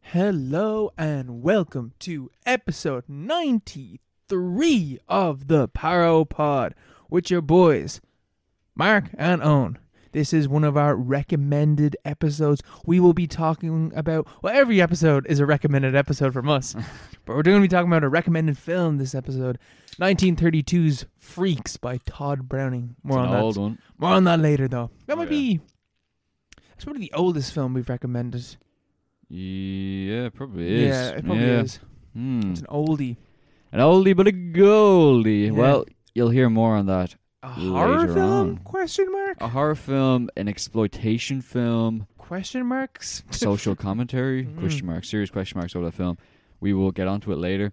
Hello and welcome to episode 93 of the Paro Pod with your boys, Mark and Owen. This is one of our recommended episodes. We will be talking about, well, every episode is a recommended episode from us, but we're going to be talking about a recommended film this episode 1932's Freaks by Todd Browning. More on an that old one. More on that later, though. That might Yeah. be. That's probably the oldest film we've recommended. Yeah, probably is. Yeah, it probably Yeah. is. Hmm. It's an oldie. An oldie but a goldie. Yeah. Well, you'll hear more on that. A horror Later film? on. Question mark? A horror film, an exploitation film, Question marks? social commentary, Mm. question mark, serious question marks over the film. We will get onto it later.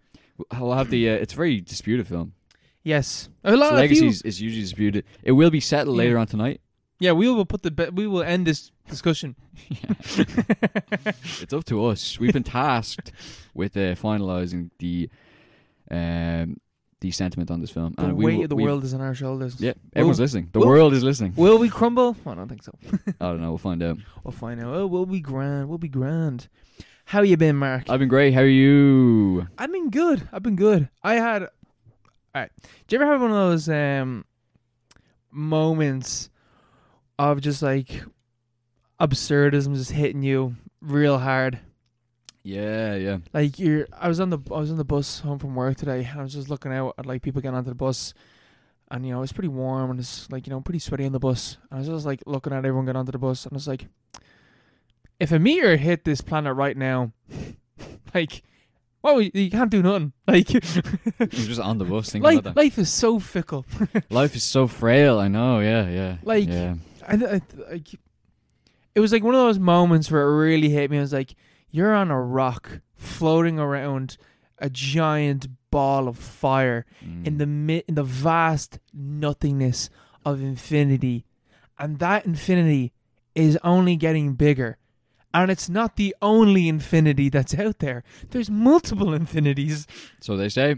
We'll have the. Uh, it's a very disputed film. yes. A lot Its of legacy Oh, you- is is usually disputed. It will be settled Yeah. later on tonight. Yeah, we will put the be- we will end this discussion. It's up to us. We've been tasked with uh, finalizing the um, the sentiment on this film. The and we weight will- of the we- world is on our shoulders. Yeah, everyone's We'll- listening. The we'll- world is listening. Will we crumble? I don't think so. I don't know. We'll find out. We'll find out. Oh, we'll be grand. We'll be grand. How you been, Mark? I've been great. How are you? I've been good. I've been good. I had. All right. Do you ever have one of those um moments of just like absurdism just hitting you real hard? Yeah, yeah. Like you're, I was on the I was on the bus home from work today. And I was just looking out at like people getting onto the bus, and you know it's pretty warm and it's like you know pretty sweaty on the bus. And I was just like looking at everyone getting onto the bus, and I was like, if a meteor hit this planet right now, like, well, you, you can't do nothing. Like, I'm just on the bus thinking life, about that. life is so fickle. Life is so frail. I know. Yeah, yeah. Like- yeah. I, th- I, th- I keep- it was like one of those moments where it really hit me. I was like, you're on a rock floating around a giant ball of fire. Mm. in the mi- in the vast nothingness of infinity and that infinity is only getting bigger and it's not the only infinity that's out there there's multiple infinities so they say.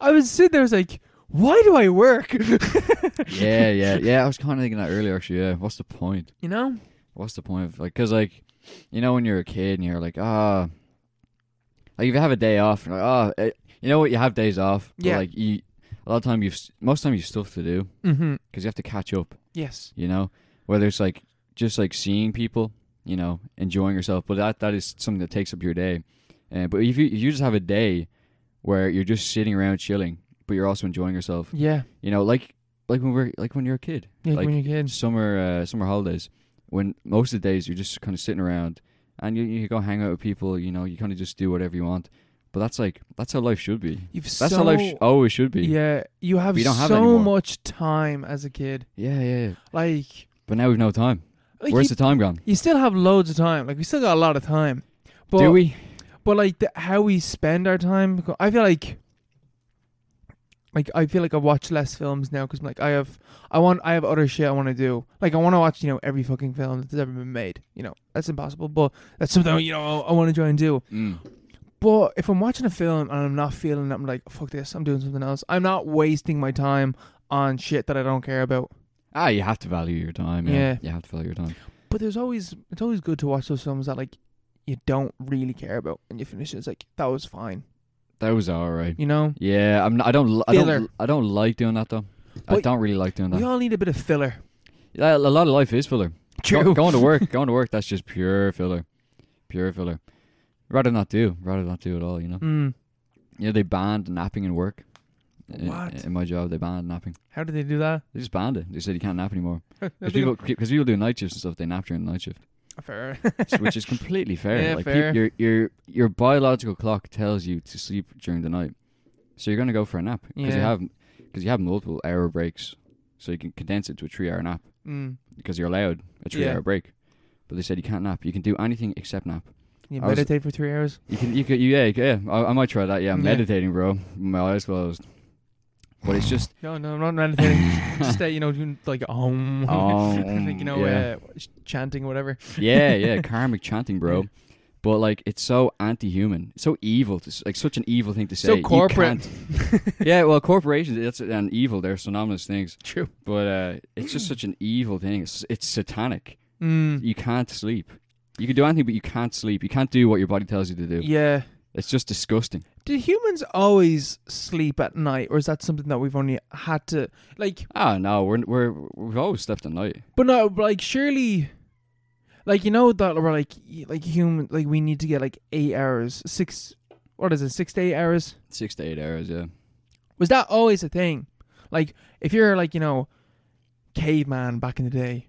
i was sitting there I was like why do i work Yeah, yeah, yeah. I was kind of thinking that earlier. Actually, yeah. What's the point? you know What's the point of like? Cause like, you know, when you're a kid and you're like, ah, like if you have a day off, you're like, ah, eh, you know what? You have days off. But Yeah. Like you, a lot of time you've s- most time you've stuff to do mm-hmm because you have to catch up. yes you know whether it's like just like seeing people you know enjoying yourself but that that is something that takes up your day uh, but if you, if you just have a day where you're just sitting around chilling but you're also enjoying yourself yeah you know like like when we're like when you're a kid like, Like, when you're kids summer uh, summer holidays when most of the days you're just kind of sitting around and you, you go hang out with people you know you kind of just do whatever you want but that's like that's how life should be you've that's so how life sh- always should be yeah you have We don't have that so anymore. much time as a kid yeah yeah, yeah. like, but now we've no time like where's you, the time gone you still have loads of time like we still got a lot of time but do we But like the, how we spend our time, beco- I feel like, like I feel like I watch less films now because like I have, I want, I have other shit I want to do. Like I want to watch, you know, every fucking film that's ever been made. You know, that's impossible, but that's something you know I, want to try and do. mm. But if I'm watching a film and I'm not feeling, it, I'm like, fuck this, I'm doing something else. I'm not wasting my time on shit that I don't care about. Ah, you have to value your time. Yeah. Yeah. You have to value your time. But there's always, it's always good to watch those films that like you don't really care about, and you finish it, it's like that was fine, That was all right. you know. Yeah, I'm. Not, I don't. li- I don't. Filler. I don't like doing that though. I But- don't really like doing that. We all need a bit of filler. Yeah, a lot of life is filler. Go- going to work, going to work. That's just pure filler, pure filler. Rather not do. Rather not do at all. You know. Mm. Yeah, they banned napping in work. In- What? In, my job, they banned napping. How did they do that? They just banned it. They said you can't nap anymore They because people because people do night shifts and stuff. They nap during the night shift, fair. which is completely fair. Yeah, like fair. peop- your your your biological clock tells you to sleep during the night, so you're gonna go for a nap because you Yeah. have because you have multiple hour breaks, so you can condense it to a three hour nap mm. because you're allowed a three Yeah. hour break. But they said you can't nap. You can do anything except nap. You I was- meditate for three hours. You can you can you, yeah you can- yeah. I, I might try that. Yeah, I'm Yeah. meditating, bro. My eyes closed. But it's just No, no, I'm not meditating. Just stay, you know, doing like um, like you Um, know, yeah. uh, sh- chanting or whatever. yeah yeah karmic chanting, bro. But like it's so anti-human, so evil. To, s- like such an evil thing to say. So You corporate. can't- yeah, well, corporations that's an evil. They're synonymous things. True. But uh, it's just such an evil thing. It's, it's satanic. Mm. You can't sleep. You can do anything, but you can't sleep. You can't do what your body tells you to do. Yeah. It's just disgusting. Do humans always sleep at night, or is that something that we've only had to like? Ah, no, we're we're we've always slept at night. But no, but, like surely, like you know that we're like y- like human, like we need to get like eight hours, six. What is it? Six to eight hours. Six to eight hours. Yeah. Was that always a thing? Like if you're like you know, caveman back in the day,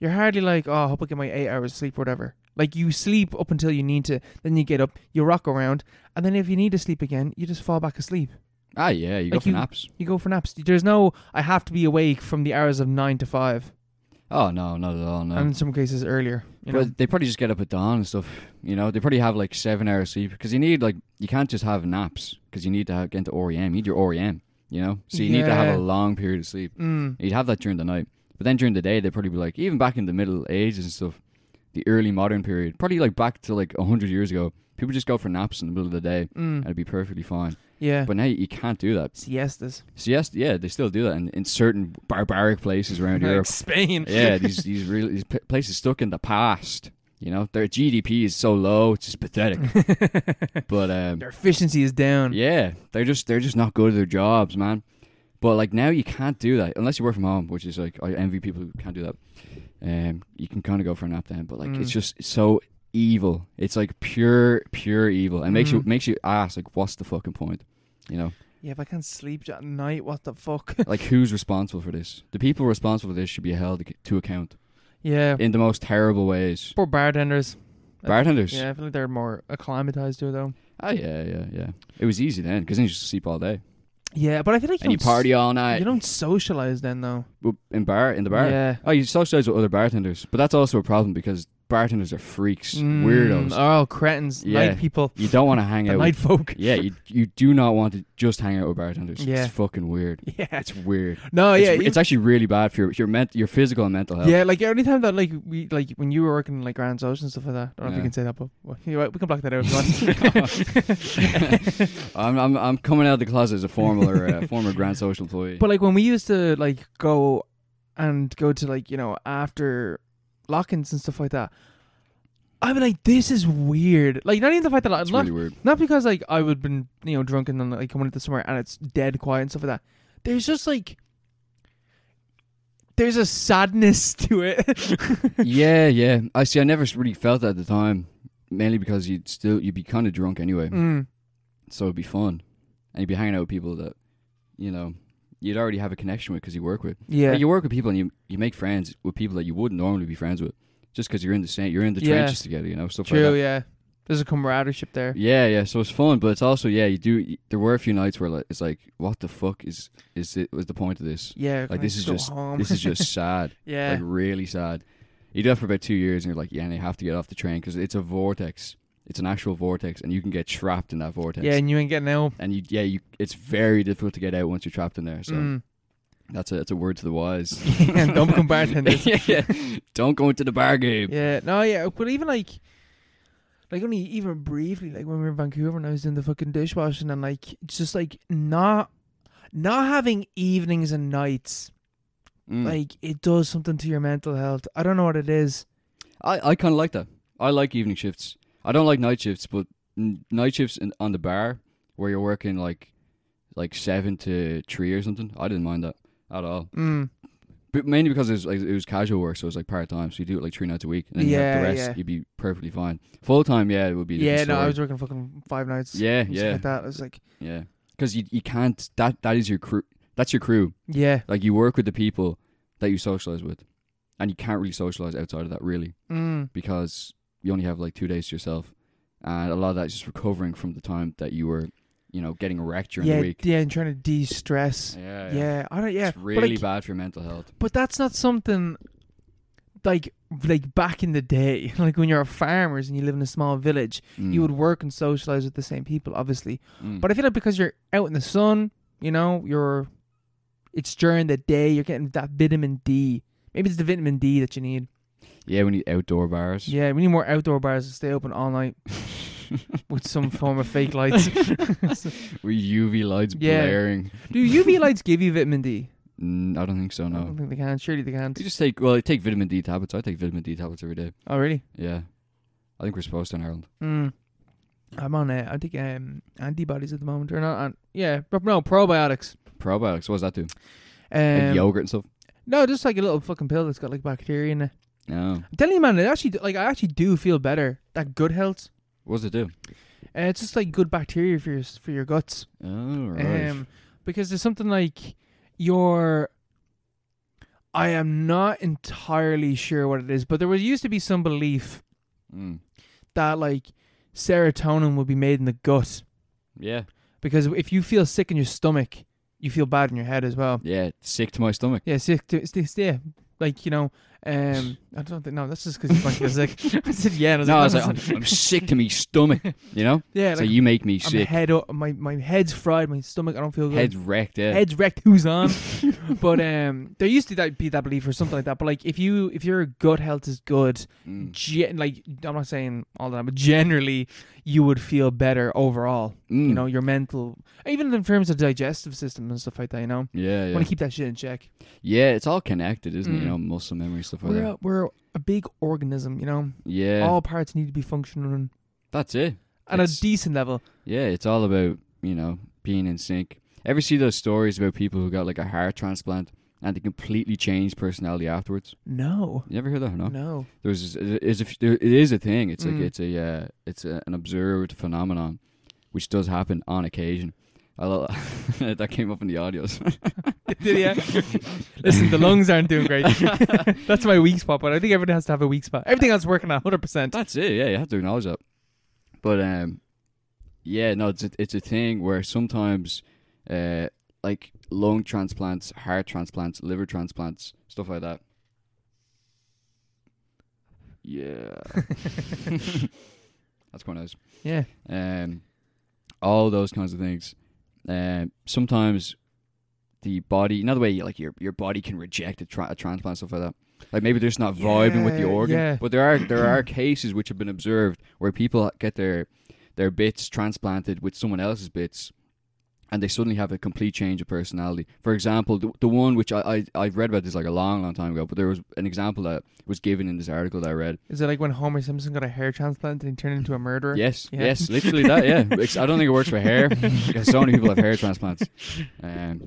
you're hardly like oh, I hope I get my eight hours sleep, or whatever. Like you sleep up until you need to, then you get up, you rock around, and then if you need to sleep again, you just fall back asleep. Ah, yeah. You go Like for you- naps. You go for naps. There's no I have to be awake from the hours of nine to five, Oh no, not at all. No. and in some cases earlier. You know? but they probably just get up at dawn and stuff. You know, they probably have like seven hours sleep because you need like you can't just have naps because you need to have, get into REM. You need your REM. You know, so you need to have Yeah. a long period of sleep. Mm. You'd have that during the night, but then during the day they'd probably be like even back in the Middle Ages and stuff, the early modern period, probably like back to like hundred years ago. People just go for naps in the middle of the day and Mm. it'd be perfectly fine. Yeah. But now you can't do that. Siestas. So yes, yeah, they still do that in, in certain barbaric places around Like Europe. Spain. yeah, these these really these p- places stuck in the past. You know, their GDP is so low, it's just pathetic. but um, Their efficiency is down. yeah, they're just they're just not good at their jobs, man. But like now, you can't do that unless you work from home, which is like I envy people who can't do that. Um, you can kind of go for a nap then, but like it's Mm. just so evil. It's like pure pure evil. It makes you Mm. makes you ask like, what's the fucking point? You know, Yeah, if I can't sleep at night, what the fuck? like who's responsible for this? The people responsible for this should be held ac- to account yeah. in the most terrible ways. Poor bartenders. Bartenders. Yeah, I feel like they're more acclimatized to it though. Oh yeah, yeah, yeah. It was easy then because then you just sleep all day Yeah, but I feel like and you don't party all s- night You don't socialize then though. w- in bar in the bar. Yeah. Oh, you socialize with other bartenders, but that's also a problem because bartenders are freaks, Mm, weirdos. Oh, cretins. Yeah. Night people. you don't want to hang The out. night With, folk. yeah, you you do not want to just hang out with bartenders. Yeah. It's fucking weird. Yeah. It's weird. No, it's, yeah. re- you- it's actually really bad for your your, ment- your physical and mental health. Yeah, like every time that like we like when you were working in, like Grand Social and stuff like that. I don't know if Yeah. you can say that, but well, you know what, we can block that out. If you want. I'm, I'm I'm coming out of the closet as a former uh, former grand social employee. but like when we used to like go and go to like you know after lock-ins and stuff like that. I'd be like, this is weird. Like, not even the fact that I, it's not, really weird. not because like I would been you know drunk and then like coming into somewhere and it's dead quiet and stuff like that. There's just like, there's a sadness to it. yeah, yeah. I see. I never s- really felt that at the time, mainly because you'd still you'd be kind of drunk anyway, Mm. so it'd be fun, and you'd be hanging out with people that, you know, you'd already have a connection with because you work with. Yeah. Like, you work with people and you you make friends with people that you wouldn't normally be friends with, just because you're in the same you're in the Yeah. trenches together, you know, stuff True, like that. yeah. There's a camaraderie there. Yeah, yeah. So it's fun, but it's also yeah. You do. y- There were a few nights where like, it's like, what the fuck is is it? Was the point of this? Yeah, Like, can I this is go just- home? This is just sad. Oh yeah, like really sad. You do that for about two years, and you're like, yeah, and you have to get off the train because it's a vortex. It's an actual vortex, and you can get trapped in that vortex. yeah, and you ain't getting out. and you, yeah, you, it's very difficult to get out once you're trapped in there. So Mm. that's a that's a word to the wise. Yeah, don't become bartenders. yeah, yeah. don't go into the bar game. Yeah, no, yeah, but even like, like only even briefly, like when we were in Vancouver and I was in the fucking dishwashing and like it's just like not, not having evenings and nights, Mm. like it does something to your mental health. I don't know what it is. I, I kind of like that. I like evening shifts. I don't like night shifts, but n- night shifts in, on the bar where you're working like like seven to three or something. I didn't mind that at all. Mm. But mainly because it was like it was casual work, so it was like part time. So you do it like three nights a week, and then you have Yeah, the rest, yeah. you'd be perfectly fine. Full time, yeah, it would be. a Yeah, different no, I story. was working fucking five nights. Yeah, and stuff yeah, like that. I was like, yeah. Because you you can't that that is your crew. That's your crew. yeah, Like you work with the people that you socialize with, and you can't really socialize outside of that really mm. because you only have like two days to yourself, and a lot of that is just recovering from the time that you were, you know, getting wrecked during yeah, the week. yeah, and trying to de-stress. Yeah, Yeah, I don't. Yeah, It's but, really like, bad for your mental health. But that's not something like like back in the day, like when you're a farmers and you live in a small village, Mm. Hmm. you would work and socialize with the same people, obviously. But I feel like because you're out in the sun, you know, you're it's during the day, you're getting that vitamin D. Maybe it's the vitamin D that you need. yeah, we need outdoor bars. Yeah, we need more outdoor bars to stay open all night with some form of fake lights. With UV lights Yeah. blaring. Do UV lights give you vitamin D? Mm, I don't think so. I don't No. think they can. Surely they can't. You just take well, I take vitamin D tablets. I take vitamin D tablets every day. Oh, really? Yeah, I think we're supposed to in Ireland. Mm. I'm on. Uh, I think um, antibodies at the moment, or not? On, yeah, pro- no probiotics. Probiotics. What does that do? like Um, yogurt and stuff. no, just like a little fucking pill that's got like bacteria in it. No. I'm telling you, man, it actually like I actually do feel better. That good health. What does it do? Uh, it's just like good bacteria for your s- for your guts. Oh right. Um, because there's something like your. I am not entirely sure what it is, but there was used to be some belief Mm. that like serotonin would be made in the gut Yeah. because if you feel sick in your stomach, you feel bad in your head as well. Yeah. Sick to my stomach. Yeah, sick. To, it's, it's, yeah, like you know. Um, I don't think no. That's just because you fucking feel sick. I said yeah. And I was no, I like, was like, I'm, I'm sick to me stomach. You know. yeah, so like, you make me I'm sick. head up. My my head's fried. My stomach. I don't feel good. Head's wrecked. Yeah. heads wrecked who's on but um there used to that be that belief or something like that but like if you if your gut health is good Mm. gen- like i'm not saying all the time but generally you would feel better overall you Mm. know your mental even in terms of digestive system and stuff like that you know Yeah. Yeah. want to keep that shit in check yeah. It's all connected, isn't it? You Mm. know, muscle memory stuff like we're that. a, we're a big organism you know Yeah. all parts need to be functioning That's it. at a It's- decent level Yeah, it's all about, you know, being in sync. Ever see those stories about people who got like a heart transplant and they completely changed personality afterwards? no You ever hear that? No. no There's this, it is a f- there- it is a thing. It's Mm. like it's a uh, it's a, an observed phenomenon which does happen on occasion. I lo- that came up in the audios. yeah listen the lungs aren't doing great that's my weak spot but i think everyone has to have a weak spot everything else working at 100% That's it. Yeah, you have to acknowledge that. But um, yeah, no, it's a, it's a thing where sometimes, uh, like lung transplants, heart transplants, liver transplants, stuff like that. Yeah, that's quite nice. yeah Um, all those kinds of things. Um, sometimes the body, another way, like your your body can reject a, tra- a transplant, stuff like that. Like maybe they're just not vibing with the Yeah, organ. yeah. But there are there are cases which have been observed where people get their their bits transplanted with someone else's bits. And they suddenly have a complete change of personality. For example, the, the one which I, I I read about this like a long long time ago, but there was an example that was given in this article that I read. Is it like when Homer Simpson got a hair transplant and he turned into a murderer? Yes, Yeah. yes, literally that. Yeah, It's- I don't think it works for hair because so many people have hair transplants. Um,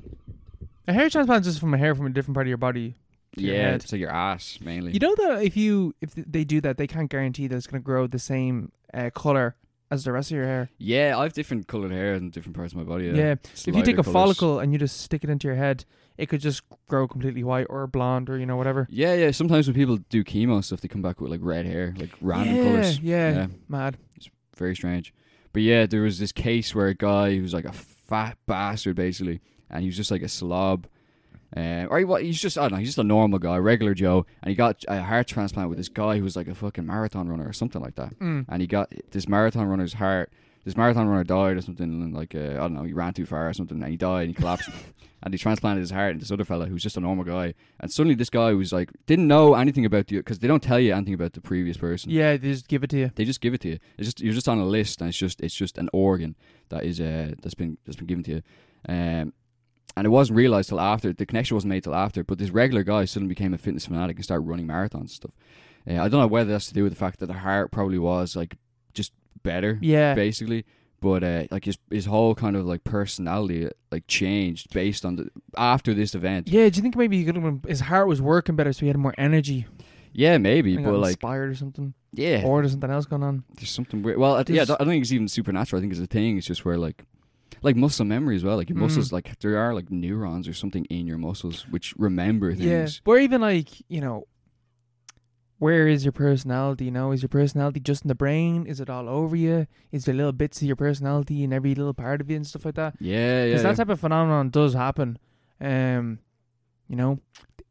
A hair transplant is just from a hair from a different part of your body. To your yeah, head. so your ass mainly. You know that if you if th- they do that, they can't guarantee that it's going to grow the same uh, color as the rest of your hair. yeah, I have different colored hair in different parts of my body. Yeah, If you take a Slighter colours. follicle and you just stick it into your head, it could just grow completely white or blonde or you know whatever. Yeah, yeah. Sometimes when people do chemo and stuff, they come back with like red hair, like random yeah, colors. Yeah, Yeah. mad. very strange. But yeah, there was this case where a guy who was like a fat bastard basically, and he was just like a slob. Uh, or he was, he's just I don't know, he's just a normal guy, regular Joe, and he got a heart transplant with this guy who was like a fucking marathon runner or something like that. Mm. and he got this marathon runner's heart. This marathon runner died or something, and like uh, I don't know, he ran too far or something, and he died and he collapsed, and he transplanted his heart. And this other fella who's just a normal guy, and suddenly this guy was like didn't know anything about you because they don't tell you anything about the previous person. Yeah, they just give it to you. They just give it to you. It's just you're just on a list, and it's just it's just an organ that is uh that's been that's been given to you, um, and it wasn't realized till after the connection wasn't made till after. But this regular guy suddenly became a fitness fanatic and started running marathons and stuff. Uh, I don't know whether that's to do with the fact that the heart probably was like just better, Yeah. basically. But uh, like his his whole kind of like personality uh, like changed based on the after this event. Yeah, do you think maybe he could have, his heart was working better, so he had more energy, Yeah, maybe, and got but like inspired or something, yeah, or there's something else going on. There's something weird. Well, I, yeah, I There's- don't I don't think it's even supernatural. I think it's a thing. It's just where like, like muscle memory as well. Like your Mm. muscles, like there are like neurons or something in your muscles which remember things. Yeah. Or even like, you know, where is your personality? You know, is your personality just in the brain? Is it all over you? Is there little bits of your personality in every little part of you and stuff like that? Yeah, yeah. Because yeah. that type of phenomenon does happen. Um, you know,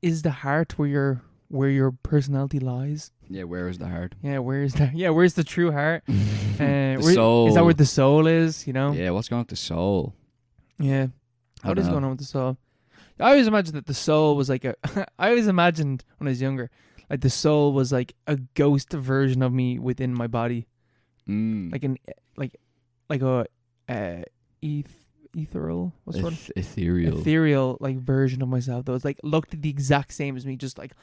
is the heart where your where your personality lies? Yeah, Where is the heart? Yeah, where is that? Yeah, where's the true heart? the Uh, where- soul. Is that where the soul is? You know. Oh. Yeah. What's going on with the soul? Yeah. I What don't is know. going on with the soul? I always imagined that the soul was like a. I always imagined when I was younger, like the soul was like a ghost version of me within my body, Mm. like an like like a uh, eth- ethereal what's the word? Eth- ethereal. Ethereal like version of myself that was like looked the exact same as me, just like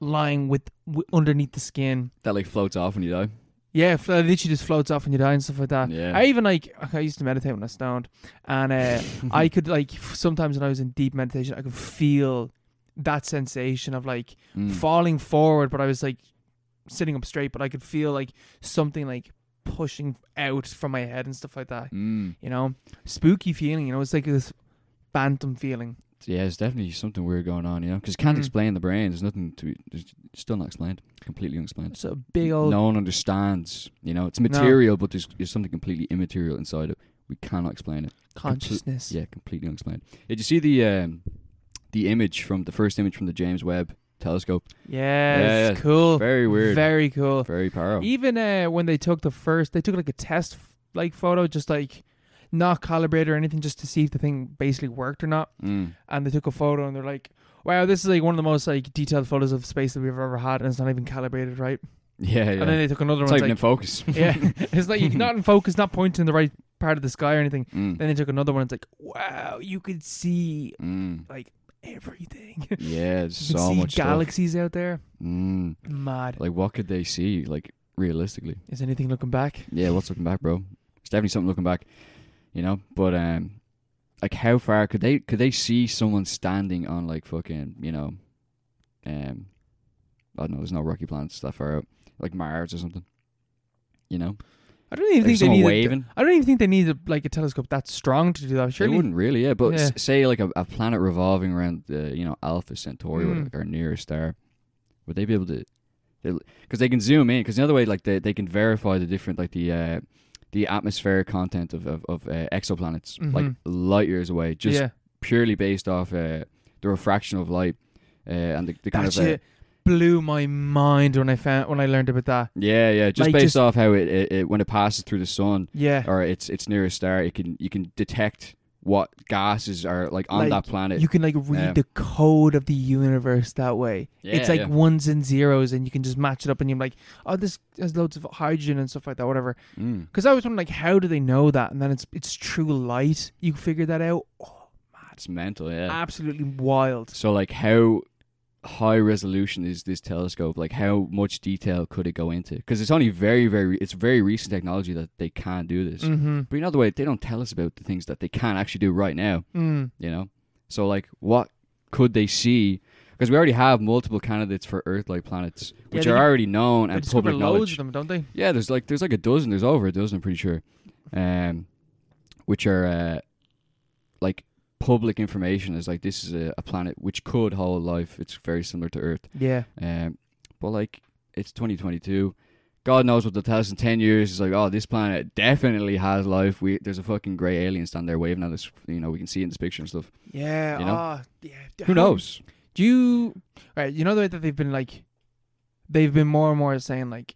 lying with w- underneath the skin. that like floats off when you die. Yeah, it literally just floats off when you die and stuff like that. Yeah. I even like I used to meditate when I was stoned, and uh, I could like f- sometimes when I was in deep meditation, I could feel that sensation of like Mm. falling forward, but I was like sitting up straight, but I could feel like something like pushing out from my head and stuff like that. Mm. You know, spooky feeling. You know, it's like this phantom feeling. Yeah, it's definitely something weird going on, you know, because can't Mhm. explain the brain. There's nothing to, there's still not explained, completely unexplained. It's a big old no one understands, you know, it's No. material, but there's, there's something completely immaterial inside it. We cannot explain it. consciousness. Yeah, completely unexplained. Did you see the um, the image from the first image from the James Webb Telescope? Yeah, Yeah, it's yeah. cool. Very weird. Oh, Very cool. Very powerful. Even uh, when they took the first, they took like a test f- like photo, just like not calibrated or anything, just to see if the thing basically worked or not. Mm. And they took a photo and they're like, "Wow, this is like one of the most like detailed photos of space that we've ever had, and it's not even calibrated right." Yeah, yeah. And then they took another it's one. not It's even in like, focus. yeah, it's like not in focus, not pointing the right part of the sky or anything. Mm. Then they took another one. It's like, wow, you could see Mm. like everything. Yeah, there's you could so see much stuff. galaxies out there. Mm. Mad. Like, what could they see? Like, realistically. Is anything looking back? Yeah, what's looking back, bro? It's definitely something looking back, you know. But um, like, how far could they could they see someone standing on like fucking you know, um, I don't know. There's no rocky planets that far out, like Mars or something. You know, I don't even Like think they someone need. a- waving. I don't even think they need a, like a telescope that strong to do that. They Surely, wouldn't really, yeah. But s- Yeah. say like a, a planet revolving around the you know Alpha Centauri, or Mm. like our nearest star, would they be able to? Because they can zoom in. Because the other way, like they they can verify the different like the. Uh, the atmospheric content of of, of uh, exoplanets, like Mhm. light years away, just yeah. purely based off uh, the refraction of light uh, and the, the kind That of uh, shit blew my mind when I found when I learned about that. yeah, yeah, just Like, based just- off how it, it, it when it passes through the sun Yeah, or its its nearest star, it can you can detect what gases are like on Like, that planet. you can like read Yeah. the code of the universe that way. it's Yeah, like yeah. ones and zeros, and you can just match it up, and you're like, oh, this has loads of hydrogen and stuff like that, whatever. Mm. Because I was wondering, like, how do they know that? And then it's it's true light. You figure that out. Oh, Ah, It's mental, yeah. absolutely wild. so like how high resolution is this telescope? Like how much detail could it go into? Because it's only very very it's very recent technology that they can do this. Mm-hmm. But you know the way they don't tell us about the things that they can actually do right now. Mm. you know so like what could they see because we already have multiple candidates for earth-like planets which they- are already known They and discover public loads knowledge of them, don't they? yeah there's like there's like a dozen there's over a dozen i'm pretty sure um which are uh like public information is like this is a, a planet which could hold life it's very similar to earth Yeah. um but like it's 2022 God knows what they'll tell us in ten years. It's like, oh, this planet definitely has life. We there's a fucking grey alien standing there waving at us. You know, we can see it in this picture and stuff. Yeah. You know? ah, yeah. Who knows? Do you right? You know the way that they've been like, they've been more and more saying like,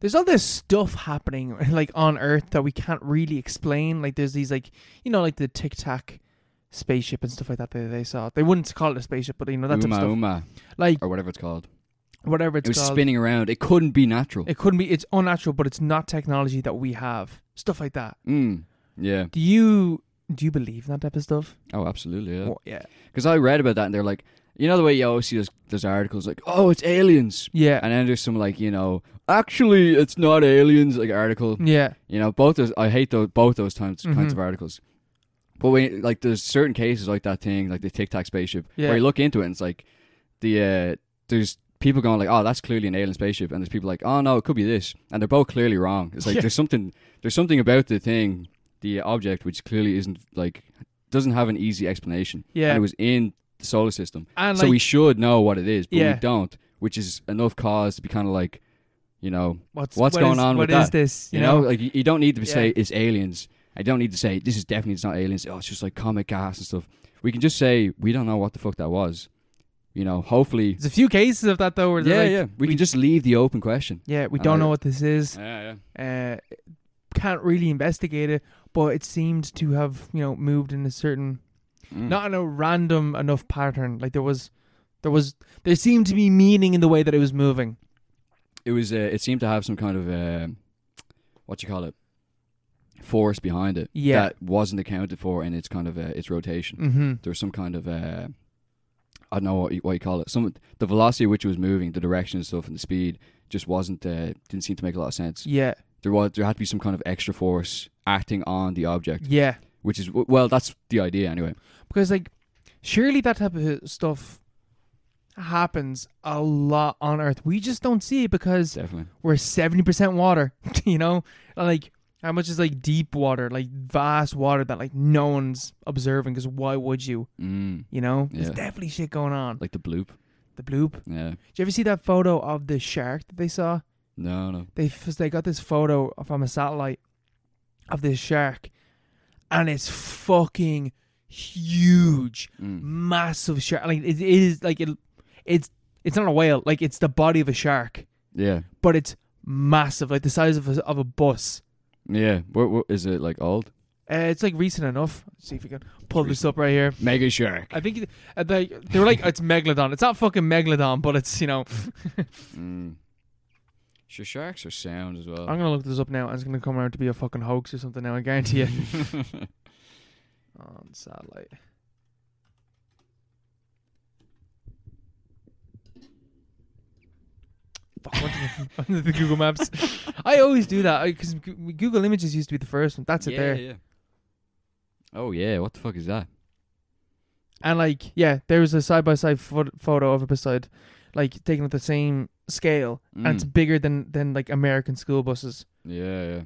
there's all this stuff happening like on Earth that we can't really explain. Like there's these like you know like the Tic Tac spaceship and stuff like that that they saw. They wouldn't call it a spaceship, but you know that type of Uma stuff. Uma Like or whatever it's called. whatever it's it was called. spinning around. It couldn't be natural. It couldn't be. It's unnatural, but it's not technology that we have. Stuff like that. mm. Yeah. Do you do you believe in that type of stuff? Oh, absolutely. Yeah. Well, yeah. Because I read about that and they're like, you know the way you always see those, those articles like, oh, it's aliens. Yeah. And then there's some like, you know, actually it's not aliens like article. yeah. You know, both those I hate those both those times kinds Mhm. of articles. But when like there's certain cases like that thing, like the Tic Tac spaceship, Yeah. where you look into it and it's like the uh there's people going like, Oh, that's clearly an alien spaceship and there's people like, Oh no, it could be this and they're both clearly wrong. It's like Yeah. there's something there's something about the thing, the object which clearly isn't like doesn't have an easy explanation. Yeah. And it was in the solar system. And so like, we should know what it is, but Yeah. we don't, which is enough cause to be kinda like, you know, what's what's what going is- on What with is that? this? you know, like you, you don't need to Yeah. say it's aliens. I don't need to say this is definitely it's not aliens. Oh, it's just like comic gas and stuff. We can just say we don't know what the fuck that was. You know, hopefully, There's a few cases of that though, where yeah, they're like, yeah. We, can just leave the open question. yeah, we I don't know. know what this is. Yeah, yeah. Uh, can't really investigate it, but it seemed to have you know moved in a certain, not in a random enough pattern. Like there was, there was, there seemed to be meaning in the way that it was moving. It was. Uh, it seemed to have some kind of um what you call it force behind it Yeah. that wasn't accounted for in its kind of uh, its rotation. Mm-hmm. There was some kind of uh, I don't know what you, what you call it. Some the velocity at which it was moving, the direction and stuff, and the speed just wasn't uh, didn't seem to make a lot of sense. Yeah. There was there had to be some kind of extra force acting on the object, Yeah. which is well, that's the idea anyway. Because like surely that type of stuff happens a lot on Earth. We just don't see it because Definitely. we're seventy percent water. you know? And, like how much is like deep water, like vast water that like no one's observing because why would you? Mm. You know? There's Yeah. definitely shit going on. Like the bloop. The bloop. Did Yeah. you ever see that photo of the shark that they saw? No, no. they f- they got this photo from a satellite of this shark, and it's fucking huge, Mm. massive shark. Like it, it is like it, it's it's not a whale. Like it's the body of a shark, Yeah. but it's massive, like the size of a, of a bus. Yeah. What, what is it like old? Uh, it's like recent enough. Let's see if we can pull this Recent. up right here. Mega shark. I think it- uh, they they were like it's megalodon. It's not fucking megalodon, but it's you know. Mm. Sure, sharks are sound as well. I'm gonna look this up now. and It's gonna come out to be a fucking hoax or something. Now I guarantee you. on satellite. Fuck, went to the- under the Google Maps. I always do that because Google Images used to be the first one. That's it yeah, there. yeah. Oh yeah, what the fuck is that? And like, yeah, there was a side by side photo of it beside, like taken at the same scale, and it's Mm. bigger than than like American school buses. Yeah, yeah.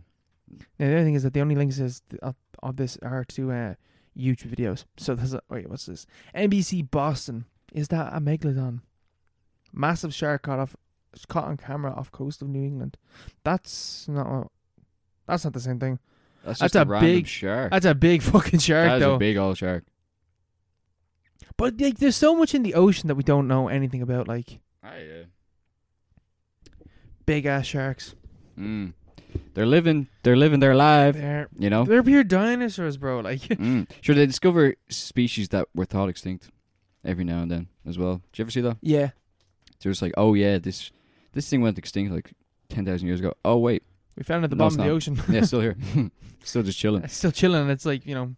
Now, the other thing is that the only links is th- of, of this are to uh, YouTube videos. So there's a, wait, what's this? NBC Boston. Is that a megalodon? Massive shark caught off, caught on camera off coast of New England. That's not. what- That's not the same thing. That's, That's just a, a random big shark. That's a big fucking shark, That is though. a big old shark. but like, there's so much in the ocean that we don't know anything about, like Oh, yeah. big ass sharks. Mm. They're living. They're living their life. They're You know. they're pure dinosaurs, bro. Like, Mm. Sure, they discover species that were thought extinct every now and then as well. Did you ever see that? yeah, They're just like, oh yeah, this this thing went extinct like ten thousand years ago. Oh wait, we found it at the No, bottom of the it's ocean. yeah, it's still here, still just chilling. it's still chilling. It's like you know,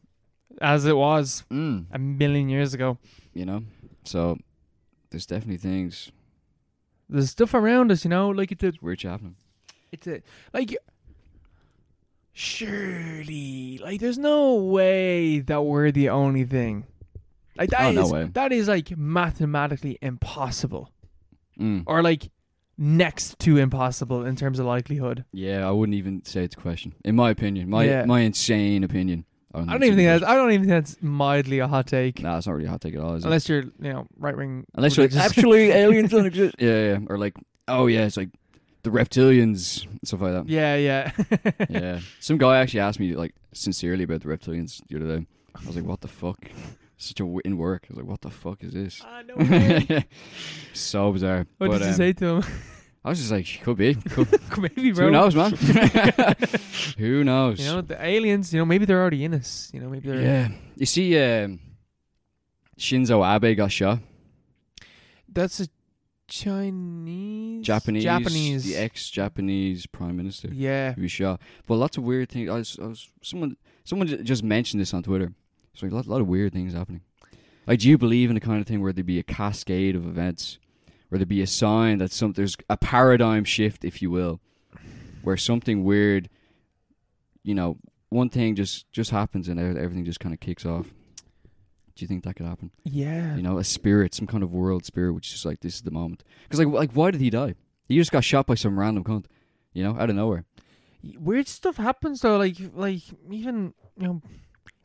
as it was Mm. a million years ago. You know. So there's definitely things there's stuff around us, you know, like it's a, weird shit happening. it's a, like, surely, like, there's no way that we're the only thing. Like that Oh, is no way. that is like mathematically impossible, Mm. or like next to impossible in terms of likelihood. Yeah, I wouldn't even say it's a question. In my opinion, my Yeah. my insane opinion. I Mm, don't even think that's I don't even think that's mildly a hot take, Nah, it's not really a hot take at all. Is it? unless you're you know right wing. Unless you're like, actually, aliens don't exist. Yeah, yeah. Or like, oh yeah, it's like the reptilians and stuff like that. yeah, yeah, Yeah. Some guy actually asked me like sincerely about the reptilians the other day. I was like, what the fuck? Such a w- in work. I was like, what the fuck is this? Ah, no way. so bizarre. What But, did you um, say to him? I was just like, could be. Could, Maybe, bro. who knows, man? who knows? You know, the aliens, you know, maybe they're already in us. You know, maybe they're. yeah. You see, um, Shinzo Abe got shot. That's a Chinese. Japanese. Japanese. The ex-Japanese prime minister. yeah. to be shot. But lots of weird things. I was, I was someone someone ju- just mentioned this on Twitter. So a lot, lot of weird things happening. Like, do you believe in the kind of thing where there'd be a cascade of events, where there'd be a sign that some there's a paradigm shift, if you will, where something weird, you know, one thing just just happens and ev- everything just kind of kicks off. Do you think that could happen? Yeah. You know, a spirit, some kind of world spirit, which is just like this is the moment. Because like, like, why did he die? He just got shot by some random cunt, you know, out of nowhere. Weird stuff happens though. Like, like even you know,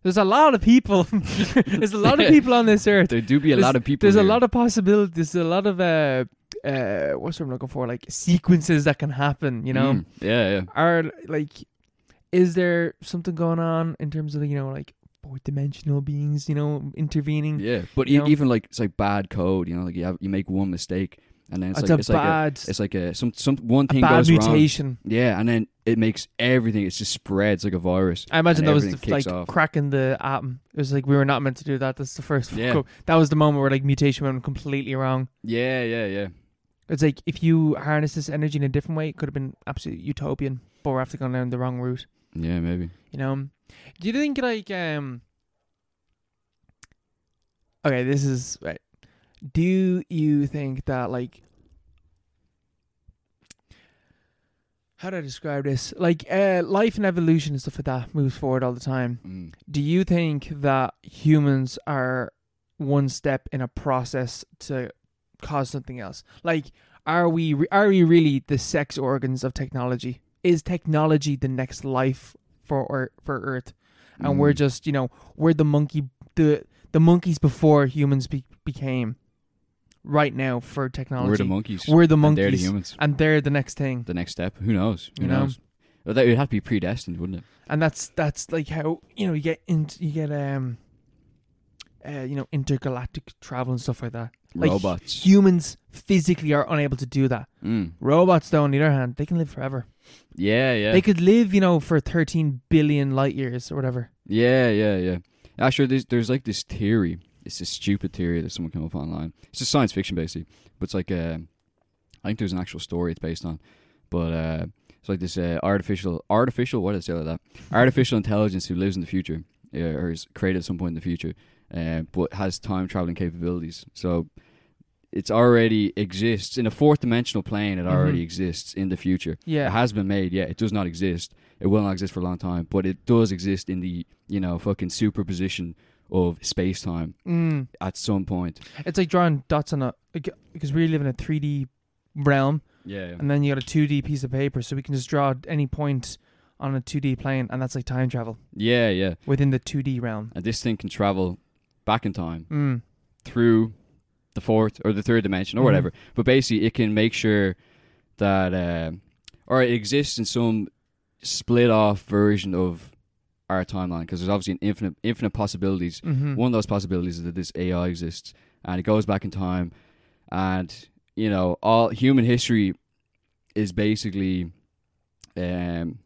there's a lot of people. there's a lot of people on this earth. There do be a lot of people. There's a lot of possibilities. There's a lot of uh, uh, what's what I'm looking for? Like sequences that can happen. You know, Mm, yeah, yeah. are like, is there something going on in terms of you know like fourth dimensional beings? You know, intervening. Yeah, but Mm, You e- know? even like it's like bad code, you know, like you have, you make one mistake and then it's, it's like a it's like bad, a, it's like a some some one a thing bad goes wrong. mutation. Yeah, and then it makes everything. It just spreads like a virus. I imagine and that was everything the, like kicks off. cracking the atom. It was like we were not meant to do that. That's the first. fuck Yeah. up. That was the moment where like mutation went completely wrong. Yeah, yeah, yeah. It's like if you harness this energy in a different way, it could have been absolute utopian. But we're after going down the wrong route. Yeah, maybe. You know? Do you think like um? Okay, this is right. Do you think that like how do I describe this? Like uh, life and evolution and stuff like that moves forward all the time. Mm. Do you think that humans are one step in a process to cause something else? Like, are we re- are we really the sex organs of technology? Is technology the next life for Ear- for Earth? And we're Mm. just you know we're the monkey the the monkeys before humans be- became. Right now for technology, We're the monkeys. We're the and monkeys, They're the humans. and they're the next thing. The next step. Who knows? Who You know? knows? Well, that would have to be predestined, wouldn't it? and that's that's like how you know you get into you get um uh, you know intergalactic travel and stuff like that Like, Robots. humans physically are unable to do that Mm. robots though on the other hand they can live forever Yeah, yeah. they could live you know for 13 billion light years or whatever Yeah, yeah, yeah. Actually, there's, there's like this theory. It's a stupid theory that someone came up online. It's just science fiction, basically. But it's like, uh, I think there's an actual story it's based on. But uh, it's like this uh, artificial, artificial, what did I say like that? Artificial intelligence who lives in the future, uh, or is created at some point in the future, uh, but has time traveling capabilities. So it's already exists in a fourth dimensional plane. It already Mhm. exists in the future. It yeah has been made, yeah. It does not exist. It will not exist for a long time, but it does exist in the, you know, fucking superposition of space time mm. at some point. it's like drawing dots on a because we live in a 3d realm Yeah. and then you got a 2d piece of paper so we can just draw at any point on a 2d plane and that's like time travel Yeah, yeah. within the 2d realm And this thing can travel back in time mm. through the fourth or the third dimension or Mhm. whatever. But basically, it can make sure that, uh, or it exists in some split off version of our timeline because there's obviously an infinite, infinite possibilities mm-hmm. One of those possibilities is that this AI exists and it goes back in time, and you know all human history is basically um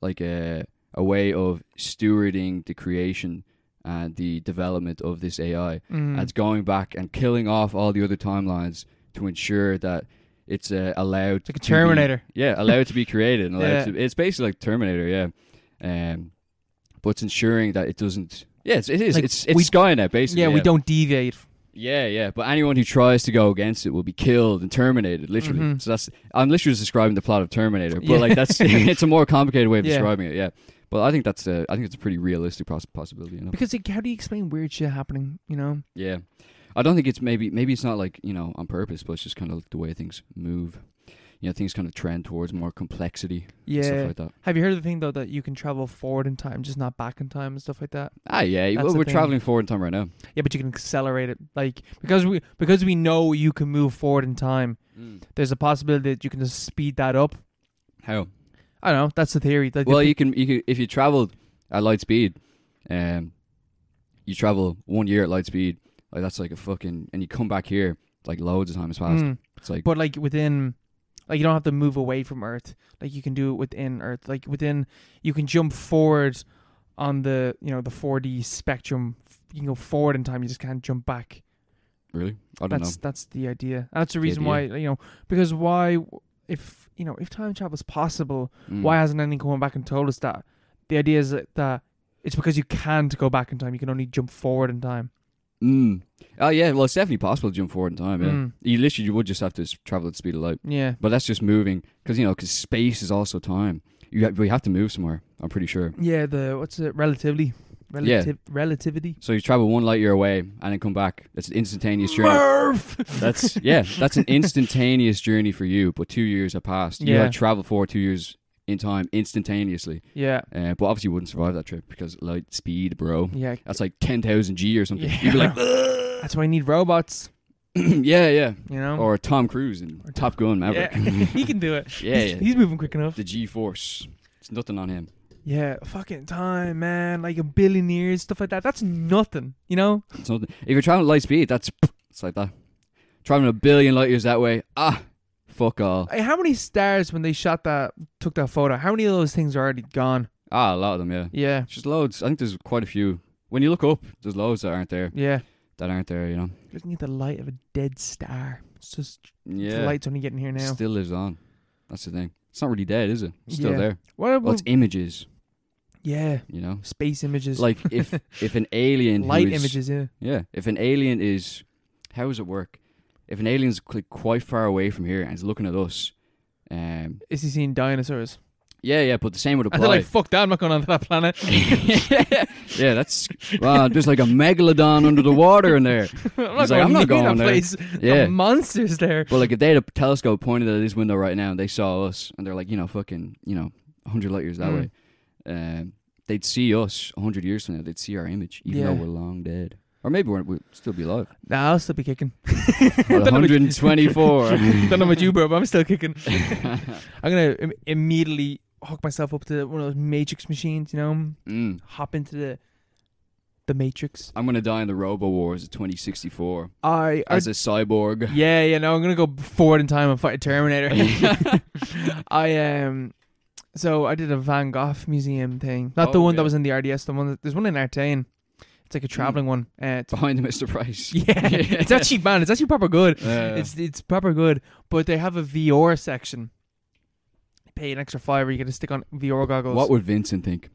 like a a way of stewarding the creation and the development of this AI. Hmm. Mm-hmm. And it's going back and killing off all the other timelines to ensure that it's uh, allowed like a to be- terminator yeah, allowed to be created and allowed Yeah. to. It's basically like Terminator, yeah. Um, but it's ensuring that it doesn't. Yeah, it's, it is. Like, it's it's we- Skynet basically. yeah, we don't deviate. Yeah, yeah. But anyone who tries to go against it will be killed and terminated, literally. Mhm. So that's I'm literally just describing the plot of Terminator, but Yeah. like that's it's a more complicated way of Yeah. describing it. Yeah. But I think that's a, I think it's a pretty realistic poss- possibility. You know? Because like, how do you explain weird shit happening? You know, Yeah. I don't think it's maybe maybe it's not like, you know, on purpose, but it's just kind of the way things move. You know, things kind of trend towards more complexity and yeah. stuff like that. Have you heard of the thing though that you can travel forward in time, just not back in time and stuff like that? Ah, yeah. That's well, the we're thing. traveling forward in time right now. Yeah, but you can accelerate it, like because we because we know you can move forward in time. There's a possibility that you can just speed that up. How? I don't know. That's the theory. Like, Well, the, you can, you can if you traveled at light speed, um, you travel one year at light speed. Like that's like a fucking, and you come back here like loads of time has passed. Mm. It's like but like within, like you don't have to move away from Earth. Like you can do it within Earth. Like within, you can jump forward on the you know the 4D spectrum. You can go forward in time. You just can't jump back. really, I don't know. That's that's the idea. That's the The reason idea. why you know because why if you know if time travel is possible, Mm. why hasn't anyone come back and told us that? The idea is that, that it's because you can't go back in time. You can only jump forward in time. Mm. Oh yeah, well it's definitely possible to jump forward in time. Yeah, Mm. you literally you would just have to s- travel at the speed of light. Hmm. Yeah. But that's just moving because you know because space is also time. You ha- we have to move somewhere. I'm pretty sure. Yeah. The what's it? Relativity. Relativ- Relativity. So you travel one light year away and then come back. That's an instantaneous journey. Murph. That's yeah, that's an instantaneous journey for you. But two years have passed. You Yeah. had traveled for two years in time instantaneously. yeah. Uh, but obviously, you wouldn't survive that trip because light speed, bro. Yeah. Hmm. That's like ten thousand G or something. Yeah. You'd be like, That's why I need robots. yeah, yeah. You know. Or Tom Cruise in Or Top Gun Maverick. yeah. he can do it. Yeah, he's, yeah. he's moving quick enough. the G force. It's nothing on him. Yeah, fucking time, man. Like a billion years, stuff like that. That's nothing, you know. It's nothing. If you're traveling at light speed, that's it's like that. Traveling a billion light years that way. Ah, fuck all. Hey, How many stars when they shot that took that photo? How many of those things are already gone? Ah, a lot of them. Yeah, Yeah, just loads. I think there's quite a few. When you look up, there's loads that aren't there. yeah. That aren't there. You know. Looking at the light of a dead star. It's just Yeah. the light's only getting here now. Still lives on. That's the thing. It's not really dead, is it? It's still Yeah. there. What? Well, it's images, yeah, you know. space images, Like if if an alien who light is- images. Yeah, yeah, if an alien is, how does it work? If an alien's qu- quite far away from here and is looking at us, Um, Is he seeing dinosaurs? yeah, yeah, but the same would And they're apply. like, fuck that, I'm not going onto that planet. yeah, that's wow. There's like a megalodon under the water in there. I'm not going, He's like, "I'm not near going that there." place. Yeah, The monsters there. But like if they had a telescope pointed at this window right now and they saw us and they're like, you know, fucking, you know, 100 light years that Mm. way, um, they'd see us 100 years from now. They'd see our image, even though Yeah. we're long dead. Or maybe we're, we'd still be alive. Nah, I'll still be kicking. Well, 124. Don't know about you, bro, but I'm still kicking. I'm going to Im- immediately hook myself up to one of those Matrix machines, you know? mm. Hop into the the Matrix. I'm going to die in the Robo Wars of 2064 I. I as a cyborg. yeah, yeah, no, I'm going to go forward in time and fight a Terminator. I um so I did a Van Gogh museum thing. Not the Oh, one yeah. Hmm. that was in the RDS, the one that, there's one in Artain. It's like a traveling one. Uh, it's, Behind the Mr. Price. yeah. It's actually man, it's actually proper good. Uh, It's it's proper good, but they have a VR section. You pay an extra fiver, you get to stick on VR goggles. what would Vincent think?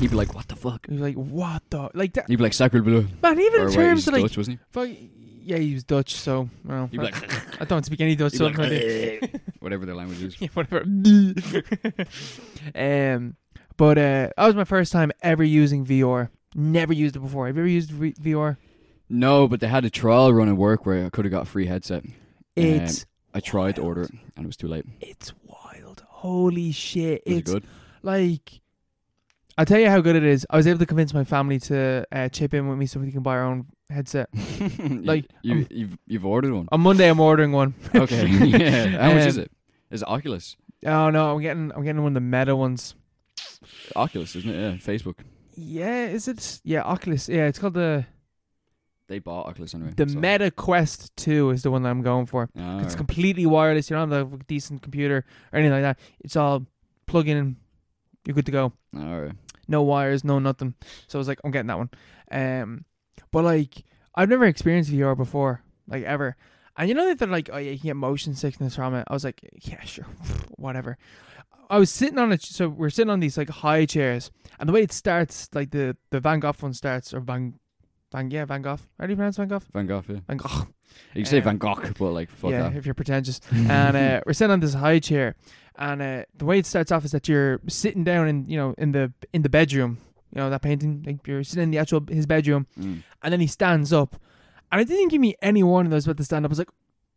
He'd be like, what the fuck? You're like, what the like that He'd be like, Sacred Blue. man, even Or in wait, terms he's of like Dutch, wasn't fuck, yeah, he was Dutch, so well, he? He'd be like, I don't speak any Dutch, he'd so be I'm gonna do- like whatever their language is. yeah, whatever. um, but uh, that was my first time ever using VR. Never used it before. Have you ever used re- Um, VR? No, but they had a trial run at work where I could have got a free headset. It's I tried to order it and it was too late. it's wild. Holy shit! Was it it's good? like I'll tell you how good it is. I was able to convince my family to uh, chip in with me so we can buy our own headset. like, you, um, you, you've you've ordered one. On Monday, I'm ordering one. Okay. yeah. How much is Um, it? Is it Oculus? Oh no, I'm getting I'm getting one of the meta ones. Oculus, isn't it? Yeah. Facebook. Yeah, is it? Yeah, Oculus. Yeah, it's called the They bought Oculus anyway. the so- Meta Quest Two is the one that I'm going for. Ah, It's alright. completely wireless. You don't have a decent computer or anything like that. It's all plug in and you're good to go. Alright. No wires, no nothing. So I was like, I'm getting that one. Um, but like, I've never experienced VR before, like ever. And you know that they're like, oh yeah, you can get motion sickness from it. I was like, yeah, sure, whatever. I was sitting on it, so we're sitting on these like high chairs, and the way it starts, like the the Van Gogh one starts, or Van, Van yeah, Van Gogh. How do you pronounce Van Gogh? Van Gogh. Yeah. Van Gogh. You can say Um, Van Gogh, but like fuck yeah, that. if you're pretentious and uh, we're sitting on this high chair, and uh, the way it starts off is that you're sitting down in you know in the in the bedroom, you know that painting, like you're sitting in the actual his bedroom, Mm. and then he stands up, and it didn't give me any warning that I was about to stand up. I was like.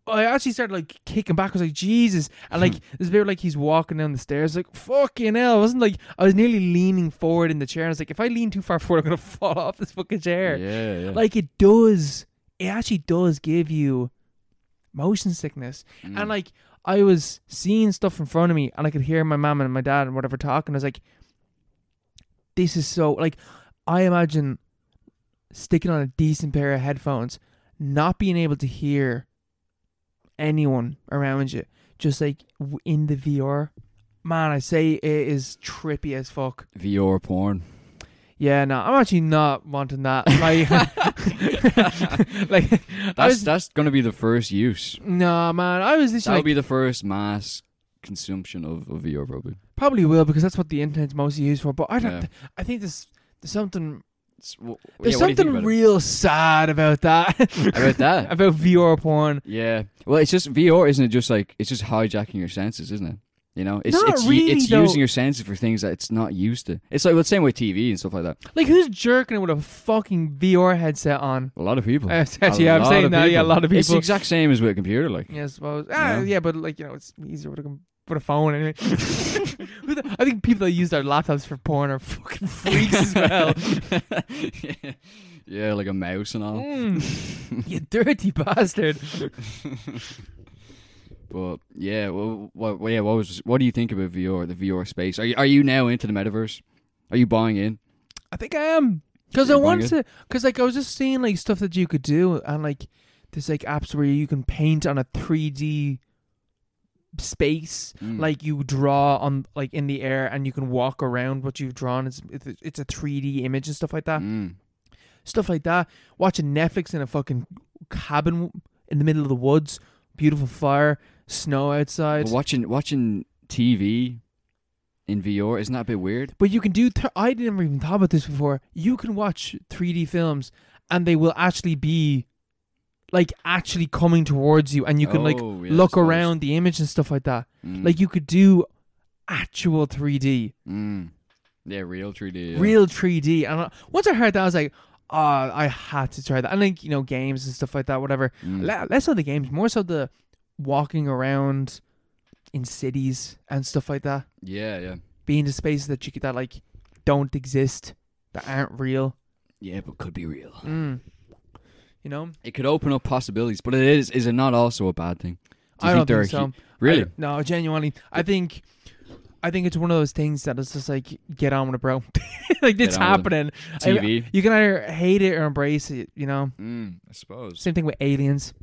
I actually started like kicking back. I was like, Jesus, and like this bit where, like he's walking down the stairs. Like fucking hell, I wasn't like I was nearly leaning forward in the chair. I was like, if I lean too far forward, I'm gonna fall off this fucking chair. Yeah, yeah. Like it does, it actually does give you motion sickness. Mm. And like I was seeing stuff in front of me and I could hear my mom and my dad and whatever talking. I was like, This is so like I imagine sticking on a decent pair of headphones, not being able to hear anyone around you, just like w- in the VR. Man, I say it is trippy as fuck. VR porn. Yeah, no, I'm actually not wanting that. Like, like I That's was, that's gonna be the first use. no, man, I was literally That'll like, be the first mass consumption of, of VR probably. Probably will because that's what the internet's mostly used for. But I don't. Yeah. th- I think there's there's something It's- w- there's yeah, what do you think something about it? real sad about that about that. about VR porn. Yeah. Well, it's just VR, isn't it? Just like it's just hijacking your senses, isn't it? You know, it's Not it's really, it's though. using your senses for things that it's not used to. It's like well, the same with TV and stuff like that. Like who's jerking with a fucking VR headset on? A lot of people. Uh, A actually, I'm lot saying of that. Yeah, a people. lot of It's the people. exact same as with a computer. Like, yeah, I suppose. Ah, yeah. Yeah. but like you know, it's easier with a com- with a phone anyway. Who the- I think people that use their laptops for porn are fucking freaks as well. yeah. yeah, like a mouse and all. Mm. you dirty bastard. But yeah, well, what, well, yeah, what was what do you think about VR, the VR space? Are you are you now into the metaverse? Are you buying in? I think I am because I You're buying wanted it? to. Because like I was just seeing like stuff that you could do, and like there's like apps where you can paint on a 3D space, Mm. like you draw on like in the air, and you can walk around what you've drawn. It's it's, it's a 3D image and stuff like that. Mm. Stuff like that. Watching Netflix in a fucking cabin in the middle of the woods, beautiful fire, snow outside. But watching watching TV in VR isn't that a bit weird? But you can do. Th- I never even thought about this before. You can watch 3D films, and they will actually be like actually coming towards you and you can like Oh, yeah, I look suppose. around the image and stuff like that. Mm. Like you could do actual 3D, Mm. Yeah, real 3D. yeah. real 3D. And I, once I heard that, I was like, oh, I had to try that. And like, you know, games and stuff like that, whatever. Mm. Le- less of the games, more so the walking around in cities and stuff like that, Yeah, yeah. being to spaces that you could, that like don't exist, that aren't real. Yeah, but could be real. Mm. You know, It could open up possibilities, but it is is it not also a bad thing? Do you I don't there think are so. hu- really? I- no, genuinely, I think, I think it's one of those things that it's just like get on with it, bro. like it's on with happening. I- TV. you can either hate it or embrace it. You know, Mm, I suppose. same thing with aliens.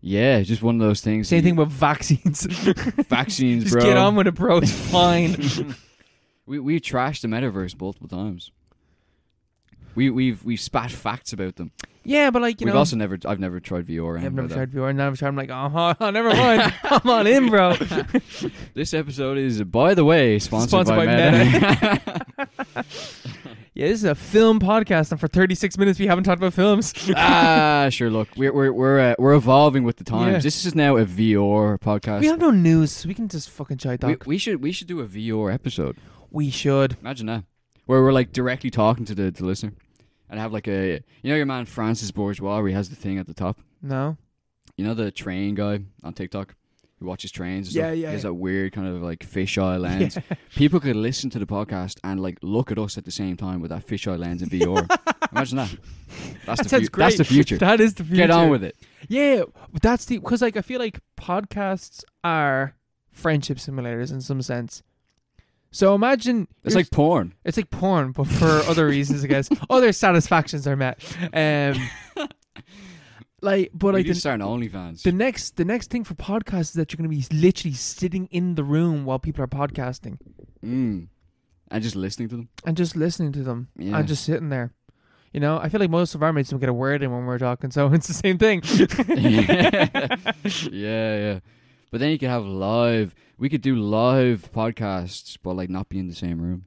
Yeah, it's just one of those things. Same that you- thing with vaccines. vaccines, just bro. get on with it, bro. It's fine. we we trashed the metaverse multiple times. We we've we've spat facts about them. yeah, but like you We've know, also never I've never tried VR. or I've anything never like that. tried before. and I've tried. I'm like, oh, oh, never mind. I'm on in, bro. This episode is, by the way, sponsored, Sponsored by, by Meta. Yeah, this is a film podcast, and for 36 minutes we haven't talked about films. ah, sure. Look, we're we're we're, uh, we're evolving with the times. Yeah. This is now a VR podcast. we have no news. We can just fucking chai we, talk. we should we should do a VR episode. We, should. Imagine that, where we're like directly talking to the, to the listener, and have like a you know your man Francis Bourgeois, where he has the thing at the top. No. You know the train guy on TikTok who watches trains. And Yeah, stuff? yeah, He has yeah. that weird kind of like fisheye lens. People could listen to the podcast and like look at us at the same time with that fisheye lens in VR. Imagine that. That's That the sounds fu- That's the great. future. That is the future. Get on with it. Yeah, but that's the because like I feel like podcasts are friendship simulators in some sense. So imagine It's you're- like porn. it's like porn, but for other reasons, I guess. Other satisfactions are met. Um, like, but But like like you the, start an OnlyFans. the next the next thing for podcasts is that you're going to be literally sitting in the room while people are podcasting mm. And just listening to them. and just listening to them Yeah. and just sitting there. You know, I feel like most of our mates don't get a word in when we're talking, so it's the same thing. yeah, yeah. But then you could have live. We could do live podcasts, but like not be in the same room.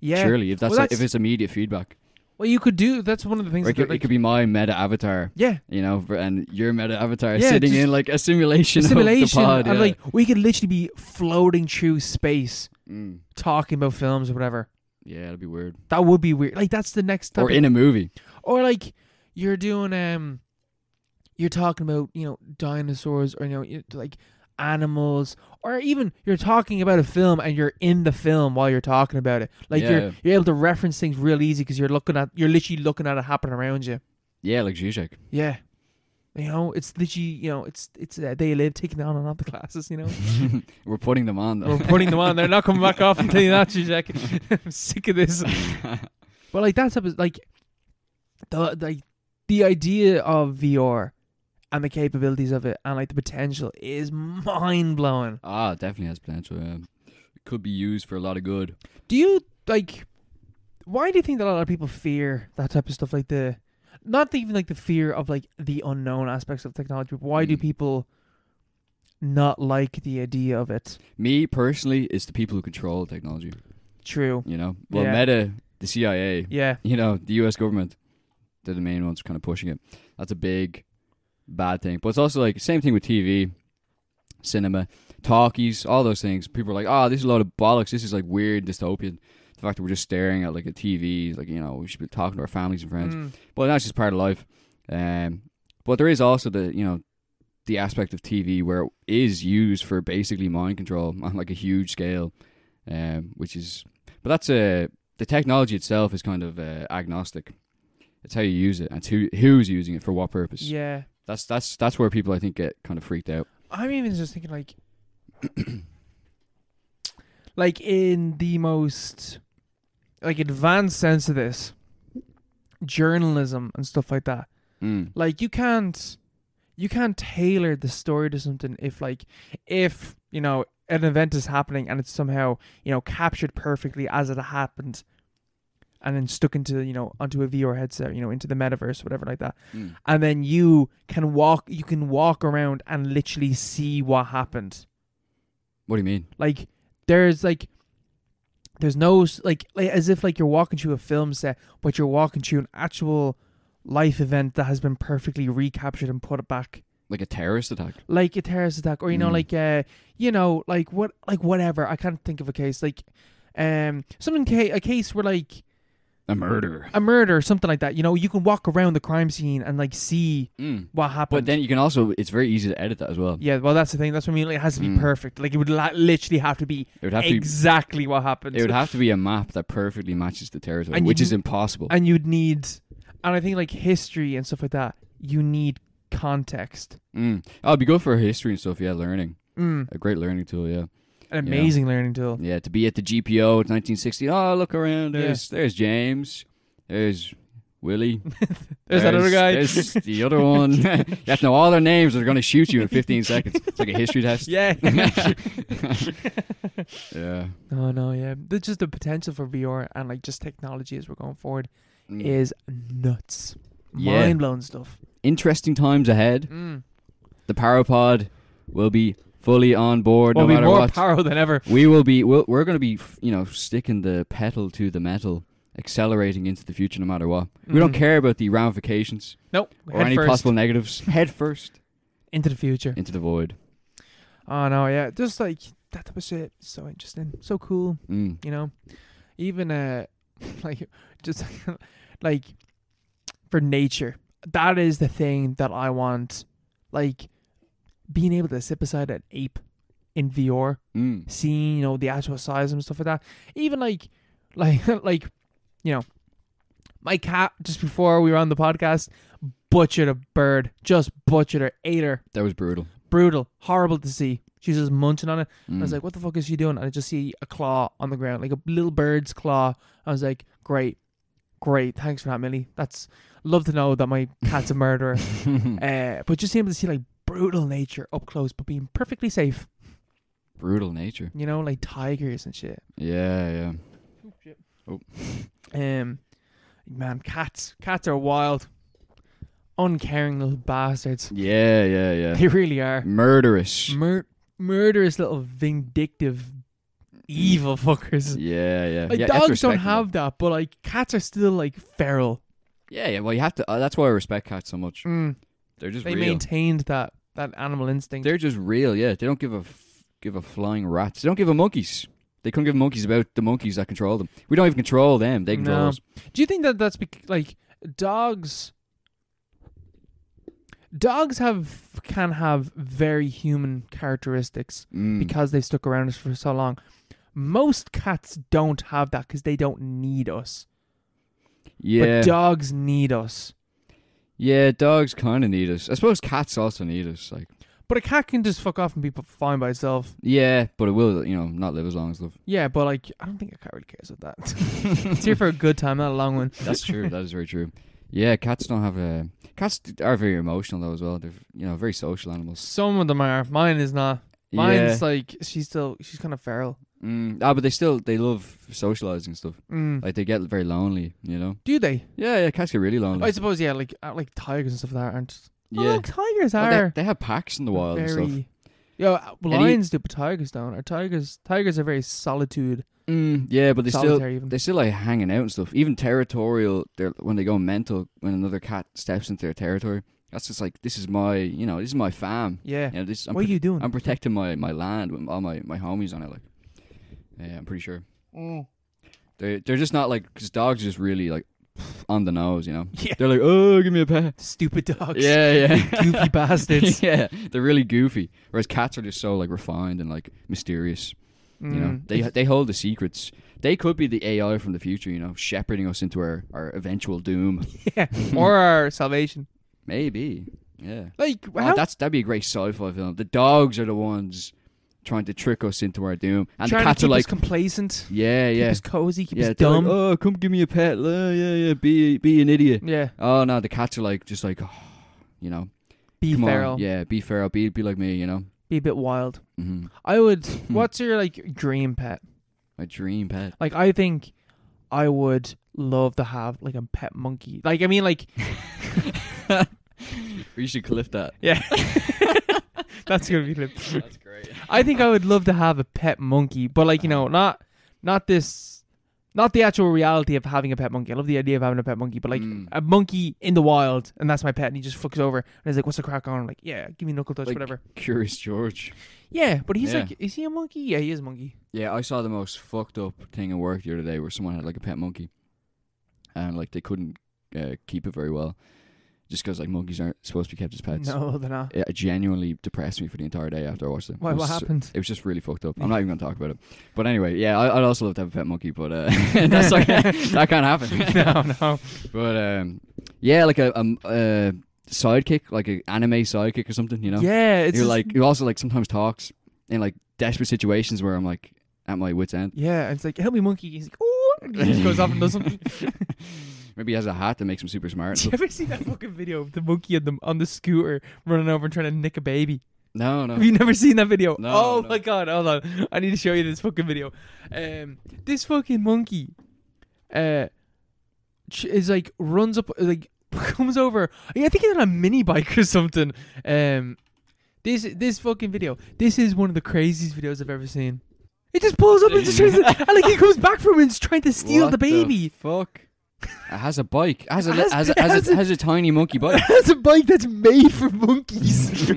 yeah. Surely, if that's, Well, like, if that's- it's immediate feedback, Well, you could do. That's one of the things. or it that, could, it like, could be my meta avatar, yeah, you know, for- and your meta avatar Yeah, sitting just in like a simulation, simulation. of the pod. and yeah. like we could literally be floating through space, Mm. that'd talking about films or whatever. be weird. That would be weird. Like that's the next. Or topic. in a movie. or like you're doing um, you're talking about you know dinosaurs or you know you- like animals or even you're talking about a film and you're in the film while you're talking about it like Yeah. you're you're able to reference things real easy because you're looking at you're literally looking at it happen around you Yeah, like Zizek. yeah you know it's literally you know it's it's uh, they live taking on and off the classes you know We're putting them on We're though. putting them on. They're not coming back off. I'm telling you that, Zizek. I'm sick of this. But like that's like the like the idea of VR and the capabilities of it and like the potential is mind blowing. ah, definitely has potential. Yeah. It could be used for a lot of good. Do you like? Why do you think that a lot of people fear that type of stuff? Like the not the- even like the fear of like the unknown aspects of technology. But why do Mm. people not like the idea of it? Me personally, it's the people who control technology. True. You know, well, Yeah. Meta, the CIA, Yeah. you know, the U.S. government, they're the main ones kind of pushing it. That's a big bad thing. But it's also like same thing with TV, cinema, talkies, all those things. People are like, oh, this is a lot of bollocks. This is like weird dystopian. The fact that we're just staring at like a TV, like you know, we should be talking to our families and friends. Mm. But that's just part of life. Um, but there is also the you know the aspect of TV where it is used for basically mind control on like a huge scale, um, which is but that's uh the technology itself is kind of uh, agnostic. It's how you use it and who who's using it for what purpose. Yeah. That's that's that's where people I think get kind of freaked out. I'm even just thinking like, like in the most like advanced sense of this, journalism and stuff like that. Mm. Like you can't, you can't tailor the story to something if like if you know an event is happening and it's somehow you know captured perfectly as it happened. And then stuck into you know onto a VR headset, you know into the metaverse, whatever like that, Mm. and then you can walk, you can walk around and literally see what happened What do you mean? like there's like there's no s- like, like as if like you're walking through a film set but you're walking through an actual life event that has been perfectly recaptured and put back, like a terrorist attack. like a terrorist attack, or you know, Mm. like uh, you know, like what, like whatever. I can't think of a case like, um, something ca- a case where like A murder. a murder or something like that. You know, you can walk around the crime scene and like see Mm. what happened. But then you can also, it's very easy to edit that as well. yeah, well, that's the thing. That's what I mean. Like, it has to be Mm. perfect. Like, it would la- literally have to be It would have to be, exactly what happened. it would have to be a map that perfectly matches the territory, And you which is n- impossible. and you'd need and i think like history and stuff like that you need context mm. I'll be good for history and stuff. Yeah, learning. mm, A great learning tool. Yeah. an amazing learning tool Yeah, to be at the GPO at 1960. Oh, look around. Yeah. There's there's James. There's Willie. there's, that other guy There's the other one. you have to know all their names. They're going to shoot you in 15 seconds. It's like a history test. yeah Yeah. no no yeah there's just the potential for vr and like just technology as we're going forward Mm. is nuts Yeah. mind-blowing stuff Interesting times ahead. mm. The Parapod will be fully on board we'll no be matter more what. powerful than ever we will be. We'll, we're going to be, f- you know, sticking the pedal to the metal, accelerating into the future no matter what. We don't Mhm. care about the ramifications nope or head any first possible negatives. Head first into the future into the void. oh no yeah just like that type of shit so interesting so cool Mm. you know even uh like just like for nature that is the thing that i want like being able to sit beside an ape in vr Mm. seeing you know the actual size and stuff like that even like like like you know my cat just before we were on the podcast butchered a bird just butchered her ate her That was brutal. brutal horrible to see she's just munching on it Mm. I was like, what the fuck is she doing? And I just see a claw on the ground, like a little bird's claw. I was like, great, great. Thanks for that, Millie. That's love to know that my cat's a murderer. uh, but just able to see like brutal nature up close, but being perfectly safe, brutal nature. you know, like tigers and shit. Yeah, yeah. Um, man, cats, cats are wild, uncaring little bastards. Yeah, yeah, yeah. They really are. Murderous. Mur- murderous little vindictive, evil fuckers. Yeah, yeah. Like yeah, you have to dogs don't respect them. have that, but like cats are still like feral. Yeah, yeah. Well, you have to. Uh, that's why I respect cats so much. They're just Mm. They Mm, real. maintained that that animal instinct. They're just real. Yeah, they don't give a f- give a flying rats. They don't give a monkeys. They couldn't give monkeys about the monkeys that control them. We don't even control them. They control No. us. Do you think that that's bec- like dogs? Dogs have can have very human characteristics Mm. because they've stuck around us for so long. Most cats don't have that because they don't need us. yeah, But dogs need us. yeah. Dogs kind of need us. I suppose cats also need us. Like, But a cat can just fuck off and be p- fine by itself. yeah, but it will, you know, not live as long as love. Yeah, but like I don't think a cat really cares about that. it's here for a good time, not a long one. That's true. that is very true. Yeah, cats don't have a. Cats are very emotional though as well. They're you know very social animals. Some of them are. Mine is not. yeah. Mine's like she's still she's kind of feral. Mm, ah, but they still they love socializing and stuff. Mm. Like they get very lonely, you know. Do they? Yeah, oh, yeah, cats get really lonely. I suppose yeah, like uh, like tigers and stuff like that aren't. yeah, Oh, tigers Oh, are. they, they have packs in the wild and stuff. very. Yo, uh, you- lions do, but tigers don't. Or tigers, tigers are very solitude, Mm, yeah, but they still solitary even. they still like hanging out and stuff. Even territorial, they're when they go mental when another cat steps into their territory. That's just like this is my you know this is my fam. yeah. You know, this I'm, What are you doing? I'm protecting my my land with all my my homies on it. Like, yeah, I'm pretty sure. Mm. They they're just not like because dogs are just really like on the nose, you know. Yeah. They're like, oh, give me a pet. Stupid dogs. Yeah, yeah. Goofy bastards. yeah, they're really goofy. Whereas cats are just so like refined and like mysterious. You know, Mm. they they hold the secrets. They could be the AI from the future. You know, shepherding us into our our eventual doom. yeah. or our salvation. Maybe. Yeah. Like Oh, how? that's that'd be a great sci-fi film. The dogs are the ones trying to trick us into our doom, and the trying cats to are keep us like, complacent. yeah, Keep yeah, us cozy. Keep yeah. us they're like, dumb. oh, come give me a pet. Uh, yeah, yeah. Be be an idiot. yeah. Oh no, the cats are like just like, oh, you know, Be come on, feral. yeah, be feral, be be like me, you know. Be a bit wild. hmm I would. what's your like dream pet? My dream pet. Like I think I would love to have like a pet monkey. Like I mean like You should clip that. yeah. That's gonna be lit. That's great. Uh-huh. I think I would love to have a pet monkey, but like you know, not not this Not the actual reality of having a pet monkey. I love the idea of having a pet monkey, but like Mm. a monkey in the wild, and that's my pet, and he just fucks over, and he's like, "What's the crack on?" I'm like, "Yeah, give me knuckle touch, Like- whatever." Curious George. Yeah, but he's Yeah. like, "Is he a monkey?" Yeah, he is a monkey. Yeah, I saw the most fucked up thing at work the other day where someone had like a pet monkey, and like they couldn't uh, keep it very well, just because like monkeys aren't supposed to be kept as pets. No, they're not. It genuinely depressed me for the entire day after I watched it. Why? It was What so- happened? It was just really fucked up. I'm not even gonna talk about it. But anyway, yeah, I, I'd also love to have a pet monkey, but uh, that's like, that can't happen. no, no. But um, yeah, like a, um uh sidekick, like an anime sidekick or something. You know, Yeah, it's you're just- like who also like sometimes talks in like desperate situations where I'm like at my wits end. Yeah, it's like help me, monkey. He's like, oh, he just goes off and does something. Maybe he has a hat that makes him super smart. Did you and stuff. ever see that fucking video of the monkey on the on the scooter running over and trying to nick a baby? No, Have no. you never seen that video? No, oh no. my god, hold on. I need to show you this fucking video. Um, this fucking monkey, uh, ch- is like runs up, like comes over. I think he's on a mini bike or something. Um, this this fucking video. This is one of the craziest videos I've ever seen. It just pulls up and just tries to, and like he comes back from it and is trying to steal What the baby. fuck. It has a bike. It Has a It has- has, a, it has, has a, a- has a tiny monkey bike. That's a bike that's made for monkeys. Uh,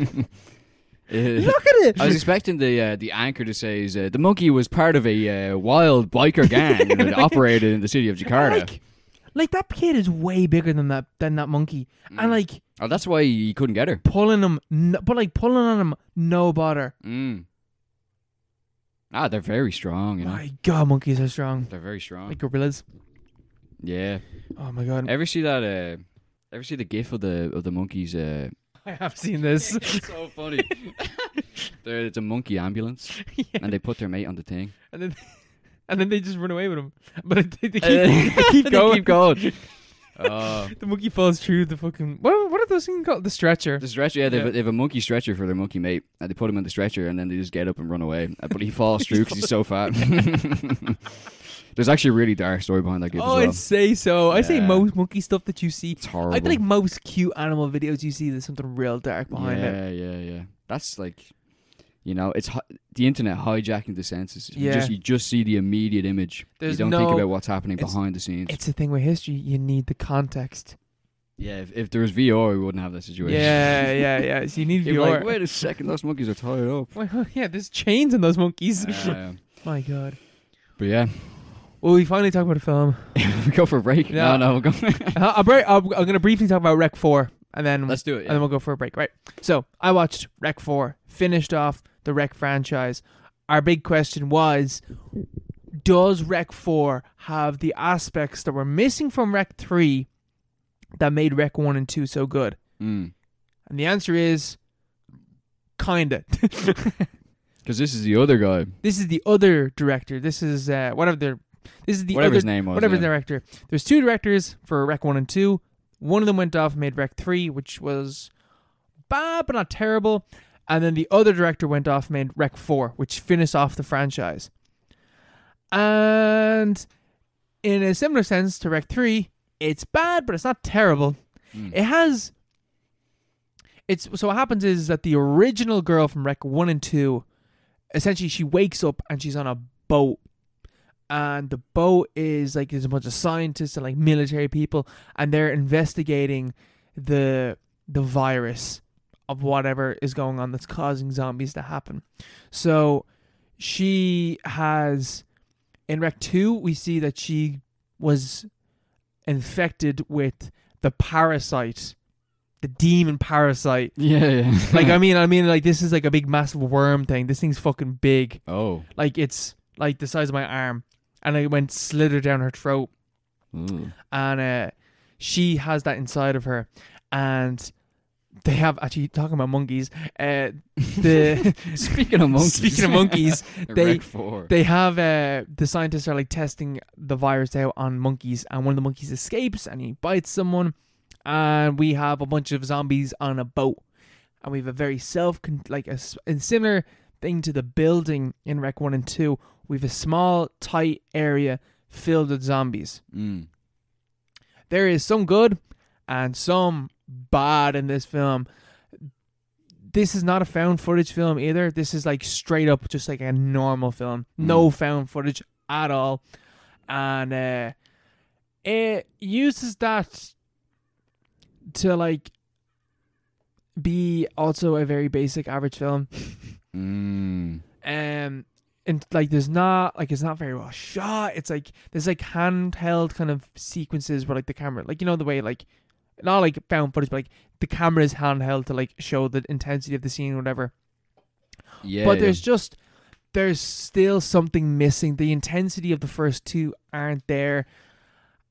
Look at it. I was expecting the uh, the anchor to say is, uh, the monkey was part of a uh, wild biker gang that operated in the city of Jakarta. Like, like that kid is way bigger than that than that monkey, and like oh, that's why he couldn't get her. pulling him, no, but like pulling on him, no bother. Mm. Ah, they're very strong. You know, Oh. My God, monkeys are strong, they're very strong. like gorillas. yeah. Oh my God, Ever see that? Uh, ever see the gif of the of the monkeys? Uh, I have seen this. it's so funny. there, it's a monkey ambulance, and they put their mate on the thing. and then, and then they just run away with him. But they, they keep, Uh, they keep they going. keep going. Oh, The monkey falls through the fucking. What, what are those things called? The stretcher. the stretcher. Yeah, they have, Yeah. a- they have a monkey stretcher for their monkey mate, and they put him in the stretcher, and then they just get up and run away. Uh, But he falls through because he's so fat. There's actually a really dark story behind that gif oh, as well. I'd say so. I say Yeah. most monkey stuff that you see. It's horrible. I feel like most cute animal videos you see, there's something real dark behind it. yeah, yeah, yeah. That's like, you know, it's hi- the internet hijacking the senses. You Yeah. just you just see the immediate image. There's you don't no- think about what's happening it's- behind the scenes. It's the thing with history. You need the context. yeah, if, if there was VR, we wouldn't have that situation. Yeah, yeah, yeah. So you need You'd be like, VR. wait a second, those monkeys are tied up. Wait, oh, yeah, there's chains on those monkeys. Uh, My God. but yeah, Well, we finally talk about a film. we go for a break. Yeah. No, no, we'll go. Uh, I'll break, I'm, I'm gonna briefly talk about Rec Four, and then Let's do it. and then we'll go for a break. Right. So I watched Rec Four, finished off the Rec franchise. Our big question was, does Rec Four have the aspects that were missing from Rec Three that made Rec One and Two so good? Mm. And the answer is, kinda. Because this is the other guy, This is the other director. This is uh, whatever their. This is the whatever other his name was. whatever yeah. director. There's two directors for Rec One and Two. One of them went off and made Rec Three, which was bad but not terrible. And then the other director went off and made Rec Four, which finished off the franchise. And in a similar sense to Rec Three, it's bad but it's not terrible. Mm. It has. It's so what happens is that the original girl from Rec One and Two, essentially, she wakes up and she's on a boat, and the boat is like there's a bunch of scientists and like military people, and they're investigating the the virus of whatever is going on that's causing zombies to happen. So she has in Rec Two, we see that she was infected with the parasite, the demon parasite. Yeah, yeah. Like I mean, I mean, like this is like a big massive worm thing. This thing's fucking big. oh. Like it's like the size of my arm, and it went slithered down her throat, Ooh. and uh, she has that inside of her, and they have actually talking about monkeys. Uh, the Speaking of monkeys. speaking of monkeys, they- Rec four. they have uh, the scientists are like testing the virus out on monkeys, and one of the monkeys escapes and he bites someone, and we have a bunch of zombies on a boat, and we have a very self con- like a, s- and similar thing to the building in Rec One and Two. We have a small tight area filled with zombies. Mm. There is some good and some bad in this film. This is not a found footage film either. This is like straight up just like a normal film. No found footage at all. and uh, it uses that to like be also a very basic average film. Mm. Um, and like there's not like it's not very well shot. It's like there's like handheld kind of sequences where like the camera, like you know the way like not like found footage, but like the camera is handheld to like show the intensity of the scene, or whatever. Yeah. but there's just there's still something missing. The intensity of the first two aren't there,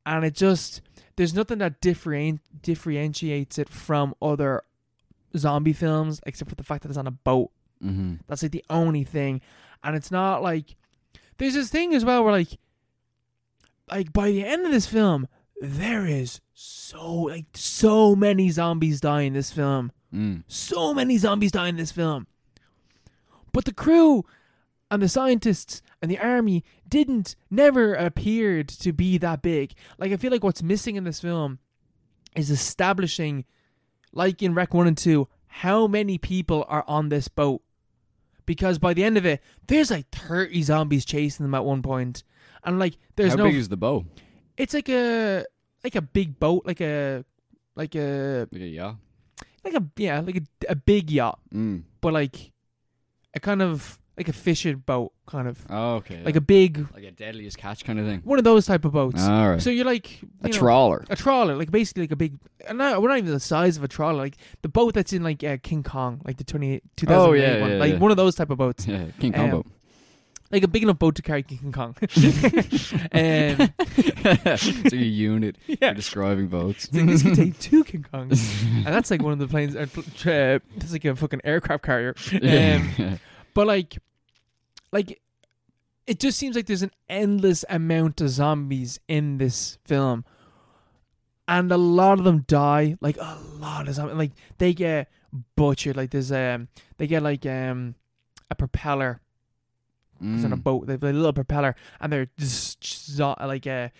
and it just there's nothing that different differentiates it from other zombie films except for the fact that it's on a boat. hmm That's like the only thing. And it's not like there's this thing as well where like like by the end of this film, there is so like so many zombies die in this film. Mm. So many zombies die in this film. But the crew and the scientists and the army didn't never appeared to be that big. Like I feel like what's missing in this film is establishing like in Rec 1 and 2 how many people are on this boat. Because by the end of it, there's like 30 zombies chasing them at one point. And like there's How no big is the bow? it's like a like a big boat, like a like a Like a yeah. like a yeah, like a, a big yacht Mm. but like a kind of like a fishing boat kind of Oh, okay. like a big like a deadliest catch kind of thing. one of those type of boats All Ah, right. so you're like you a know, trawler. a trawler like basically like a big and not, we're not even the size of a trawler like the boat that's in like uh, king kong like the 20, 2008 Oh, yeah, one yeah, like yeah. one of those type of boats Yeah, King Kong Um, boat. like a big enough boat to carry king kong um, it's like a unit. yeah. You're describing boats. It's like, this could take two King Kongs, and that's like one of the planes. Uh, tra- it's like a fucking aircraft carrier. Um, Yeah. But like, like, it just seems like there's an endless amount of zombies in this film, and a lot of them die. Like a lot of zombies, like they get butchered. Like there's um, they get like um, a propeller. It's on a Mm. boat. They have a little propeller, and they're just zo- like a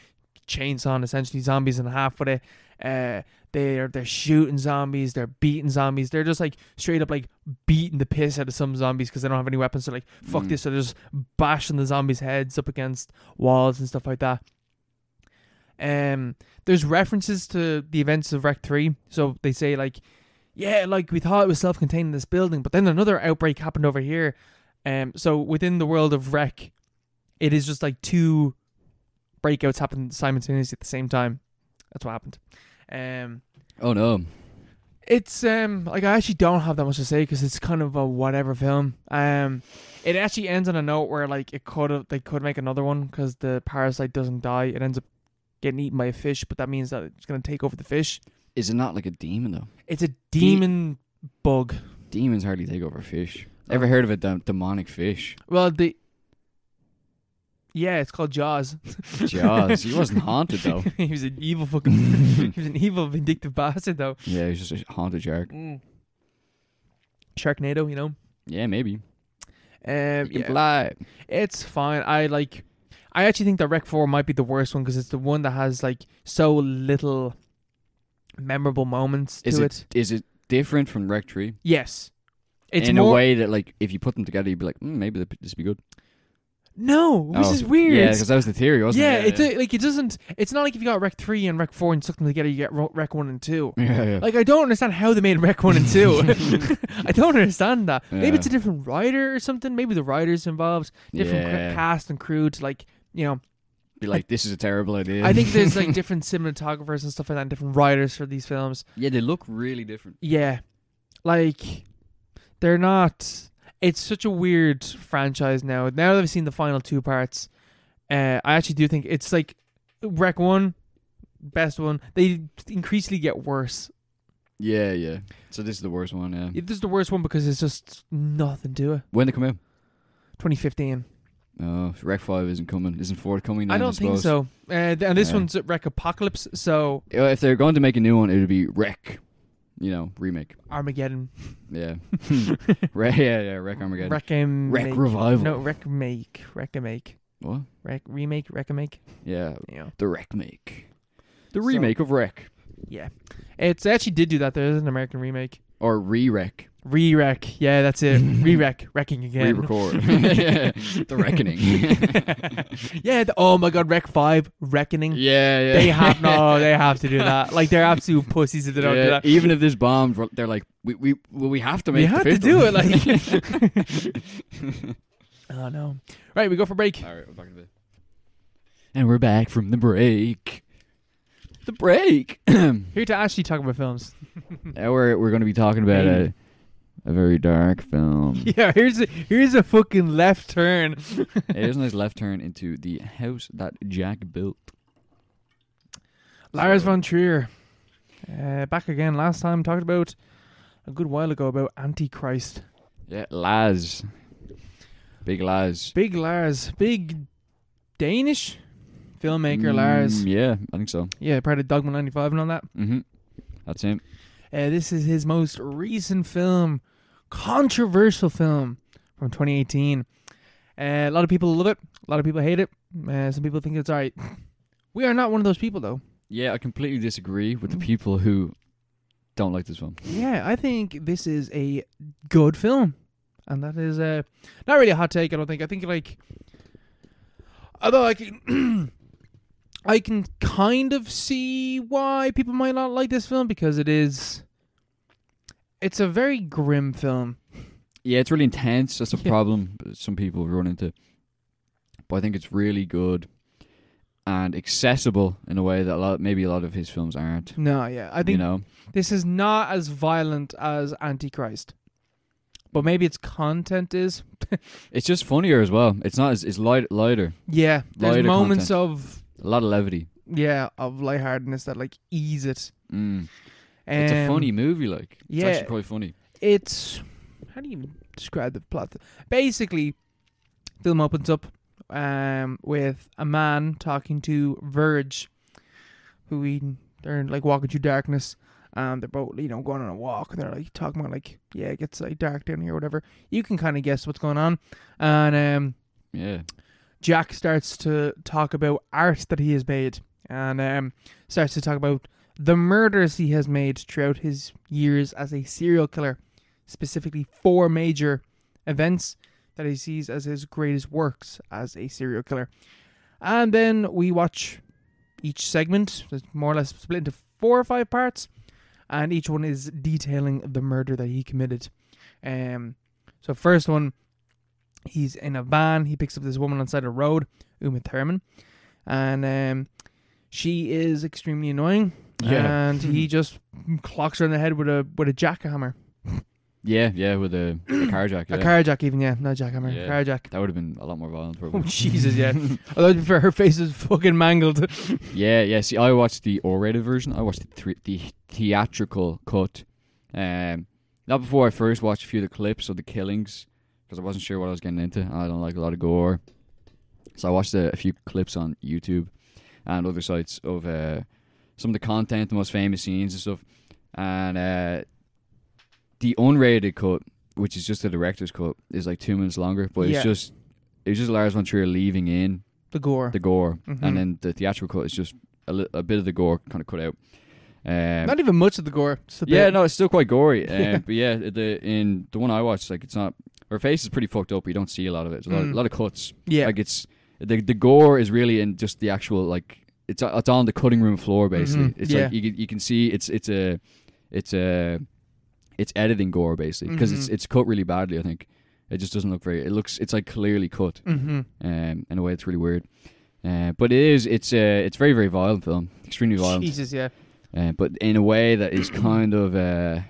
chainsaw, essentially zombies in half with it. Uh, they're they're shooting zombies, they're beating zombies, they're just like straight up like beating the piss out of some zombies because they don't have any weapons. So like fuck Mm. this, so they're just bashing the zombies' heads up against walls and stuff like that. Um, there's references to the events of Rec Three, so they say like, yeah, like we thought it was self-contained in this building, but then another outbreak happened over here, um, so within the world of Wreck, it is just like two breakouts happen simultaneously at the same time. That's what happened. Um, Oh no. it's um like I actually don't have that much to say because it's kind of a whatever film. Um, it actually ends on a note where like it could have they could make another one because the parasite doesn't die. It ends up getting eaten by a fish, but that means that it's gonna take over the fish. Is it not like a demon though? It's a demon bug. Demons hardly take over fish. Oh. Ever heard of a dem- demonic fish? Well, the yeah, it's called Jaws. Jaws. he wasn't haunted though. he was an evil fucking. he was an evil, vindictive bastard, though. Yeah, he's just a haunted shark. Mm. Sharknado, you know. Yeah, maybe. Um, You can yeah, fly. it's fine. I like. I actually think that Rec Four might be the worst one because it's the one that has like so little memorable moments Is to it. it is it different from Rec Tree? Yes, it's in more. a way that like if you put them together, you'd be like, mm, maybe th- this would be good. no, which Oh, is weird. Yeah, because that was the theory, wasn't Yeah, it? it's uh, like it doesn't. It's not like if you got Rec Three and Rec Four and stuck them together, you get Ro- Rec One and Two. yeah, yeah. Like I don't understand how they made Rec One and Two. I don't understand that. Maybe Yeah. it's a different writer or something. Maybe the writers involved, different yeah. cr- cast and crew to like you know. Be like, this is a terrible idea. I think there's like different cinematographers and stuff like that, and different writers for these films. yeah, they look really different. Yeah, like they're not. It's such a weird franchise now. Now that I've seen the final two parts, uh, I actually do think it's like Rec One, best one. They increasingly get worse. Yeah, yeah. So this is the worst one. Yeah. This is the worst one because it's just nothing to it. When they come out? 2015. Oh, Rec Five isn't coming. Isn't forthcoming? Then, I don't think suppose. so. Uh, th- and this Yeah. one's Rec Apocalypse, so Uh, If they're going to make a new one, it would be Rec. You know, remake. Armageddon. Yeah. Re- yeah, yeah. Rec Armageddon. Rec um, Rec make. Revival. No, Rec Make. Rec Make. What? Rec Remake. Rec Make. Yeah, Yeah. the Rec make. The So- remake of Rec Yeah. It's they actually did do that. There is an American remake. or re-Rec. Re-wreck. Yeah, that's it. Re-wreck. Wrecking again. Re-record. the reckoning. yeah. The, oh my God. Wreck five. Reckoning. yeah, yeah. They have no. They have to do that. Like they're absolute pussies if they don't do Yeah, that. even if this bombed, we're- they're like, we we well, we have to make. We the have to fifth do one. it, like- Oh no. Right. We go for break. All right, we're back in a bit. And we're back from the break. The break. Here to actually talk about films. Now we're we're going to be talking about a, a very dark film. Yeah. Here's a, here's a fucking left turn. it is a nice left turn into the house that Jack built. Lars So- von Trier. Uh, back again. Last time talked about a good while ago about Antichrist. Yeah, Laz. Big Laz. Big Lars, big Danish filmmaker Lars. Mm, Yeah, I think so. Yeah, part of Dogma 95 and all that. hmm That's him. Uh, this is his most recent film, controversial film from 2018. Uh, a lot of people love it, a lot of people hate it. Uh, some people think it's all right. We are not one of those people, though. Yeah, I completely disagree with the Mm. people who don't like this film. Yeah, I think this is a good film, and that is uh, not really a hot take. I don't think. I think like, although I can, I can kind of see why people might not like this film because it is, it's a very grim film. Yeah, it's really intense. That's a Yeah. problem that some people run into. But I think it's really good and accessible in a way that a lot, maybe a lot of his films aren't. No, yeah, I think you know, this is not as violent as Antichrist, but maybe its content is. it's just funnier as well. It's not as it's light, lighter. Yeah, there's Lighter moments of A lot of levity. yeah of lightheartedness that like ease it. Mm. it's a Um, funny movie. Like, yeah. it's actually quite funny. it's how do you describe the plot? Basically, film opens up um, with a man talking to Verge, who he they're like walking through darkness, and they're both you know going on a walk, and they're like talking about like yeah, it gets like dark down here, or whatever. You can kind of guess what's going on, and um, Yeah, Jack starts to talk about art that he has made, and um, starts to talk about the murders he has made throughout his years as a serial killer, specifically four major events that he sees as his greatest works as a serial killer. And then we watch each segment, that's more or less split into four or five parts, and each one is detailing the murder that he committed. Um, so first one, he's in a van. He picks up this woman on the side of the road, Uma Thurman, and um, she is extremely annoying. Yeah. Hmm. and he just clocks her in the head with a with a jackhammer, yeah, yeah. With a, a car jack. a yeah. carjack even. Yeah, not jackhammer, Yeah. carjack. that would have been a lot more violent. Oh Probably. Jesus, yeah. Although to be fair, her face is fucking mangled. Yeah, yeah. See, I watched the R-rated version. I watched the, thre- the theatrical cut. Um, not before I first watched a few of the clips of the killings because I wasn't sure what I was getting into. I don't like a lot of gore, so I watched a, a few clips on YouTube and other sites of uh, some of the content, the most famous scenes and stuff. And uh, the unrated cut, which is just the director's cut, is like two minutes longer, but Yeah. it's just it's just Lars von Trier leaving in The gore. the gore, Mhm. and then the theatrical cut is just a, li- a bit of the gore kind of cut out. Um, not even much of the gore. Just a yeah, bit. no, it's still quite gory. Um, Yeah. But yeah, the in the one I watched, like it's not her face is pretty fucked up. but You don't see a lot of it. It's a lot, Mm. a lot of cuts. Yeah. like it's the the gore is really in just the actual like it's it's on the cutting room floor basically. Mhm. It's Yeah. like you can- you can see it's it's a it's a it's editing gore basically because it's Mhm. it's cut really badly. I think it just doesn't look very. It looks it's like clearly cut mm-hmm. um, in a way it's really weird. Uh, but it is it's uh, it's very very violent film, extremely violent. Jesus, yeah. Uh, but in a way that is kind of uh,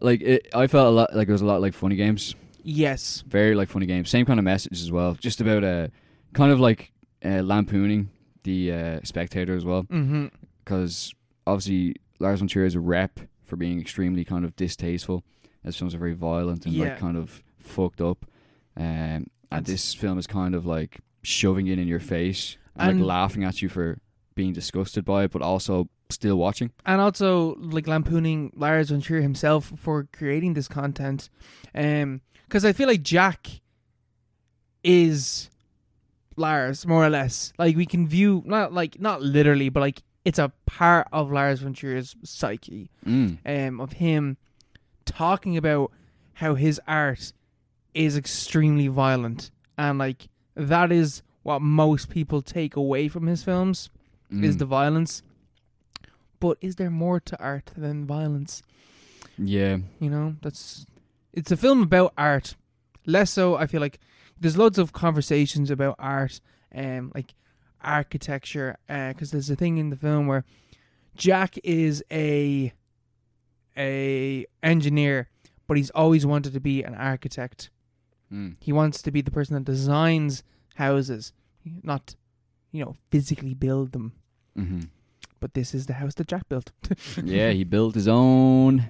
like it, I felt a lot like it was a lot like Funny Games, Yes. very like Funny Games, same kind of message as well, just about uh, kind of like uh, lampooning the uh, spectator as well, Mm-hmm. because obviously Lars von Trier is a rep for being extremely kind of distasteful. His films are very violent and Yeah. like kind of fucked up, um, and That's- this film is kind of like shoving it in your face and, And- like laughing at you for being disgusted by it, but also still watching. And also, like lampooning Lars von Trier himself for creating this content, um, because I feel like Jack is Lars more or less. Like we can view not like not literally, but like it's a part of Lars von Trier's psyche, Mm. um, of him talking about how his art is extremely violent and like that is what most people take away from his films is Mm. the violence. But is there more to art than violence? yeah You know, that's it's a film about art. Less so, I feel like there's loads of conversations about art, um, like architecture, because there's a thing in the film where Jack is a a engineer, but he's always wanted to be an architect. Mm. He wants to be the person that designs houses, not you know physically build them Mhm. but this is the house that Jack built. yeah, he built his own,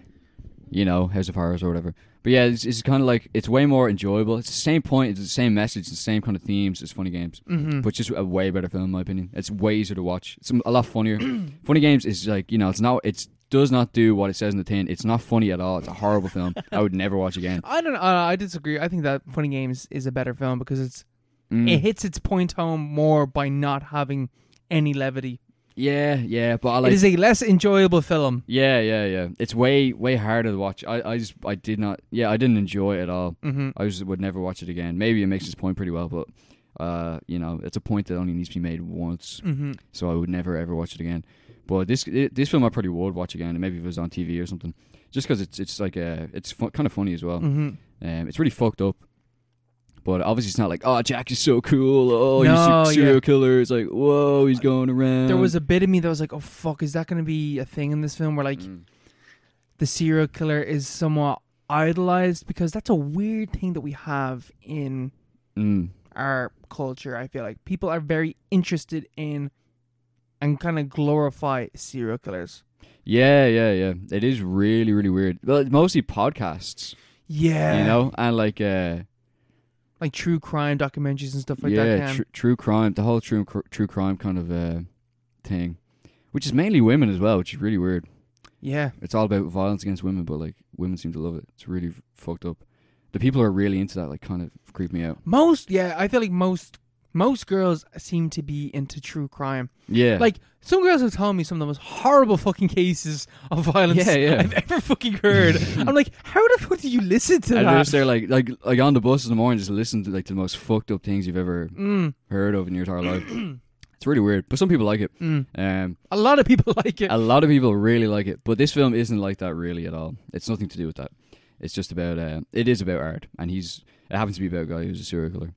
you know, House of Horrors or whatever. But yeah, it's, it's kind of like it's way more enjoyable. It's the same point, it's the same message, the same kind of themes as Funny Games, Mm-hmm. but just a way better film in my opinion. It's way easier to watch. It's a lot funnier. funny Games is like you know, it's not it's does not do what it says in the tin. It's not funny at all. It's a horrible film. I would never watch again. I don't. Uh, I disagree. I think that Funny Games is a better film because it's it Mm. hits its point home more by not having any levity. Yeah, yeah, but I like it is a less enjoyable film. yeah, yeah, yeah. It's way way harder to watch. I I just I did not yeah I didn't enjoy it at all. Mm-hmm. I just would never watch it again. Maybe it makes his point pretty well, but uh, you know, it's a point that only needs to be made once. Mm-hmm. So I would never ever watch it again. But this this film I probably would watch again, and maybe if it was on TV or something, just because it's it's like a it's fu- kind of funny as well. Mm-hmm. Um, it's really fucked up. But obviously, it's not like oh Jack is so cool. Oh, No, he's a serial yeah. killer. It's like whoa, he's going around. There was a bit of me that was like, "Oh fuck, is that going to be a thing in this film?" Where like Mm. the serial killer is somewhat idolized because that's a weird thing that we have in Mm. our culture. I feel like people are very interested in and kind of glorify serial killers. Yeah, yeah, yeah. It is really, really weird. Well, it's mostly podcasts, Yeah, you know, and like uh, like true crime documentaries and stuff like yeah, that. Can. tr- true crime, the whole true cr- true crime kind of uh, thing, which is mainly women as well, which is really weird. yeah, It's all about violence against women, but like women seem to love it. It's really f- fucked up. The people who are really into that, like, kind of creep me out. most. Yeah, I feel like most most girls seem to be into true crime. Yeah, Like some girls have told me some of the most horrible fucking cases of violence Yeah, yeah. I've ever fucking heard. I'm like, how the fuck do you listen to and they're that? just there, like, like, like on the bus in the morning, just listen to like the most fucked up things you've ever Mm, heard of in your entire life. It's really weird, but some people like it. mm. Um, A lot of people like it. a lot of people really like it, but this film isn't like that really at all. It's nothing to do with that. It's just about uh, it is about art, and he's it happens to be about a guy who's a serial killer,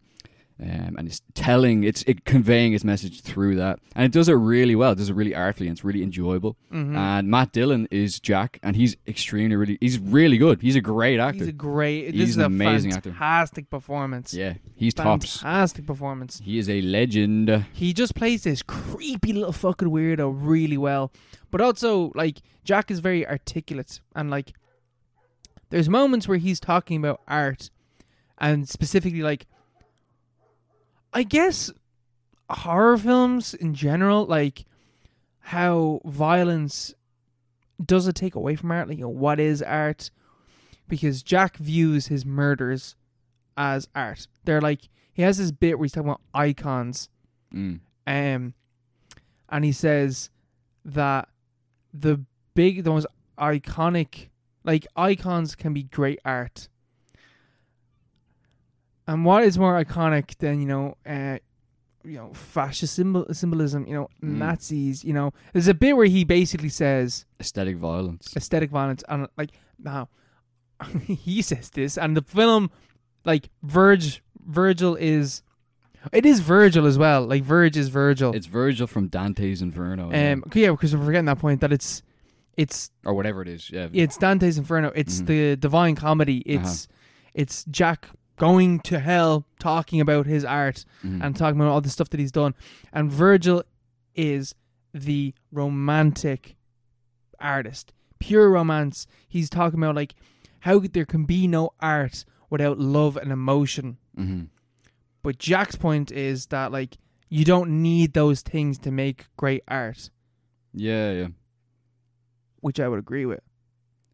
um, and it's telling it's it conveying its message through that, and it does it really well. It does it really artfully, and it's really enjoyable. Mhm. And Matt Dillon is Jack, and he's extremely really he's really good. He's a great actor. He's a great. This He's is an a amazing actor. fantastic performance. yeah, he's tops. Fantastic performance. He is a legend. He just plays this creepy little fucking weirdo really well. But also, like, Jack is very articulate. And, like, there's moments where he's talking about art. And specifically, like, I guess horror films in general, like, how violence does it take away from art? Like, you know, what is art? Because Jack views his murders as art. They're like, he has this bit where he's talking about icons Mm. um, and he says that the big, the most iconic, like icons can be great art. And what is more iconic than you know, uh, you know, fascist symbol symbolism, you know, Mm. Nazis, you know. There's a bit where he basically says Aesthetic violence. aesthetic violence and like now he says this and the film like Virg Virgil is it is Virgil as well like Virg is Virgil It's Virgil from Dante's Inferno, Oh, yeah. um yeah because we're forgetting that point that it's it's or whatever it is. Yeah, Uh-huh. it's Dante's Inferno it's Mhm. the Divine Comedy it's it's Jack going to hell talking about his art Mhm. and talking about all the stuff that he's done. And Virgil is the romantic artist, pure romance. He's talking about like how there can be no art without love and emotion. Mhm. But Jack's point is that like you don't need those things to make great art, yeah, yeah. which I would agree with.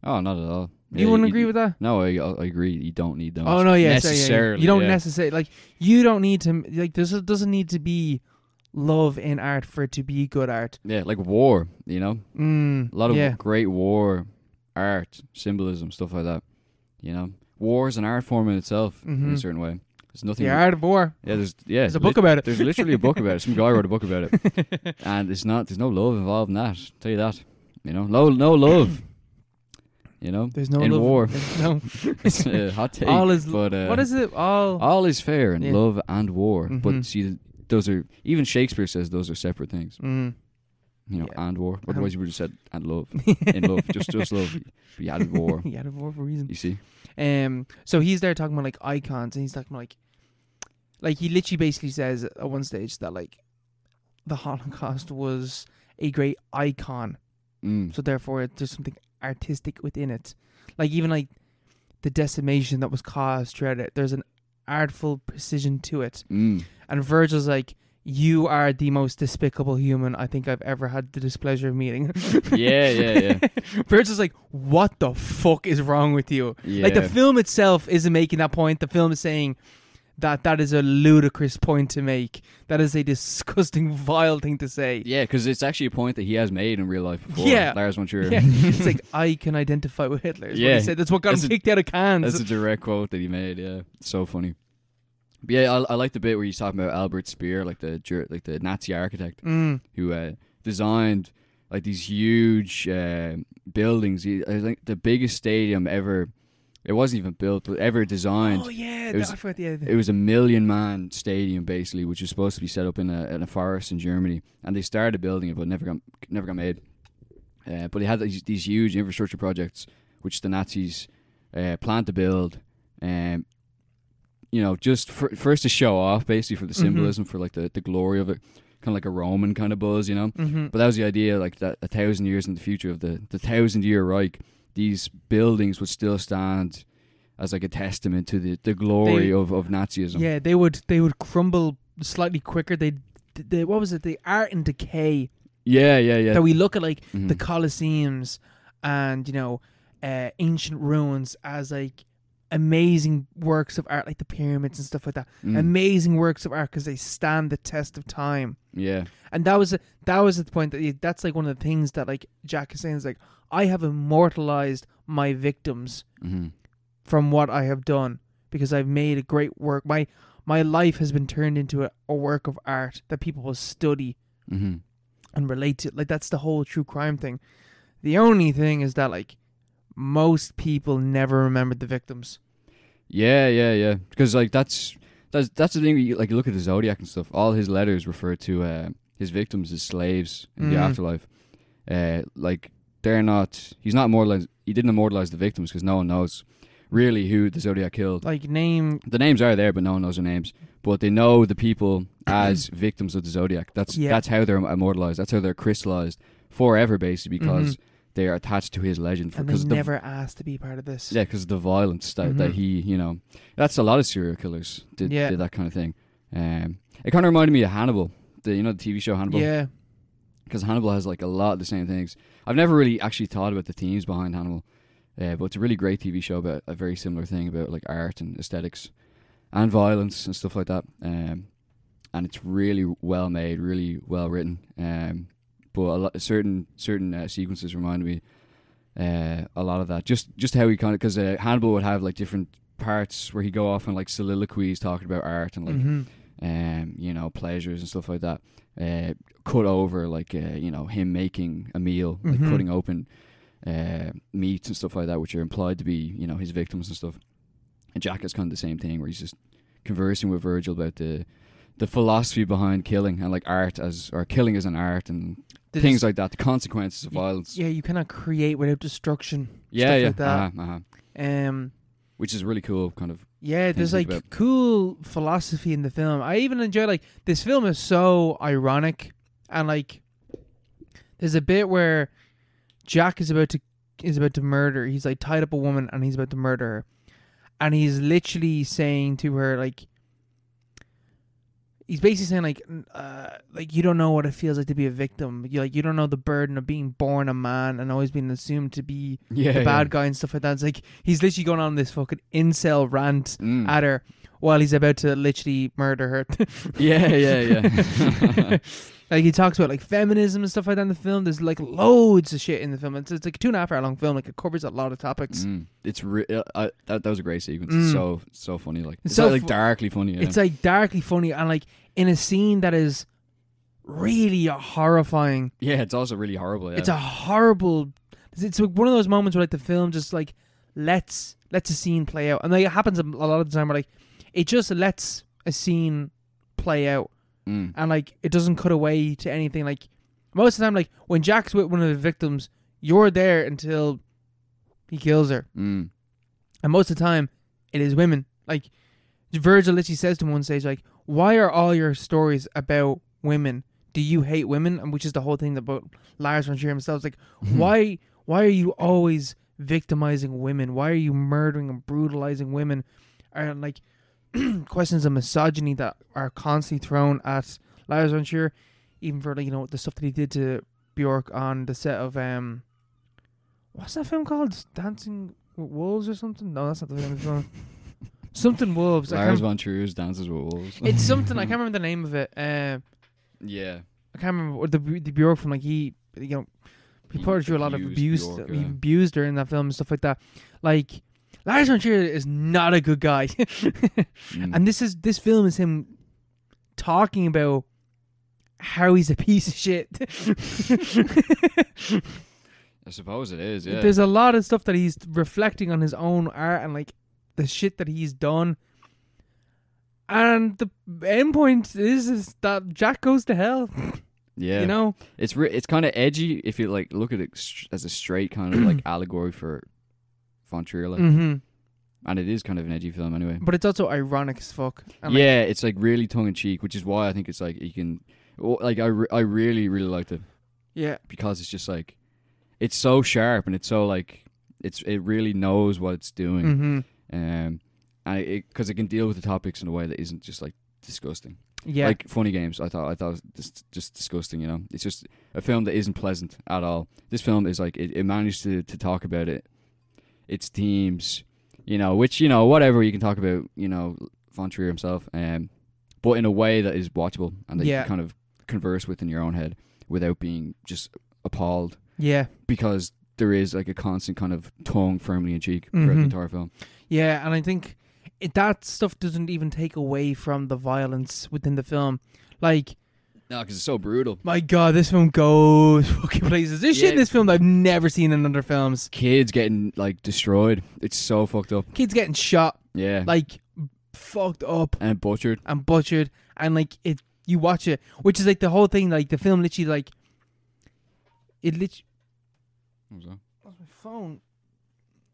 Oh, not at all. you wouldn't agree with that? No, I, I agree. You don't need those. Oh no, yeah, sorry, yeah, yeah. necessarily. You don't yeah. necessarily like you don't need to like this doesn't need to be love in art for it to be good art. Yeah, like war. You know, Mm, a lot of yeah. great war art, symbolism, stuff like that. You know, war is an art form in itself in Mhm. a certain way. There's nothing. The Art of War. Yeah, there's yeah. There's a lit- book about it. There's literally a book about it. Some guy wrote a book about it, and it's not. There's no love involved in that. tell you that. You know, no, no love. You know, There's no in love. war. There's No. it's a hot take. All is- but, uh, what is it? All. all is fair in Yeah. love and war, Mhm. but see, those are even Shakespeare says those are separate things. Mm. You know, Yeah. and war. Um, Otherwise, you would have said and love, in love, just just love. But you added war. Yeah, out of war for a reason. You see, Um, so he's there talking about like icons, and he's talking about, like, like he literally basically says at one stage that like the Holocaust was a great icon, mm. so therefore there's something artistic within it. Like even like the decimation that was caused throughout it, there's an artful precision to it. Mm. And Virgil's like, "You are the most despicable human I think I've ever had the displeasure of meeting." yeah, yeah, yeah, Virgil's like, "What the fuck is wrong with you?" yeah. Like the film itself isn't making that point. The film is saying that that is a ludicrous point to make. That is a disgusting, vile thing to say. Yeah, because it's actually a point that he has made in real life before. Yeah. Lars von Trier. Yeah. it's like I can identify with Hitler. Is what Yeah. he said. That's what got That's him a- kicked out of That's Cannes. a direct quote that he made. Yeah, It's so funny. But yeah, I, I like the bit where he's talking about Albert Speer, like the jur- like the Nazi architect mm. who uh, designed like these huge uh, buildings. He, I think the biggest stadium ever. It wasn't even built, but ever designed. Oh yeah, it that- was- I forgot the It idea. was a million man stadium basically, which was supposed to be set up in a in a forest in Germany, and they started building it, but never got never got made. Uh, but they had these, these huge infrastructure projects, which the Nazis uh, planned to build, um, you know, just for, first to show off, basically for the Mhm. symbolism, for like the, the glory of it, kind of like a Roman kind of buzz, you know. Mm-hmm. But that was the idea, like that a thousand years in the future of the, the thousand year Reich, these buildings would still stand as like a testament to the, the glory They- of, of Nazism. Yeah, they would they would crumble slightly quicker. They, they what was it? The art and decay yeah, yeah. yeah. that we look at like Mhm. the Colosseums and you know uh, ancient ruins as like amazing works of art like the pyramids and stuff like that Mm. amazing works of art because they stand the test of time yeah, and that was that was the point that that's like one of the things that like jack is saying is like i have immortalized my victims hmm from what i have done because i've made a great work my my life has been turned into a, a work of art that people will study hmm and relate to like that's the whole true crime thing the only thing is that like most people never remembered the victims yeah, yeah, yeah. Because like that's that's that's the thing. You, like you look at the Zodiac and stuff. All his letters refer to uh, his victims as slaves in the Mm. afterlife. Uh, like they're not. He's not immortalized. He didn't immortalize the victims because no one knows really who the Zodiac killed. like name the names are there, but no one knows their names. But they know the people as victims of the zodiac. That's Yeah. that's how they're immortalized. That's how they're crystallized forever, basically, because they are attached to his legend. Mm-hmm. and they the, never asked to be part of this yeah, because the violence that, that Mhm. he, you know, that's a lot of serial killers did, Yeah. did that kind of thing. Um, it kind of reminded me of Hannibal, the you know the TV show Hannibal, yeah because Hannibal has like a lot of the same things. I've never really actually thought about the themes behind Hannibal, uh, but it's a really great TV show about a very similar thing about like art and aesthetics and violence and stuff like that. Um, and it's really well made, really well written. Um, but a lot, certain certain uh, sequences remind me uh, a lot of that. Just just how he kind of because uh, Hannibal would have like different parts where he would go off and like soliloquies talking about art and like Mhm. um, you know, pleasures and stuff like that. Uh, cut over like uh, you know him making a meal, Mhm. like cutting open uh, meats and stuff like that, which are implied to be you know his victims and stuff. And Jack is kind of the same thing, where he's just conversing with Virgil about the the philosophy behind killing and like art as or killing as an art and They things just- like that, the consequences of Y- violence. yeah you cannot create without destruction yeah, stuff yeah, like that. uh-huh, uh-huh. um which is really cool, kind of. yeah there's think like about. cool philosophy in the film i even enjoy like this film is so ironic and like there's a bit where jack is about to is about to murder he's like tied up a woman and he's about to murder her and he's literally saying to her like he's basically saying like n- uh, like you don't know what it feels like to be a victim you like you don't know the burden of being born a man and always being assumed to be Yeah, the bad guy and stuff like that it's like he's literally going on this fucking incel rant Mm. at her while he's about to literally murder her. Yeah, yeah, yeah. like he talks about like feminism and stuff like that in the film. There's like loads of shit in the film. It's, it's like a two and a half hour long film. Like it covers a lot of topics. Mm. It's re- uh, I, that, that was a great sequence. Mm. It's so so funny. Like It's it's so like fu- darkly funny. Yeah. It's like darkly funny and like in a scene that is really horrifying. yeah, it's also really horrible. Yeah. It's a horrible. It's like one of those moments where like the film just like lets lets a scene play out, and like it happens a lot of the time. Where like it just lets a scene play out, Mm. and like it doesn't cut away to anything. Like most of the time, like when Jack's with one of the victims, you're there until he kills her, Mm. and most of the time, it is women. Like Virgil literally says to him one stage, like, "Why are all your stories about women? Do you hate women?" And which is the whole thing about Lars von Trier himself. It's like why why are you always victimizing women why are you murdering and brutalizing women and like questions of misogyny that are constantly thrown at Lars von Trier even for like you know the stuff that he did to Bjork on the set of um what's that film called Dancing with Wolves or something no that's not the name of the film something wolves I Lars can't, von Trier's dances with wolves. it's something I can't remember the name of it uh, yeah. I can't remember what the the Bjork from like he you know he He put her through a lot of abuse abused Bjork, he yeah. abused her in that film and stuff like that like Lars von Trier is not a good guy Mm. and this is this film is him talking about how he's a piece of shit I suppose it is. Yeah. there's a lot of stuff that he's reflecting on his own art and like the shit that he's done and the end point is, is that Jack goes to hell yeah. you know It's re- it's kind of edgy if you like look at it str- as a straight kind of like allegory for von Trier, like, hmm and it is kind of an edgy film anyway. but it's also ironic as fuck and, like, yeah, it's like really tongue in cheek, which is why I think it's like you can, oh, like I, re- I really really liked it Yeah, because it's just like, it's so sharp and it's so like it's it really knows what it's doing, hmm um, and it because it can deal with the topics in a way that isn't just like disgusting, yeah, like funny games. I thought I thought it was just, just disgusting, you know. It's just a film that isn't pleasant at all. This film is like it, it managed to to talk about it, its themes, you know, which you know whatever you can talk about, you know, Von Trier himself, um, but in a way that is watchable and that you Yeah. can kind of converse with in your own head without being just appalled yeah, because there is like a constant kind of tongue firmly in cheek throughout Mhm. the entire film. yeah. And I think it, that stuff doesn't even take away from the violence within the film. Like, No, because it's so brutal. my God, this film goes fucking places. There's shit in Yeah. this film that I've never seen in other films. Kids getting like destroyed. It's so fucked up. Kids getting shot, Yeah. like fucked up and butchered. and butchered, and like it. You watch it, which is like the whole thing. Like the film, literally, like it. Literally, what's my phone?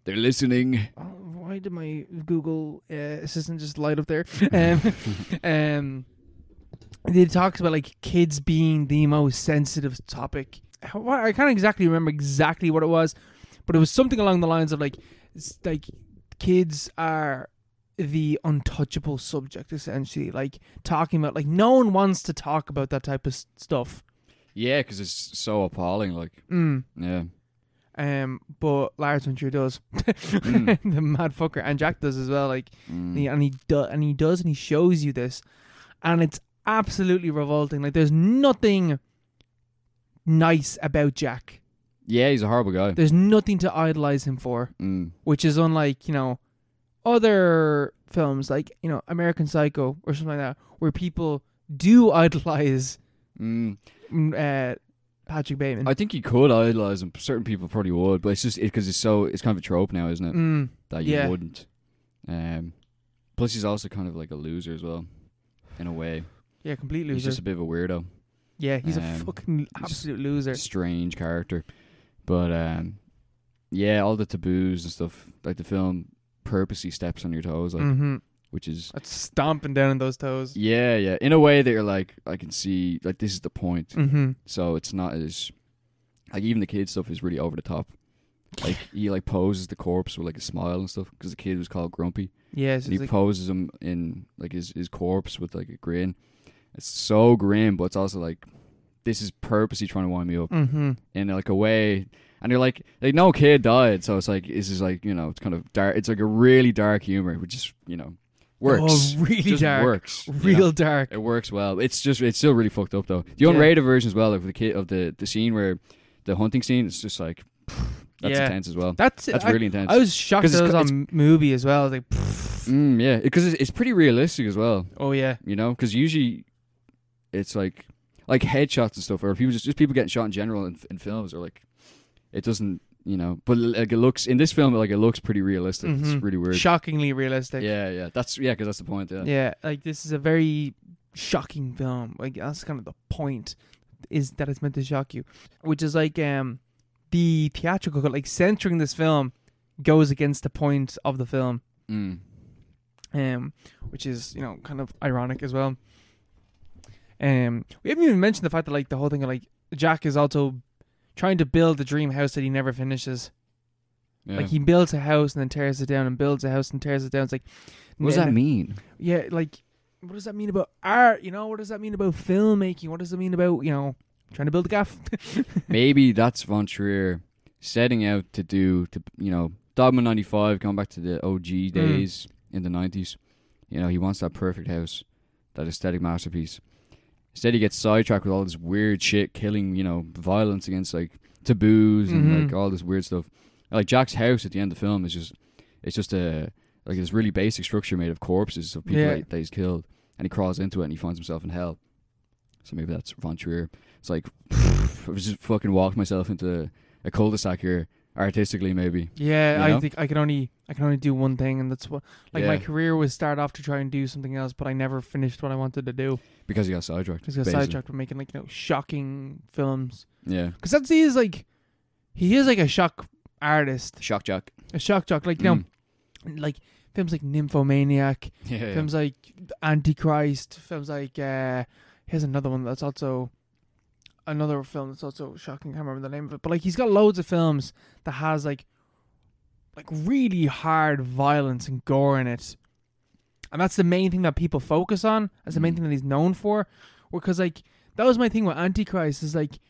They're listening. Oh, why did my Google uh, assistant just light up there? Um, um, it talks about like kids being the most sensitive topic. How, why- I can't exactly remember exactly what it was, but it was something along the lines of like, it's like kids are the untouchable subject essentially. Like talking about like no one wants to talk about that type of s- stuff. Yeah, because it's so appalling. Like, Mm. yeah, Um, but Lars von Trier does, Mm. the mad fucker, and Jack does as well. Like. Mm. and he, and he do, and he does and he shows you this and it's absolutely revolting like there's nothing nice about jack yeah, he's a horrible guy. there's nothing to idolize him for Mm. which is unlike you know other films like you know american psycho or something like that where people do idolize Mm. mm, uh, patrick bateman I think you could idolize him. Certain people probably would, but it's just because it's so it's kind of a trope now, isn't it? mm, That you yeah. wouldn't. Um, plus, he's also kind of like a loser as well, in a way. yeah completely He's loser just a bit of a weirdo, yeah he's a um, fucking absolute loser strange character. But um, yeah, all the taboos and stuff. Like the film purposely steps on your toes, like mm-hmm. which is that's stomping down on those toes yeah, yeah. In a way that you're like, I can see like this is the point. mm-hmm. so it's not as like even the kid stuff is really over the top. Like he like poses the corpse with like a smile and stuff because the kid was called Grumpy. yeah so And he it's like, poses him in like his his corpse with like a grin. It's so grim, but it's also like this is purposely trying to wind me up mm-hmm. in like a way. And you're like, like no kid died, so it's like this is like you know it's kind of dark. It's like a really dark humor, which is you know works. Oh, really It just dark. works. you know? Real dark. It works well. It's just it's still really fucked up though. The Yeah. unrated version as well of the kid of the the scene where the hunting scene it's just like pff, that's Yeah. intense as well. That's That's I, really intense. I was shocked 'Cause that it it's was co- on movie as well. I was like, pfft. mm, yeah, because it's, it's pretty realistic as well. oh yeah, You know, because usually it's like like headshots and stuff, or people just just people getting shot in general in, in films, or like it doesn't. You know, but like it looks in this film, like it looks pretty realistic. Mhm. It's really weird. shockingly realistic. Yeah, yeah. That's yeah, because that's the point. Yeah. Yeah, like this is a very shocking film. Like that's kind of the point is that it's meant to shock you, which is like um the theatrical cut, like censoring this film goes against the point of the film, Mm. um, which is you know kind of ironic as well. Um, we haven't even mentioned the fact that like the whole thing of like Jack is also trying to build the dream house that he never finishes. yeah. Like he builds a house and then tears it down, and builds a house and tears it down. It's like what does n- that mean? yeah, like what does that mean about art? You know, what does that mean about filmmaking? What does it mean about you know trying to build a gaff? Maybe that's von Trier setting out to do to you know Dogma ninety five, going back to the OG days in the nineties. You know he wants that perfect house, that aesthetic masterpiece. Instead, he gets sidetracked with all this weird shit, killing you know violence against like taboos Mhm. and like all this weird stuff. Like Jack's house at the end of the film is just it's just a like this really basic structure made of corpses of people Yeah. that, that he's killed, and he crawls into it and he finds himself in hell. So maybe that's von Trier. It's like I've just fucking walked myself into a cul-de-sac here, artistically maybe. yeah, You I know? think I can only I can only do one thing, and that's what like my Yeah. career was start off to try and do something else, but I never finished what I wanted to do. Because he got sidetracked. Just got basically. sidetracked with making like you know shocking films Yeah. because that's he is like he is like a shock artist, Shock Jack. a shock jock. Like you know, like films like Nymphomaniac, Mm. Yeah. yeah. films like Antichrist, films like uh here's another one that's also another film that's also shocking. I can't remember the name of it, but like he's got loads of films that has like like really hard violence and gore in it, and that's the main thing that people focus on. That's the main Mm. thing that he's known for, because like that was my thing with Antichrist is like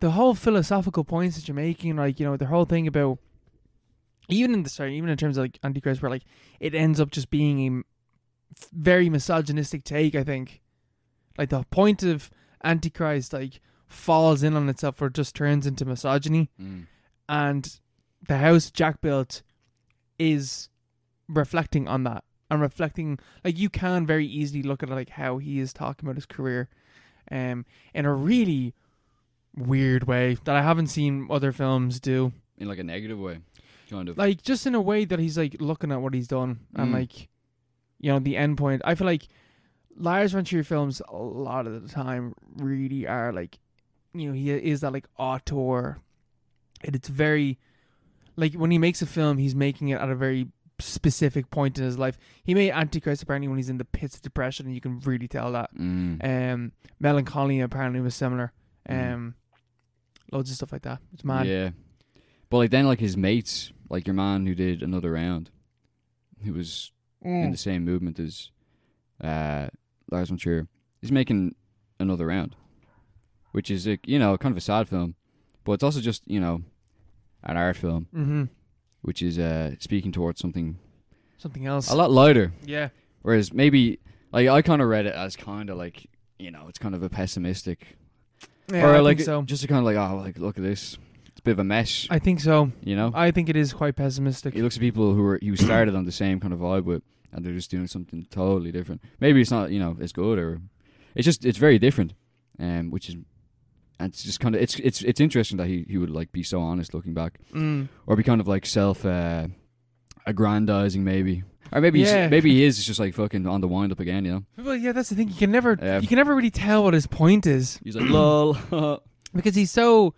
the whole philosophical points that you're making, like you know the whole thing about even in the sorry, even in terms of like Antichrist, where like it ends up just being a m- f- very misogynistic take. I think, like the point of Antichrist, like falls in on itself or just turns into misogyny, Mm. and the house Jack built is reflecting on that and reflecting like you can very easily look at like how he is talking about his career, um, in a really weird way that I haven't seen other films do In like a negative way, kind of. like just in a way that he's like looking at what he's done and Mm. like you know the end point i feel like lars von trier films a lot of the time really are like you know he is that like auteur and it's very like when he makes a film he's making it at a very specific point in his life he made antichrist apparently when he's in the pits of depression and you can really tell that Mm. um melancholy apparently was similar um Mhm. loads of stuff like that it's mad Yeah. But like then, like his mates, like your man who did another round, who was in Mm. the same movement as uh, Lars von Trier, he's making another round, which is like you know kind of a sad film, but it's also just you know an art film, Mhm. which is uh, speaking towards something something else a lot lighter. yeah Whereas maybe like I kind of read it as kind of like you know it's kind of a pessimistic Yeah, or I like think so. just kind of like oh like look at this it's a bit of a mess I think so. you know I think it is quite pessimistic. he looks at people who are you started on the same kind of vibe with and they're just doing something totally different maybe it's not you know as good or it's just it's very different um which is and it's just kind of it's it's it's interesting that he he would like be so honest looking back Mm. or be kind of like self uh, aggrandizing maybe or maybe Yeah. he's, maybe he is just like fucking on the wind up again you know Well, yeah, that's the thing. You can never, Yeah. you can never really tell what his point is he's like lol because he's so,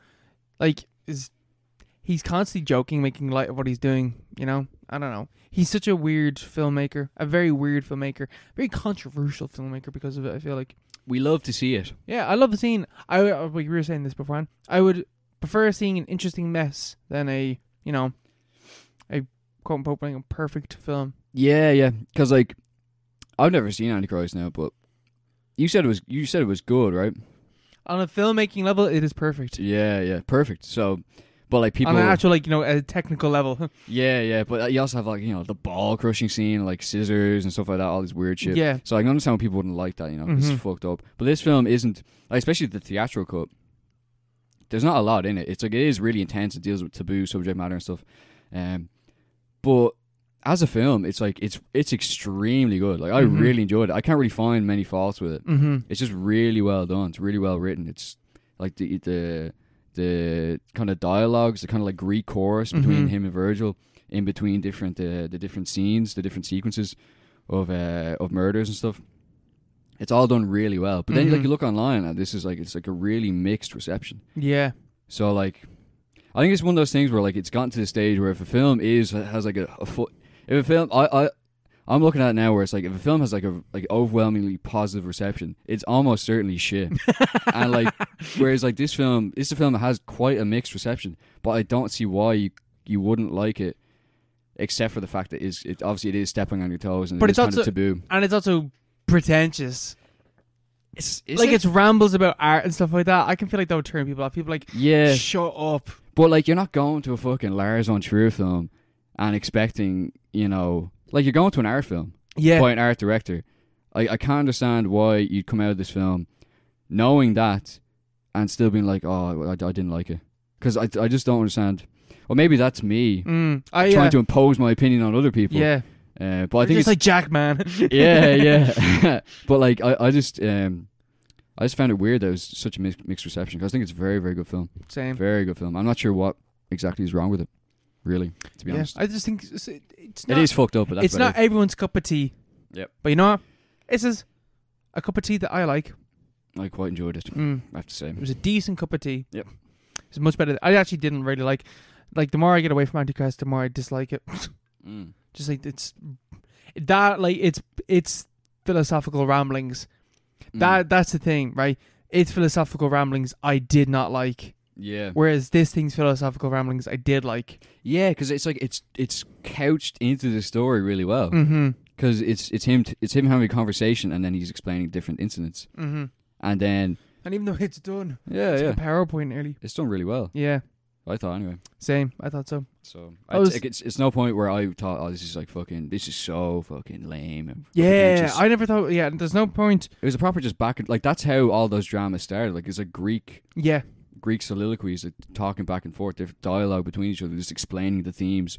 like, is he's constantly joking, making light of what he's doing. You know, I don't know. He's such a weird filmmaker, a very weird filmmaker, very controversial filmmaker because of it. I feel like. We love to see it. Yeah, I love the scene. I uh, we were saying this beforehand. I would prefer seeing an interesting mess than a you know, a quote unquote like, a perfect film. Yeah, yeah. Because like, I've never seen Antichrist now, but you said it was you said it was good, right? On a filmmaking level, it is perfect. Yeah, yeah. Perfect. So, But like people, on an actual like you know a technical level. yeah, yeah. But uh, you also have like you know the ball crushing scene, like scissors and stuff like that, all this weird shit. Yeah. So I can understand why people wouldn't like that. You know, this Mhm. is fucked up. But this film isn't, like, especially the theatrical cut. There's not a lot in it. It's like it is really intense. It deals with taboo subject matter and stuff. Um, but as a film, it's like it's it's extremely good. Like I Mhm. really enjoyed it. I can't really find many faults with it. Mm-hmm. It's just really well done. It's really well written. It's like the the the kind of dialogues, the kind of like Greek chorus between Mhm. him and Virgil, in between different uh, the different scenes, the different sequences of uh, of murders and stuff. It's all done really well. But then like Mhm. you look online, and this is like it's like a really mixed reception. Yeah. So like, I think it's one of those things where like it's gotten to the stage where if a film is has like a, a foot, if a film I I I'm looking at it now where it's like if a film has like a like overwhelmingly positive reception, it's almost certainly shit. and like, whereas like this film, it's a film that has quite a mixed reception, but I don't see why you you wouldn't like it. Except for the fact that is it obviously it is stepping on your toes and But it it's is kind also- of taboo. And it's also pretentious. It's, like it's rambles about art and stuff like that. I can feel like that would turn people off. People like yeah, shut up. But like, you're not going to a fucking Lars on Trier film and expecting, you know, like you're going to an art film Yeah. by an art director. I, I can't understand why you'd come out of this film knowing that and still being like, oh, I, I didn't like it because I, I just don't understand. Well, maybe that's me Mm. I, uh, trying to impose my opinion on other people. Yeah. Uh, but I think just it's like Jack Man. yeah, yeah. but like, I, I just um, I just found it weird that it was such a mix, mixed reception. 'cause I think it's a very, very good film. Same. Very good film. I'm not sure what exactly is wrong with it, really, to be Yeah. honest. I just think it's, it's It not. is fucked up, but that's it's not everyone's cup of tea. Yep. But you know what? This is a cup of tea that I like. I quite enjoyed it, Mm. I have to say. It was a decent cup of tea. Yep. It's much better. I actually didn't really like. Like the more I get away from Antichrist, the more I dislike it. Mm. Just like it's that like it's it's philosophical ramblings. Mm. That that's the thing, right? It's philosophical ramblings I did not like, yeah, whereas this thing's philosophical ramblings I did like. yeah, because it's like it's it's couched into the story really well. Mm-hmm. Because it's it's him t- it's him having a conversation and then he's explaining different incidents Mm-hmm. and then And even though it's done, yeah it's yeah like a PowerPoint nearly. it's done really well. Yeah, I thought anyway. same. I thought so. So I I was- it's, it's no point where I thought oh this is like fucking this is so fucking lame. and Yeah, pretentious." I never thought. Yeah, there's no point. it was a proper just back and like that's how all those dramas started. Like it's a Greek Yeah, Greek soliloquies, like talking back and forth, different dialogue between each other, just explaining the themes,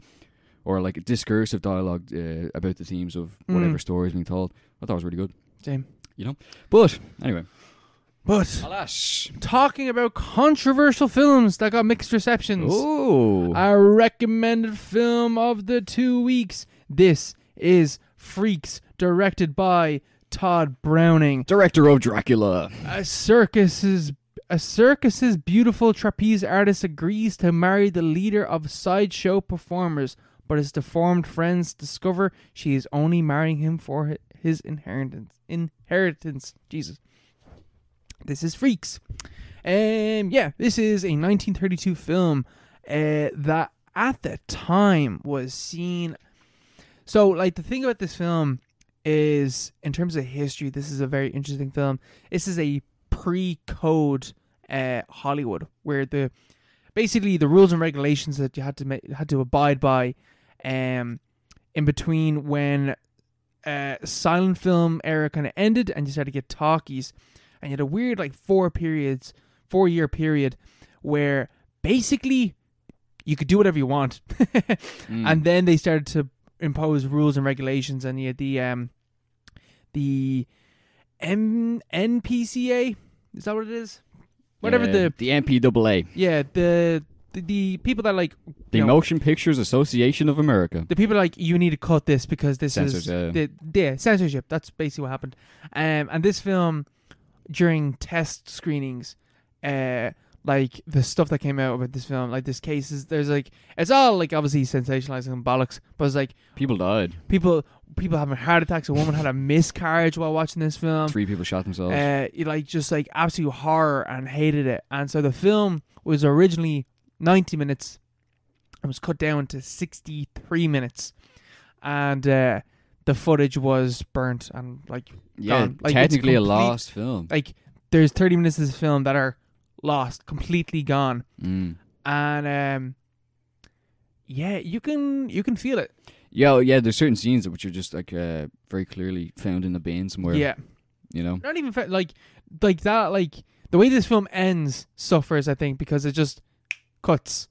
or like discursive dialogue uh, about the themes of whatever Mm. story is being told. I thought it was really good. same. But anyway, But alas, talking about controversial films that got mixed receptions. oh, Our recommended film of the two weeks. This is Freaks, directed by Todd Browning. director of Dracula. A circus's a circus's beautiful trapeze artist agrees to marry the leader of sideshow performers, but his deformed friends discover she is only marrying him for hi- his inheritance. Inheritance, Jesus. This is Freaks. Um, yeah, this is a 1932 film uh, that at the time was seen. So, like, the thing about this film is, in terms of history, this is a very interesting film. This is a pre code uh, Hollywood where the basically the rules and regulations that you had to make, had to abide by um, in between when uh, silent film era kind of ended and you started to get talkies and you had a weird like four periods four year period where basically you could do whatever you want Mm. and then they started to impose rules and regulations and you had the um the M- npca is that what it is whatever Yeah, the the MPAA, yeah the the, the people that like the you know, Motion Pictures Association of America. the people are like you need to cut this because this is Censors, yeah. the yeah censorship. That's basically what happened. Um, and this film during test screenings, uh, like the stuff that came out about this film, like this case is there's like it's all like obviously sensationalizing and bollocks, but it's like People died. people people having heart attacks. A woman had a miscarriage while watching this film. Three people shot themselves. Um, Uh, you like just like absolute horror and hated it. And so the film was originally 90 minutes and was cut down to 63 minutes. And uh, the footage was burnt and like yeah, gone. Like, it's technically a complete- lost film. like there's 30 minutes of this film that are lost, completely gone. Mm. and um, yeah, you can you can feel it. Yeah, oh, yeah. There's certain scenes which are just like uh, very clearly found in the bin somewhere. Yeah, you know. not even fa- like like that. Like the way this film ends suffers, I think, because it just cuts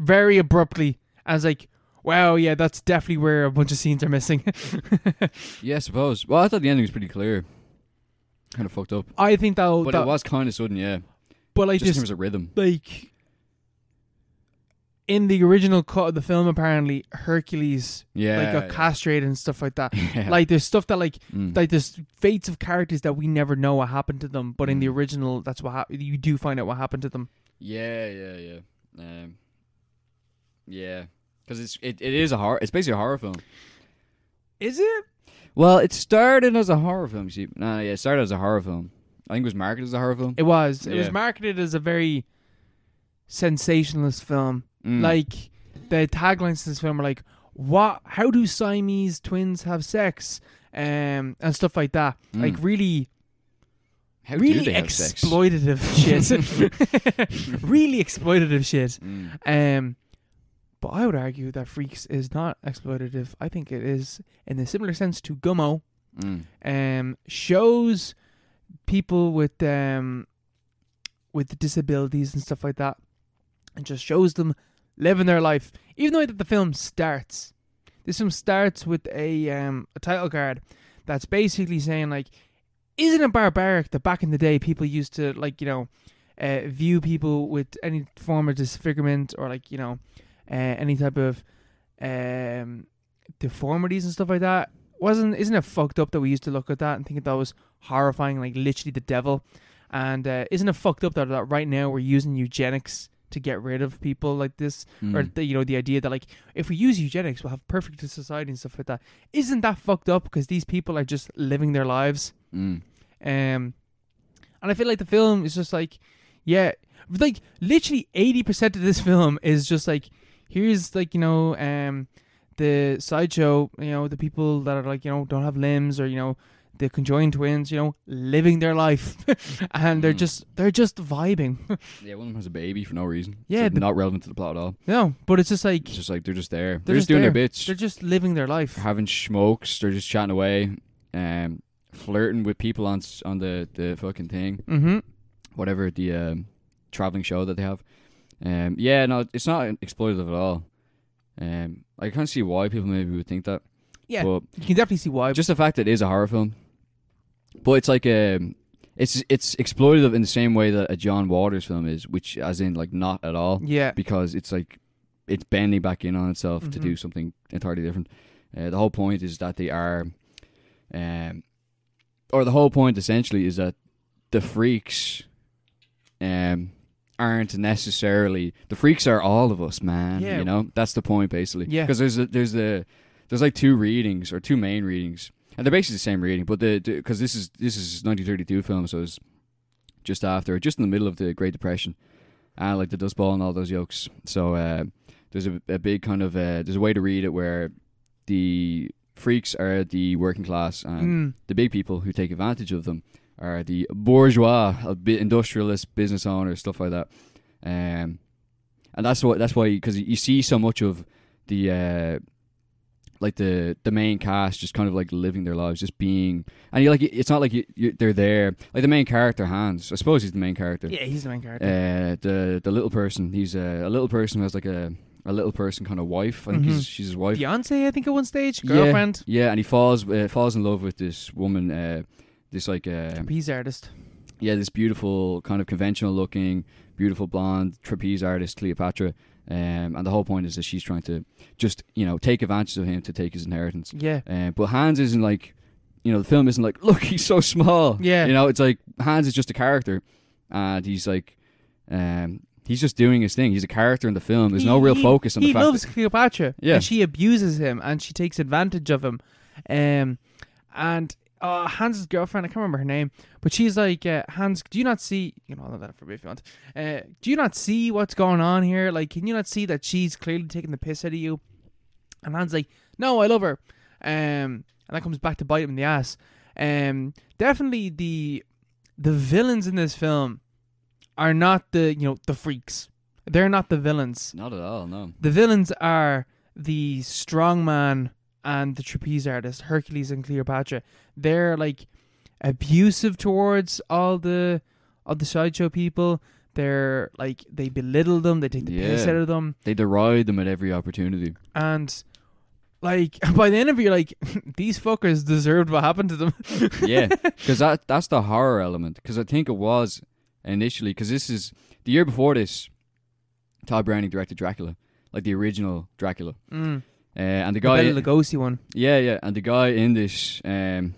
very abruptly. As like, wow, yeah, that's definitely where a bunch of scenes are missing. Yeah, I suppose. Well, I thought the ending was pretty clear. Kind of fucked up, I think that'll, but that. it was kind of sudden. Yeah, but like just, in just terms of rhythm. like in the original cut of the film, apparently Hercules Yeah, like got yeah. castrated and stuff like that. Yeah. Like there's stuff that like Mm. like there's fates of characters that we never know what happened to them, but in the Mm. original, that's what hap you do find out what happened to them. Yeah, yeah, yeah, um, yeah. Because it's it, it is a horror. It's basically a horror film. Is it? Well, it started as a horror film. you See, no, yeah, it started as a horror film. I think it was marketed as a horror film. It was. It was Yeah. marketed as a very sensationalist film. Mm. Like the taglines to this film are like, "What? How do Siamese twins have sex?" Um, and stuff like that. Mm. Like really, how really do they have sex? exploitative shit. really exploitative shit. Mm. Um, but I would argue that Freaks is not exploitative. I think it is in a similar sense to Gummo. Mm. Um, shows people with um with disabilities and stuff like that, and just shows them living their life. Even the way that the film starts, this film starts with a um a title card that's basically saying like, isn't it barbaric that back in the day people used to like you know. Uh, view people with any form of disfigurement or like you know uh, any type of um, deformities and stuff like that wasn't isn't it fucked up that we used to look at that and think that was horrifying like literally the devil and uh, isn't it fucked up that, that right now we're using eugenics to get rid of people like this or Mm. the, you know the idea that like if we use eugenics we'll have perfect society and stuff like that isn't that fucked up because these people are just living their lives Mm. um, and I feel like the film is just like, yeah, like literally eighty percent of this film is just like, here's like you know, um, the sideshow, you know, the people that are like you know don't have limbs or you know the conjoined twins, you know, living their life, and they're Mm. just they're just vibing. Yeah, one of them has a baby for no reason. Yeah, so the- not relevant to the plot at all. no, but it's just like It's just like they're just there. They're, just just, doing there. their bits. they're just living their life. having smokes. They're just chatting away, um, flirting with people on s- on the the fucking thing, Mm-hmm. whatever the um, traveling show that they have. Um, yeah, no, it's not exploitative at all. Um, I can't see why people maybe would think that. Yeah. but You can definitely see why. just the fact that it is a horror film, but it's like um, it's it's exploitative in the same way that a John Waters film is, which as in like not at all yeah, because it's like it's bending back in on itself to Mhm. do something entirely different. Uh, the whole point is that they are, um, or the whole point essentially is that the freaks, um, aren't necessarily the freaks are all of us, man. Yeah. You know that's the point basically. Yeah. Because there's a, there's the there's like two readings or two main readings, and they're basically the same reading, but the because this is this is 1932 film, so it's just after, just in the middle of the Great Depression, and like the Dust Bowl and all those yokes. So uh, there's a, a big kind of uh, there's a way to read it where the freaks are the working class and mm. the big people who take advantage of them are the bourgeois, a bit industrialists, business owners, stuff like that. Um, and that's what that's why because you see so much of the uh, like the the main cast just kind of like living their lives, just being and you like it's not like you, you, they're there like the main character Hans. I suppose he's the main character. yeah, he's the main character. Uh, the the little person, he's a, a little person who has like a a little person kind of wife. I think he's, Mhm. she's his wife. Beyonce, I think at one stage, Yeah. girlfriend, Yeah, and he falls uh, falls in love with this woman, uh, this like uh, trapeze artist. yeah, this beautiful kind of conventional looking, beautiful blonde trapeze artist Cleopatra, um, and the whole point is that she's trying to just you know take advantage of him to take his inheritance. Yeah, Uh, but Hans isn't like, you know, the film isn't like, look, he's so small. Yeah. you know, it's like Hans is just a character, and he's like, um, he's just doing his thing. He's a character in the film. There's no He- real he- focus on he the fact. loves Cleopatra. Yeah. and she abuses him and she takes advantage of him. Um, and uh, Hans's girlfriend, I can't remember her name, but she's like, uh, Hans, do you not see? You know, I'll let that for me if you want. Uh, do you not see what's going on here? Like, can you not see that she's clearly taking the piss out of you? And Hans like, no, I love her. Um, and that comes back to bite him in the ass. Um, definitely the the villains in this film are not the you know the freaks. They're not the villains. Not at all. No. The villains are the strongman and the trapeze artist, Hercules and Cleopatra. They're like abusive towards all the all the sideshow people. They're like they belittle them, they take the piss Yeah. out of them, They deride them at every opportunity. and like by the end of it, you're like, these fuckers deserved what happened to them. yeah, because that that's the horror element. Because I think it was initially because this is the year before this. Todd Browning directed Dracula, like the original Dracula, Mm. uh, and the The guy, Bela Lugosi one. yeah, yeah, and the guy in this, um,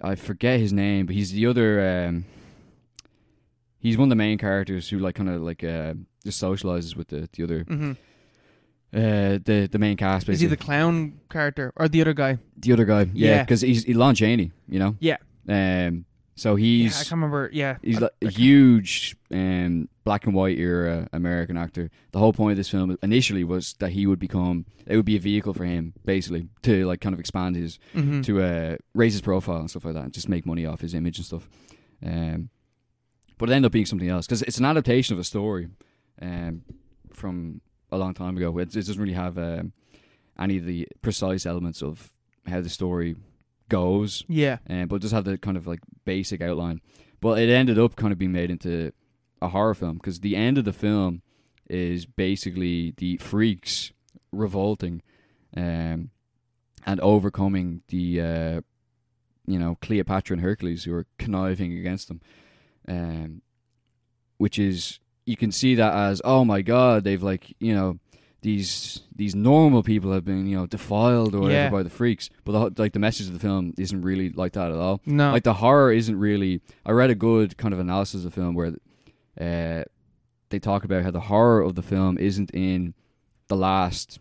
I forget his name, but he's the other, um, he's one of the main characters who like kind of like uh, just socializes with the the other hmm uh, the the main cast. Is he the Basically. clown character or the other guy? the other guy? Yeah, Yeah. because he's Elon Chaney, you know. Yeah. Um. So Yeah, he's I can't remember. Yeah, He's I- like I a can't- huge um, black and white era American actor. The whole point of this film initially was that he would become it would be a vehicle for him basically to like kind of expand his Mhm. to uh, raise his profile and stuff like that and just make money off his image and stuff. Um, but it ended up being something else because it's an adaptation of a story um, from a long time ago. It, it doesn't really have um, any of the precise elements of how the story goes Yeah, um, but just had the kind of like basic outline. But it ended up kind of being made into a horror film because the end of the film is basically the freaks revolting um, and overcoming the uh, you know Cleopatra and Hercules who are conniving against them, um, which is you can see that as oh my god they've like you know. These these normal people have been you know defiled or whatever Yeah. by the freaks, but the, whole- like the message of the film isn't really like that at all no, like the horror isn't really i read a good kind of analysis of the film where uh, they talk about how the horror of the film isn't in the last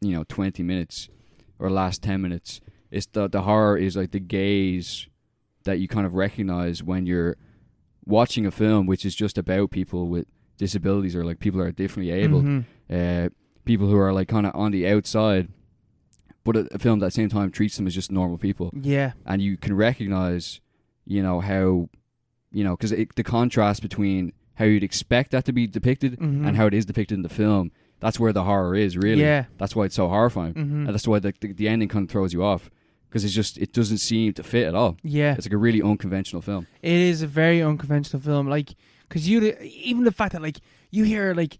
you know 20 minutes or last 10 minutes it's the the horror is like the gaze that you kind of recognize when you're watching a film which is just about people with disabilities or like people that are differently able Mhm. uh, people who are like kind of on the outside but a, a film that at the same time treats them as just normal people Yeah, and you can recognize, you know, how, you know, because the contrast between how you'd expect that to be depicted Mhm. and how it is depicted in the film, that's where the horror is, really. Yeah. That's why it's so horrifying. Mhm. And that's why the, the, the ending kind of throws you off because it's just, it doesn't seem to fit at all. yeah. It's like a really unconventional film. It is a very unconventional film, like because you even the fact that like you hear like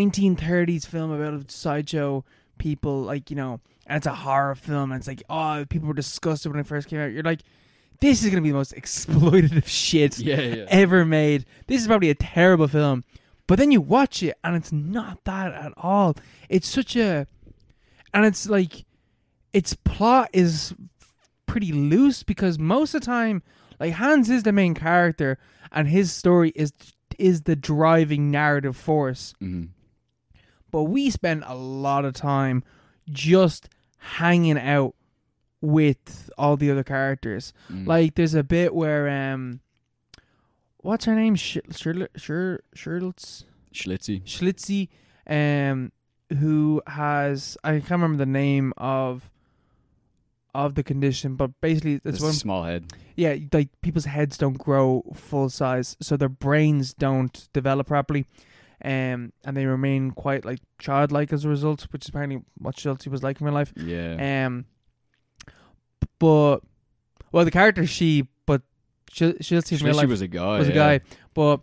1930s film about sideshow people, like you know, and it's a horror film, and it's like oh people were disgusted when it first came out. You're like, this is gonna be the most exploitative shit Yeah, yeah. ever made. This is probably a terrible film. But then you watch it and it's not that at all. It's such a and it's like its plot is pretty loose because most of the time like Hans is the main character and his story is is the driving narrative force. Mhm. But we spend a lot of time just hanging out with all the other characters. Mm. Like there's a bit where um, what's her name? Sh- Shirl- Shir- Shirlitz Schlitzy. Schlitzy, um, who has I can't remember the name of of the condition, but basically That's it's a one small head. yeah like people's heads don't grow full size, so their brains don't develop properly. Um, and they remain quite like childlike as a result, which is apparently what Schultz was like in real life. Yeah. Um, but well, the character she, but she, she'll see from real Schlitzy life was a guy. was a Oh, yeah. guy, but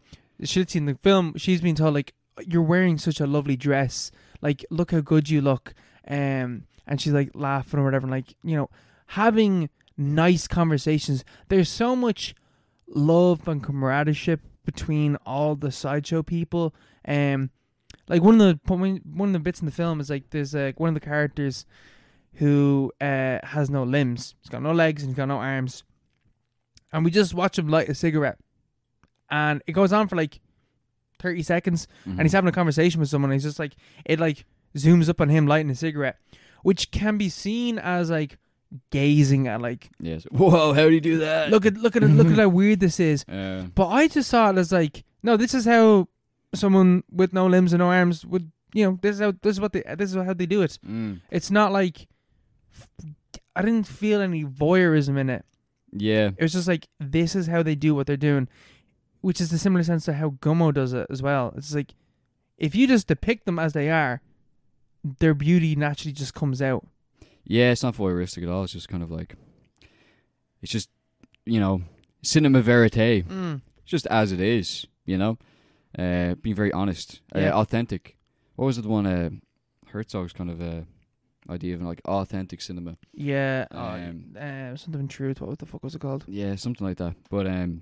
she'll see in the film. She's been told like you're wearing such a lovely dress, like look how good you look, um, and she's like laughing or whatever, and, like you know, having nice conversations. There's so much love and comradeship between all the sideshow people, um, like one of the point- one of the bits in the film is like there's like one of the characters who uh, has no limbs. He's got no legs and he's got no arms. And we just watch him light a cigarette. And it goes on for like 30 seconds. Mhm. And he's having a conversation with someone. And he's just like, it like zooms up on him lighting a cigarette, which can be seen as like gazing at like, Yeah, so- Whoa, how do you do that? look at, look at, it, look at how weird this is. Uh, But I just saw it as like, no, this is how someone with no limbs and no arms would, you know, this is how, this is what they, this is how they do it. mm. It's not like, I didn't feel any voyeurism in it. Yeah. It was just like this is how they do what they're doing, which is the similar sense to how Gummo does it as well. It's like If you just depict them as they are, their beauty naturally just comes out. Yeah, it's not voyeuristic at all. It's just kind of like, it's just, you know, cinema verite, Mm. just as it is, you know, uh, being very honest, Yeah. uh, authentic. What was it? The one uh, Herzog's kind of uh, idea of like authentic cinema. Yeah. oh, Um, uh, something in truth. What the fuck was it called? Yeah, something like that. But um,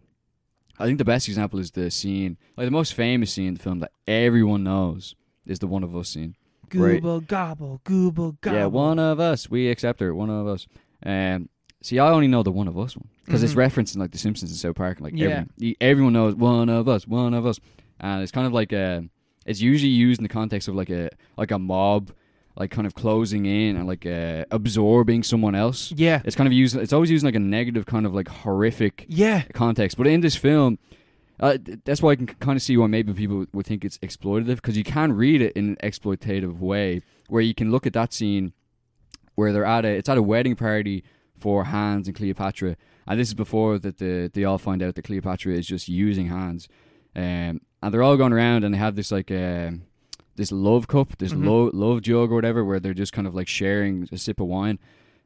I think the best example is the scene, like the most famous scene in the film that everyone knows is the one of us scene. Right. Google gobble, Google gobble. Yeah, one of us. We accept her. One of us. Um, see, I only know the one of us one because Mhm. it's referencing like The Simpsons and South Park. and, Like Yeah. everyone, e- everyone knows one of us, one of us, and it's kind of like a. It's usually used in the context of like a like a mob, like kind of closing in and like uh, absorbing someone else. Yeah. It's kind of used. It's always used in like a negative kind of like horrific Yeah. context. But in this film, uh, th- that's why I can kind of see why maybe people would- would think it's exploitative because you can read it in an exploitative way, where you can look at that scene where they're at a it's at a wedding party for Hans and Cleopatra, and this is before that the they all find out that Cleopatra is just using Hans, um, and they're all going around and they have this like. Um, this love cup, this Mhm. lo- love jug or whatever, where they're just kind of like sharing a sip of wine,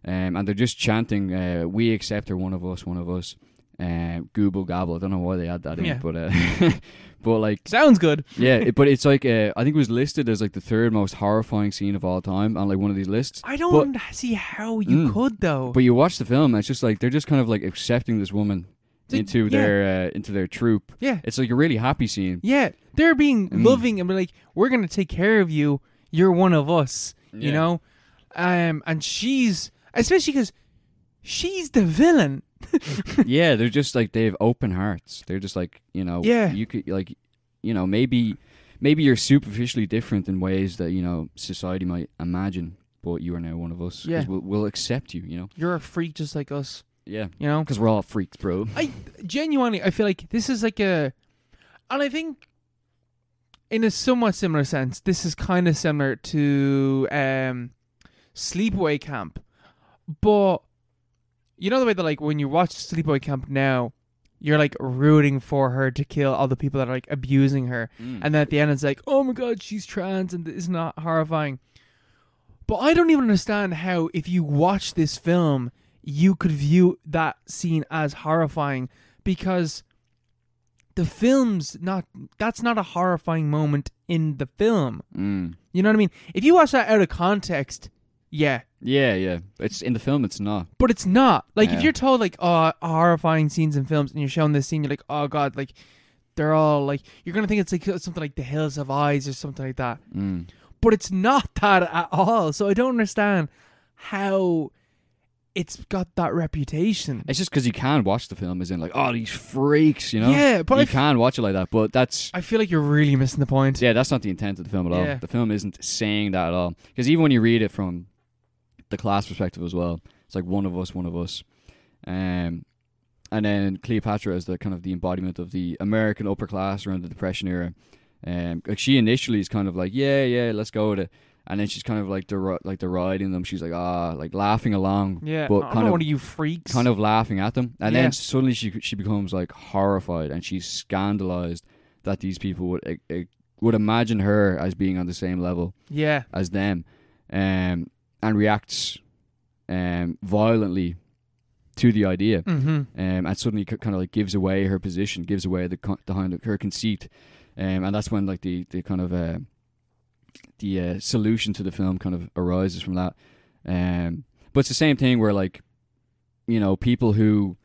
um, and they're just chanting, uh, "We accept her, one of us, one of us," um, Google Gobble. I don't know why they had that in, Yeah. it, but uh, but like Sounds good. yeah, it, but it's like uh, I think it was listed as like the third most horrifying scene of all time on like one of these lists. I don't But- see how you Mm. could though. But you watch the film, and it's just like they're just kind of like accepting this woman Th- into yeah. their uh, into their troop. yeah. It's like a really happy scene. Yeah. They're being Mm. loving and be like, we're gonna take care of you. You're one of us. You Yeah. know? Um and she's especially because she's the villain. yeah, they're just like they have open hearts. They're just like you know, Yeah. you could like, you know, maybe maybe you're superficially different in ways that you know society might imagine, but you are now one of us. 'cause Yeah. we'll, we'll accept you. You know, You're a freak just like us. yeah, You know? because we're all freaks, bro. I genuinely I feel like this is like a and I think in a somewhat similar sense, this is kind of similar to um Sleepaway Camp. But you know the way that like when you watch Sleepaway Camp now, you're like rooting for her to kill all the people that are like abusing her. Mm. Mm-hmm. And then at the end, it's like, oh my god, she's trans, and it's not horrifying. But I don't even understand how, if you watch this film, you could view that scene as horrifying because the film's not. That's not a horrifying moment in the film. Mm. You know what I mean? If you watch that out of context, yeah. Yeah, yeah. It's in the film. It's not. But it's not like Yeah. if you're told like oh horrifying scenes in films and you're shown this scene you're like oh god like they're all like you're gonna think it's like something like The Hills Have Eyes or something like that Mm. but it's not that at all. So I don't understand how it's got that reputation. It's just because you can watch the film, as in like, oh, these freaks, you know. Yeah, but you I f- can watch it like that. But that's I feel like you're really missing the point. yeah, that's not the intent of the film at all. Yeah. The film isn't saying that at all. Because even when you read it from the class perspective as well, it's like one of us, one of us. Um, and then Cleopatra is the kind of the embodiment of the American upper class around the Depression era. Um, like she initially is kind of like, yeah, yeah, let's go with it. And then she's kind of like der- like deriding them. She's like, ah, like laughing along, Yeah, But I'm kind not of- one of you freaks. kind of laughing at them, and Yeah. then suddenly she she becomes like horrified and she's scandalized that these people would eh, eh, would imagine her as being on the same level yeah, as them, um, and reacts um, violently to the idea, mm-hmm. um, and suddenly kind of like gives away her position, gives away the con- behind her conceit, um, and that's when like the the kind of uh, the uh, solution to the film kind of arises from that. Um, but it's the same thing where like you know people who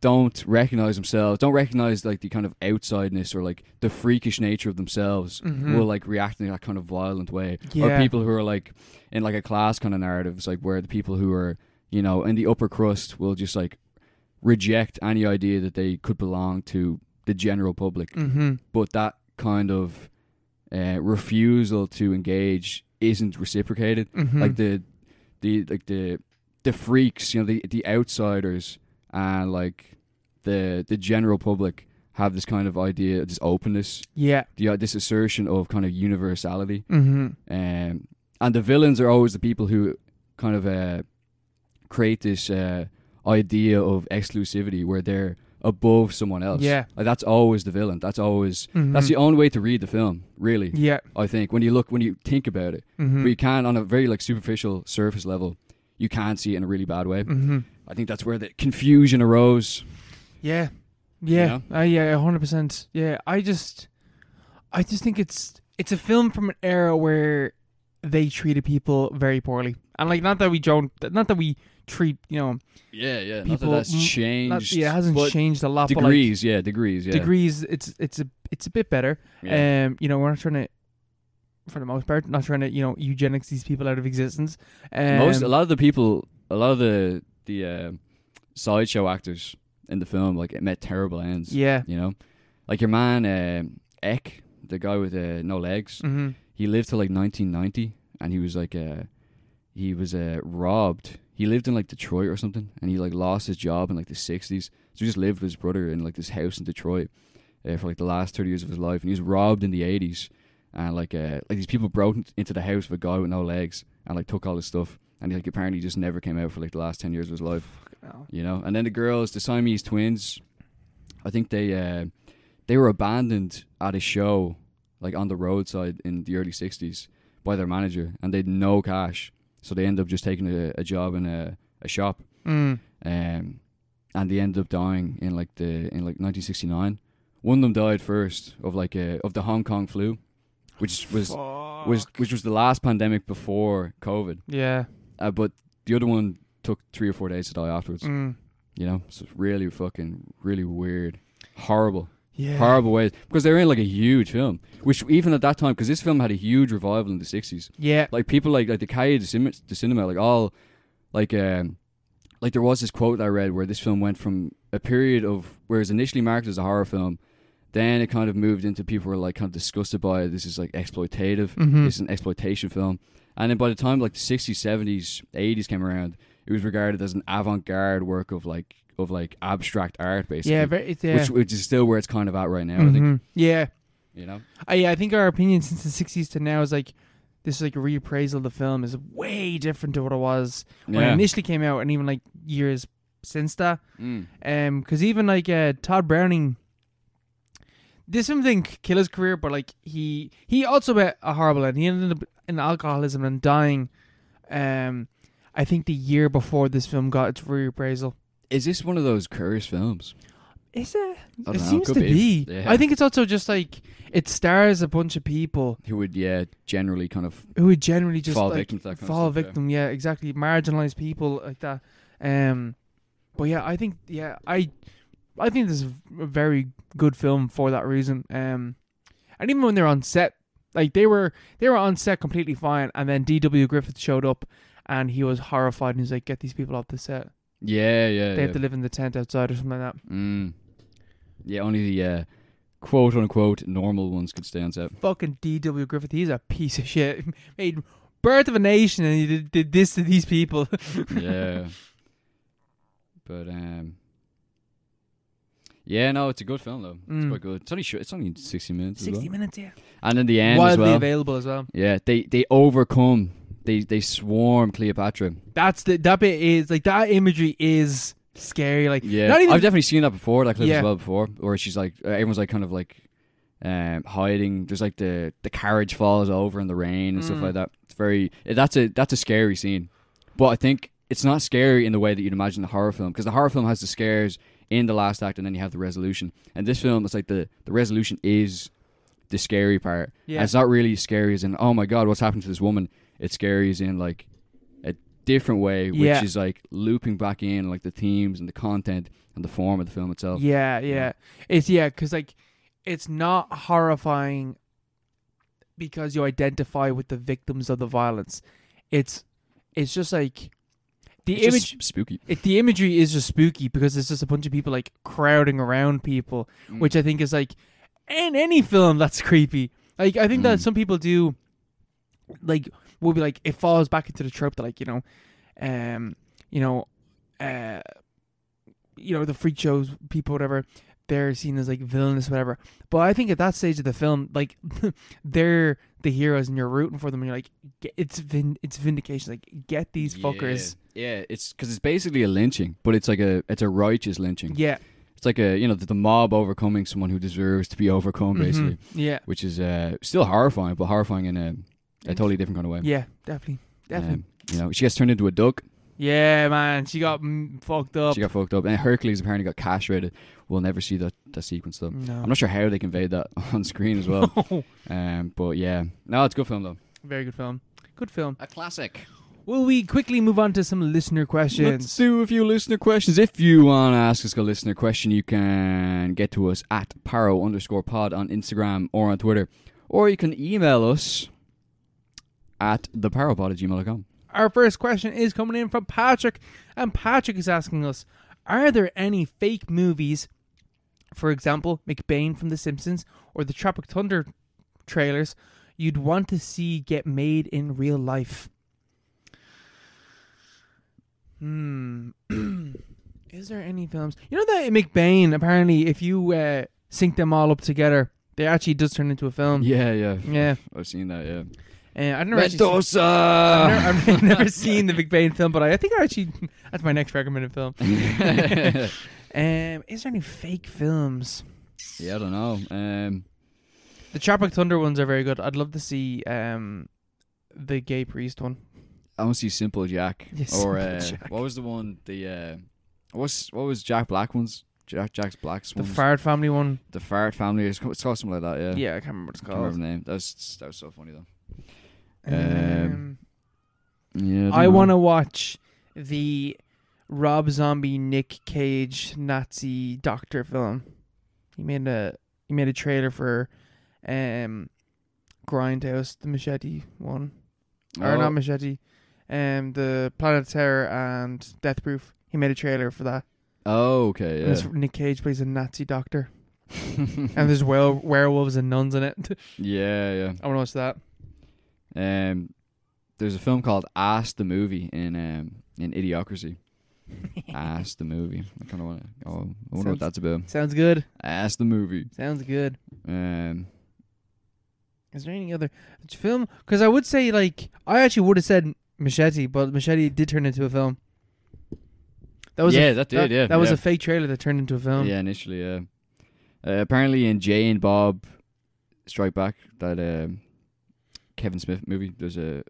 don't recognize themselves, don't recognize like the kind of outsideness or like the freakish nature of themselves, Mhm. will like react in that kind of violent way. Or Yeah. people who are like in like a class kind of narrative, it's like where the people who are you know in the upper crust will just like reject any idea that they could belong to the general public mm-hmm. but that kind of uh, refusal to engage isn't reciprocated. Mm-hmm. Like the the like the the freaks, you know, the the outsiders and like the the general public have this kind of idea, this openness, yeah, the uh, this assertion of kind of universality, mm-hmm. um, and the villains are always the people who kind of uh, create this uh, idea of exclusivity, where they're above someone else. Yeah. Like, that's always the villain. That's always that's Mhm. the only way to read the film, really. Yeah. I think when you look when you think about it, Mm-hmm. but you can on a very like superficial surface level, you can see it in a really bad way. mm-hmm. I think that's where the confusion arose. Yeah. Yeah. Yeah. Uh, yeah, 100%. Yeah, I just I just think it's it's a film from an era where they treated people very poorly. And like not that we don't not that we treat, you know, Yeah, yeah. not People- that that's mm, changed. not, yeah, it hasn't but changed a lot Degrees, yeah, degrees, but yeah. like degrees it's it's a it's a bit better. yeah. Um, you know, we're not trying to for the most part, not trying to, you know, eugenics these people out of existence. Um, Most a lot of the people, a lot of the the uh, sideshow actors in the film, like it met terrible ends. Yeah. You know, like your man um Eck, the guy with uh, no legs. Mhm. He lived till like 1990, and he was like uh, he was uh, robbed. He lived in like Detroit or something, and he like lost his job in like the 60s. So he just lived with his brother in like this house in Detroit uh, for like the last 30 years of his life, and he was robbed in the 80s. And like uh, like these people broke in- into the house of a guy with no legs and like took all his stuff, and he like apparently just never came out for like the last 10 years of his life No. you know. And then the girls, the Siamese twins, I think they uh, they were abandoned at a show like on the roadside in the early '60s by their manager, and they had no cash, so they ended up just taking a, a job in a, a shop, Mm. um, and they ended up dying in like the in like 1969. One of them died first of like a, of the Hong Kong flu, which was was Fuck. which was the last pandemic before COVID. Mm. Yeah. Uh, but the other one took three or four days to die afterwards. Mm. You know, so it's really fucking, really weird, horrible, Yeah. horrible ways because they were in like a huge film, which even at that time, because this film had a huge revival in the sixties. Yeah. Like people like like the Cahiers de Cinema, de cinema like all, like um, like there was this quote I read where this film went from a period of where it was initially marketed as a horror film, then it kind of moved into people were like kind of disgusted by it. This is like exploitative. Mhm. It's an exploitation film. And then by the time like the 60s, 70s, 80s came around, it was regarded as an avant-garde work of like of like abstract art basically. Yeah, very, it's, yeah. Which which is still where it's kind of at right now, I think, Mhm. Yeah, you know. I, yeah, I think our opinion since the '60s to now is like this like reappraisal of the film is way different to what it was when it Yeah. initially came out, and even like years since that. Mm. Um, because even like uh, Todd Browning, this film didn't kill his career, but like he he also met a horrible end. He ended up in alcoholism and dying. Um, I think the year before this film got its reappraisal. Is this one of those curious films? Is it? I It don't know, seems could to be. be. Yeah. I think it's also just like it stars a bunch of people Who would yeah, generally kind of who would generally just fall like, victim to that kind fall of stuff, yeah. victim. Yeah. exactly. Marginalized people like that. Um, but yeah, I think yeah, I, I think this is a very good film for that reason. Um, and even when they're on set, like they were they were on set completely fine, and then D.W. Griffith showed up, and he was horrified, and he's like, "Get these people off the set. Yeah, yeah. they yeah. have to live in the tent outside or something like that." Mm. Yeah, only the uh, quote unquote normal ones could stand out. fucking D.W. Griffith. He's a piece of shit. Made Birth of a Nation and he did, did this to these people. yeah. But um Yeah, no, it's a good film though. It's Mm. quite good. It's only short, it's only 60 minutes 60 60 minutes. minutes, yeah. And in the end as Wildly well. available as well. Yeah, they they overcome they they swarm Cleopatra. That's the that bit is like that imagery is scary. Like Yeah. not even I've definitely seen that before, that clip as Yeah. well before where she's like uh, everyone's like kind of like um hiding. There's like the the carriage falls over in the rain and stuff Mm. like that. It's very eh, that's a that's a scary scene. But I think it's not scary in the way that you'd imagine the horror film because the horror film has the scares in the last act and then you have the resolution. And this film, it's like the, the resolution is the scary part. Yeah. And it's not really scary as in, oh my God, what's happened to this woman? It's scary as in like a different way, which Yeah. is like looping back in like the themes and the content and the form of the film itself. yeah, yeah. It's yeah, because like it's not horrifying because you identify with the victims of the violence. It's it's just like the It's image just spooky. it, the imagery is just spooky because it's just a bunch of people like crowding around people, Mm. which I think is like in any film that's creepy. Like I think that Mm. some people do, like will be like it falls back into the trope that like you know, um, you know, uh, you know the freak shows people whatever they're seen as like villainous whatever. But I think at that stage of the film, like they're the heroes and you're rooting for them and you're like get, it's vin- it's vindication like get these fuckers Yeah, yeah it's because it's basically a lynching, but it's like a it's a righteous lynching. yeah it's like a you know the, the mob overcoming someone who deserves to be overcome, Mm-hmm. basically, Yeah. which is uh, still horrifying, but horrifying in a, a totally different kind of way. Yeah, definitely. Definitely. Um, you know, she gets turned into a duck. yeah, man. She got mm, fucked up. She got fucked up, and Hercules apparently got castrated. We'll never see that that sequence though. no. I'm not sure how they conveyed that on screen as well. Oh, um, but yeah, no, it's a good film though. very good film. Good film. A classic. Will we quickly move on to some listener Let's questions? do a few listener questions. If you want to ask us a listener question, you can get to us at paro underscore pod on Instagram or on Twitter. Or you can email us at theparopod at gmail.com. Our first question is coming in from Patrick, and Patrick is asking us Are there any fake movies, for example, McBain from The Simpsons or the Tropic Thunder trailers, you'd want to see get made in real life? Hmm. is there any films? You know that McBain, apparently, if you uh, sync them all up together, they actually does turn into a film. Yeah, yeah. Yeah. I've seen that, yeah. Uh, I've never actually seen- Mendoza! Uh, I've never, I've never seen the Big Bang film, but I, I think I actually that's my next recommended film. Um, is there any fake films? yeah, I don't know. Um, The Tropic Thunder ones are very good. I'd love to see um, the gay priest one. I want to see Simple Jack. Yeah, or Simple uh, Jack. what was the one? The uh, what's what was Jack Black ones? Jack Jack's Black's The ones. Fired Family one. the Fart Family. It's called it's called something like that. Yeah. Yeah, I can't remember what it's Can't remember called. the name. That was that was so funny though. Um, Yeah. I want to watch the Rob Zombie, Nick Cage, Nazi doctor film. He made a he made a trailer for um, Grindhouse, the Machete one. Oh, or not Machete, um, the Planet of Terror and Death Proof. He made a trailer for that. Oh, okay. And it's, Yeah. Nick Cage plays a Nazi doctor, and there's wel- werewolves and nuns in it. yeah, I want to watch that. yeah. Um, there's a film called Ass the Movie in um in Idiocracy. Ass the Movie. I kind of want to. Oh, I wonder Sounds- what that's about. Sounds good. Ass the Movie. Sounds good. Um. Is there any other film? Because I would say like I actually would have said Machete, but Machete did turn into a film. That was a- Yeah, that did, yeah, that was yeah. a fake trailer that turned into a film. yeah, initially, yeah. Uh, apparently, in Jay and Bob Strike Back, that um, Kevin Smith movie, there's a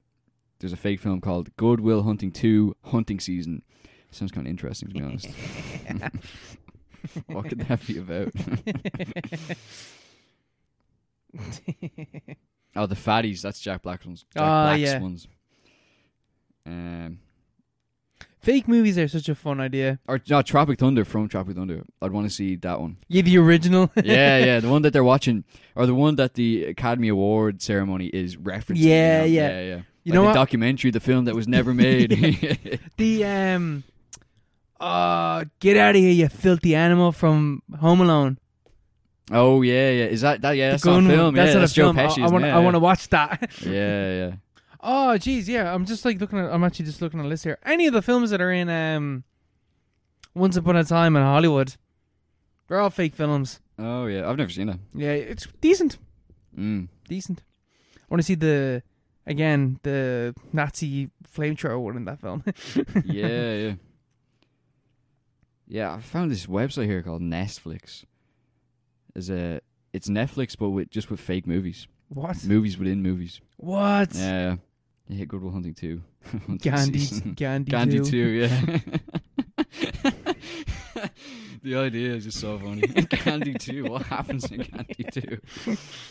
there's a fake film called Goodwill Hunting Two: Hunting Season. Sounds kind of interesting, to be honest. what could that be about? oh, the fatties. That's Jack Black's ones. Jack Ah, Black's yeah. ones. Um, Fake movies are such a fun idea. or no, Tropic Thunder from Tropic Thunder. I'd want to see that one. Yeah, the original. yeah, yeah, the one that they're watching, or the one that the Academy Award ceremony is referencing. you Yeah, know? yeah. yeah, yeah. You Like know the what? documentary, the film that was never made. the um uh get out of here you filthy animal from Home Alone. oh yeah, yeah. Is that that? Yeah, The that's gun not a one. film. yeah, not that's a Joe film. Pesci. I, I isn't want it? I want to watch that. Yeah, yeah. oh jeez, yeah. I'm just like looking at I'm actually just looking at a list here. Any of the films that are in um Once Upon a Time in Hollywood. They're all fake films. Oh yeah, I've never seen that. Yeah, it's decent. Mm. Decent. I want to see the again, the Nazi flamethrower one in that film. Yeah, yeah. Yeah, I found this website here called Netflix. Is a it's Netflix, but with just with fake movies, what? movies within movies. What? Yeah, yeah. You hit Goodwill Hunting too. Gandhi, Gandhi, Gandhi too. too, yeah. the idea is just so funny. Gandhi too. What happens in Gandhi too?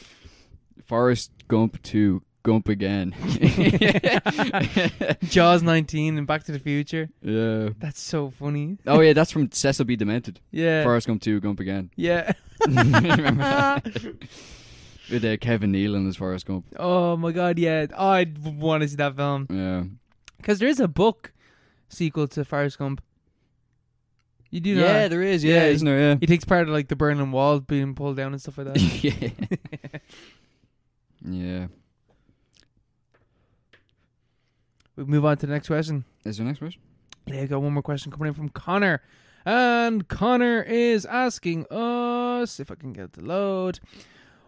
Forrest Gump two. Gump again. Jaws 19 and Back to the Future. yeah. That's so funny. Oh yeah, that's from Cecil B. Demented. Yeah. Forrest Gump two. Gump again. yeah. Remember that? With uh, Kevin Nealon as Forrest Gump. Oh my god, yeah. Oh, I want to see that film. Yeah. Because there is a book sequel to Forrest Gump. You do know yeah, that? there is. Yeah, Yeah, he- isn't there? He takes part of like the Berlin Wall being pulled down and stuff like that. Yeah. yeah. yeah. we move on to the next question. Is there next question? Yeah, I got one more question coming in from Connor. And Connor is asking us if I can get it to load.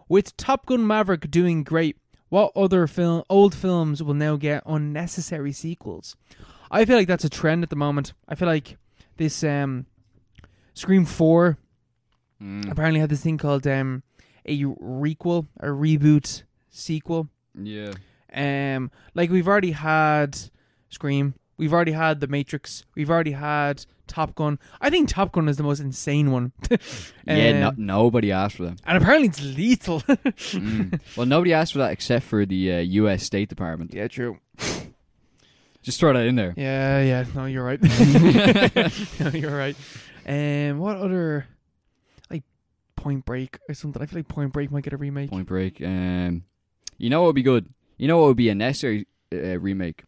With Top Gun Maverick doing great, what other film old films will now get unnecessary sequels? I feel like that's a trend at the moment. I feel like this um Scream 4 Mm. apparently had this thing called um, a requel, a reboot sequel. Yeah. Um, like we've already had Scream, we've already had The Matrix, we've already had Top Gun. I think Top Gun is the most insane one. Um, yeah. No, nobody asked for them. and apparently it's lethal. Mm. well, nobody asked for that except for the uh, U.S. State Department. yeah, true. Just throw that in there. Yeah, yeah. No, you're right. no, you're right. Um, what other like Point Break or something? I feel like Point Break might get a remake. Point Break. Um, you know what would be good? You know what would be a necessary uh, remake?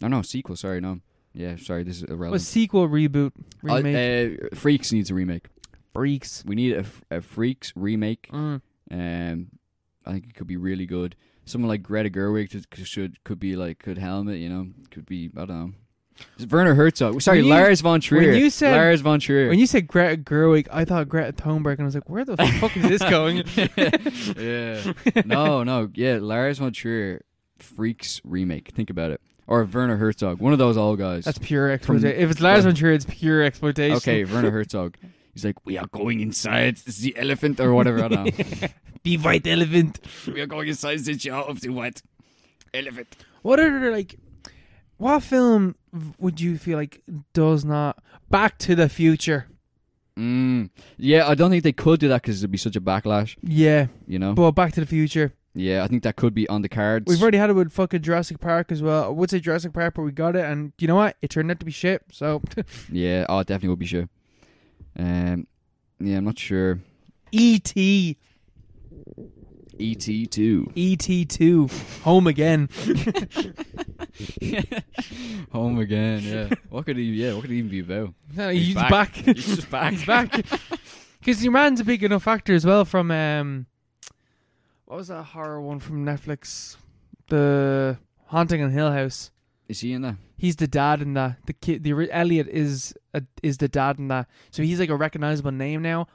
No, no sequel. Sorry, no. Yeah, sorry. This is Well, irrelevant. sequel, reboot, Uh, remake, uh, Freaks needs a remake. Freaks. We need a, f- a Freaks remake. Mm. Um, I think it could be really good. Someone like Greta Gerwig should, should could be like could helmet. You know, could be I don't know. It's Werner Herzog. Sorry, When you- Lars von Trier. you said- Lars von Trier. When you said Greta Gerwig, I thought Greta Thunberg, and I was like, where the fuck is this going? yeah. No, no. Yeah, Lars von Trier Freaks remake. Think about it. Or Werner Herzog. One of those old guys. That's pure exploitation. If it's Lars von Trier, it's pure exploitation. okay, Werner Herzog. He's like, we are going inside the elephant or whatever. I don't know. The white elephant. we are going inside the jaw of the white elephant. What other like? What film v- would you feel like does not Back to the Future? Mm. Yeah, I don't think they could do that because it'd be such a backlash, Yeah, you know? but Back to the Future. yeah, I think that could be on the cards. We've already had it with fucking Jurassic Park as well. I would say Jurassic Park, but we got it, and you know what? It turned out to be shit. So yeah, oh, it definitely would be sure. Um, yeah, I'm not sure. E E.T. E.T. 2. E.T. E Two, Home Again. Home again, yeah. What could he? Yeah, what could he even be about? No, He's he's, back. back. He's just back. he's back. Because your man's a big enough actor as well. From um, what was that horror one from Netflix? The Haunting on Hill House. Is he in that? He's the dad in that. The kid, the ori- Elliot is a, is the dad in that. So he's like a recognizable name now.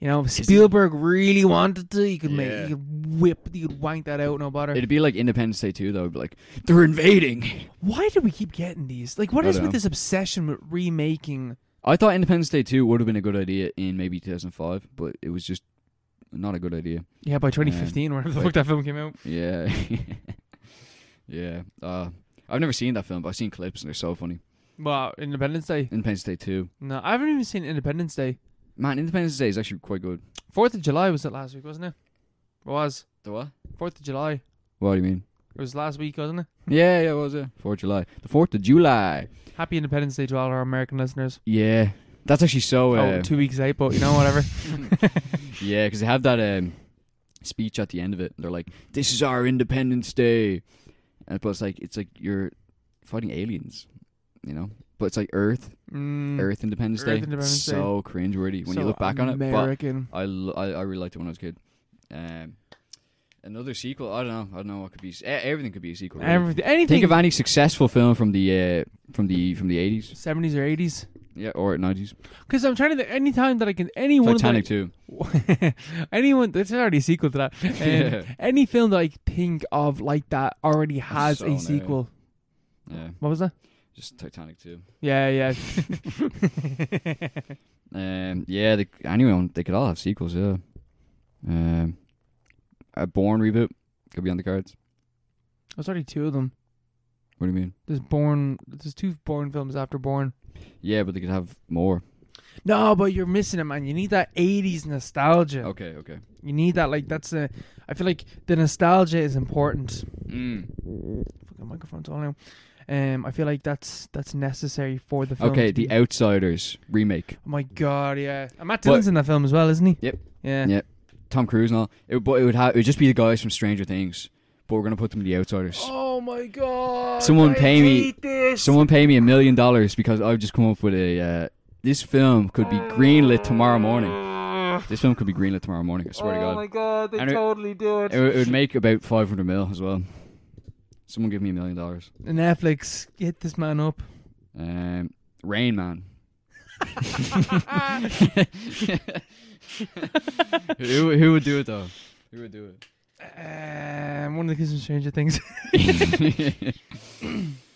You know, if he? Spielberg really wanted to, he could make, Yeah. he could whip, he could wank that out, no bother. It'd be like Independence Day too, though. It'd be like they're invading. Why do we keep getting these? Like, what I is dunno. with this obsession with remaking? I thought Independence Day two would have been a good idea in maybe 2005, but it was just not a good idea. Yeah, by 2015, whenever the like- fuck that film came out. Yeah, yeah. Uh, I've never seen that film, but I've seen clips and they're so funny. Well, Independence Day. Independence Day two, No, I haven't even seen Independence Day. man. Independence Day is actually quite good. Fourth of July was it last week, wasn't it? It was. The what? Fourth of July. What do you mean? It was last week, wasn't it? Yeah, yeah, what was it? Fourth of July, the fourth of July. Happy Independence Day to all our American listeners. Yeah, that's actually so. Uh, Oh, two weeks late, but you know, whatever. Yeah, because they have that um, speech at the end of it. They're like, "This is our Independence Day," and but it's like it's like you're fighting aliens, you know. But it's like Earth, Mm, Earth Independence Earth Day. Independence so cringeworthy when you look back on it. But American. I, lo- I I really liked it when I was a kid. Um, another sequel. I don't know. I don't know what could be. s- e- Everything could be a sequel. Really. Everything, anything. Think of any successful film from the uh, from the from the eighties, 70s or 80s. yeah, or nineties. Because I'm trying to, think- any time that I can, any one Titanic too. that I, anyone, there's already a sequel to that. Um, Yeah. Any film that I think of like that already has so a annoying. sequel. Yeah, What was that? just Titanic too. Yeah, yeah. Um, yeah, they, anyone they could all have sequels. Yeah, um, a Born reboot could be on the cards. There's already two of them. What do you mean? There's Born, there's two Born films after Born. Yeah, but they could have more. No, but you're missing it, man. You need that 80s nostalgia. Okay, okay. You need that, like, that's a, I feel like the nostalgia is important. Mm. Fucking microphone's all now. Um, I feel like that's that's necessary for the film. Okay, to be- The Outsiders remake. Oh my god, yeah. And Matt But- Dillon's in that film as well, isn't he? Yep. Yeah. Yeah. Tom Cruise and all. It, but it would have. It would just be the guys from Stranger Things. But we're gonna put them in The Outsiders. Oh my god. Someone I pay me- hate This. Someone pay me a million dollars because I've just come up with a. Uh, this film could be greenlit tomorrow morning. This film could be greenlit tomorrow morning. I swear to God. Oh my god, they And it- totally do it. It, would- it would make about 500 mil as well. Someone give me a million dollars. Netflix, hit this man up. Um, Rain Man. who, who would do it though? Who would do Eh, Um, one of the kids from Stranger Things. it?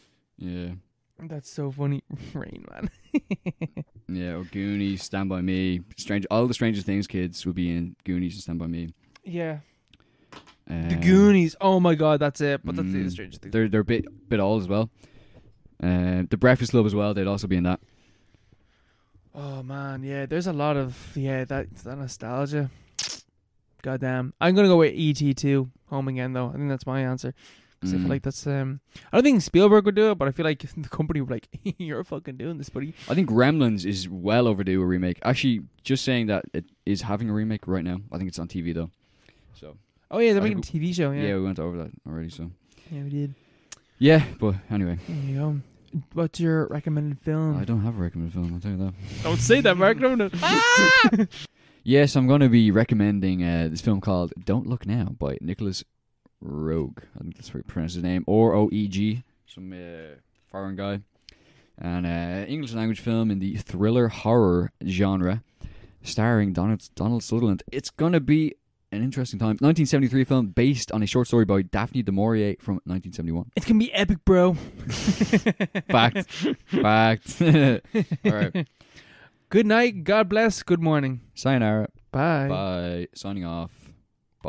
yeah. That's so funny. Rain Man. Yeah, or Goonies, Stand By Me, Strange. All the Stranger Things kids would be in Goonies and Stand By Me. Yeah. Um, The Goonies. Oh my god, that's it. But that's the Mm. Stranger Things. They're they're a bit bit old as well. Um, the Breakfast Club as well. They'd also be in that. Oh man, yeah. There's a lot of yeah that that nostalgia. Goddamn. I'm gonna go with E.T. two home again though. I think that's my answer. 'Cause I Mm. feel like that's um. I don't think Spielberg would do it, but I feel like the company would be like, "You're fucking doing this, buddy." I think Gremlins is well overdue a remake. Actually, just saying that it is having a remake right now. I think it's on TV though. So Oh yeah, they're I making a think TV show. yeah, Yeah. we went over that already. So Yeah, we did. yeah, but anyway, There you go. What's your recommended film? I don't have a recommended film. I'll tell you that. Don't say that, Mark. No, no. Ah! Yes, I'm going to be recommending uh, this film called Don't Look Now by Nicholas Roeg. I think that's how you pronounce his name. Or O E G, some uh, foreign guy. An uh, English language film in the thriller horror genre, starring Donald, Donald Sutherland. It's going to be an interesting time. 1973 film based on a short story by Daphne du Maurier from 1971. It's gonna be epic, bro. Fact. Fact. All right. Good night. God bless. Good morning. Sayonara. Bye. Bye. Signing off.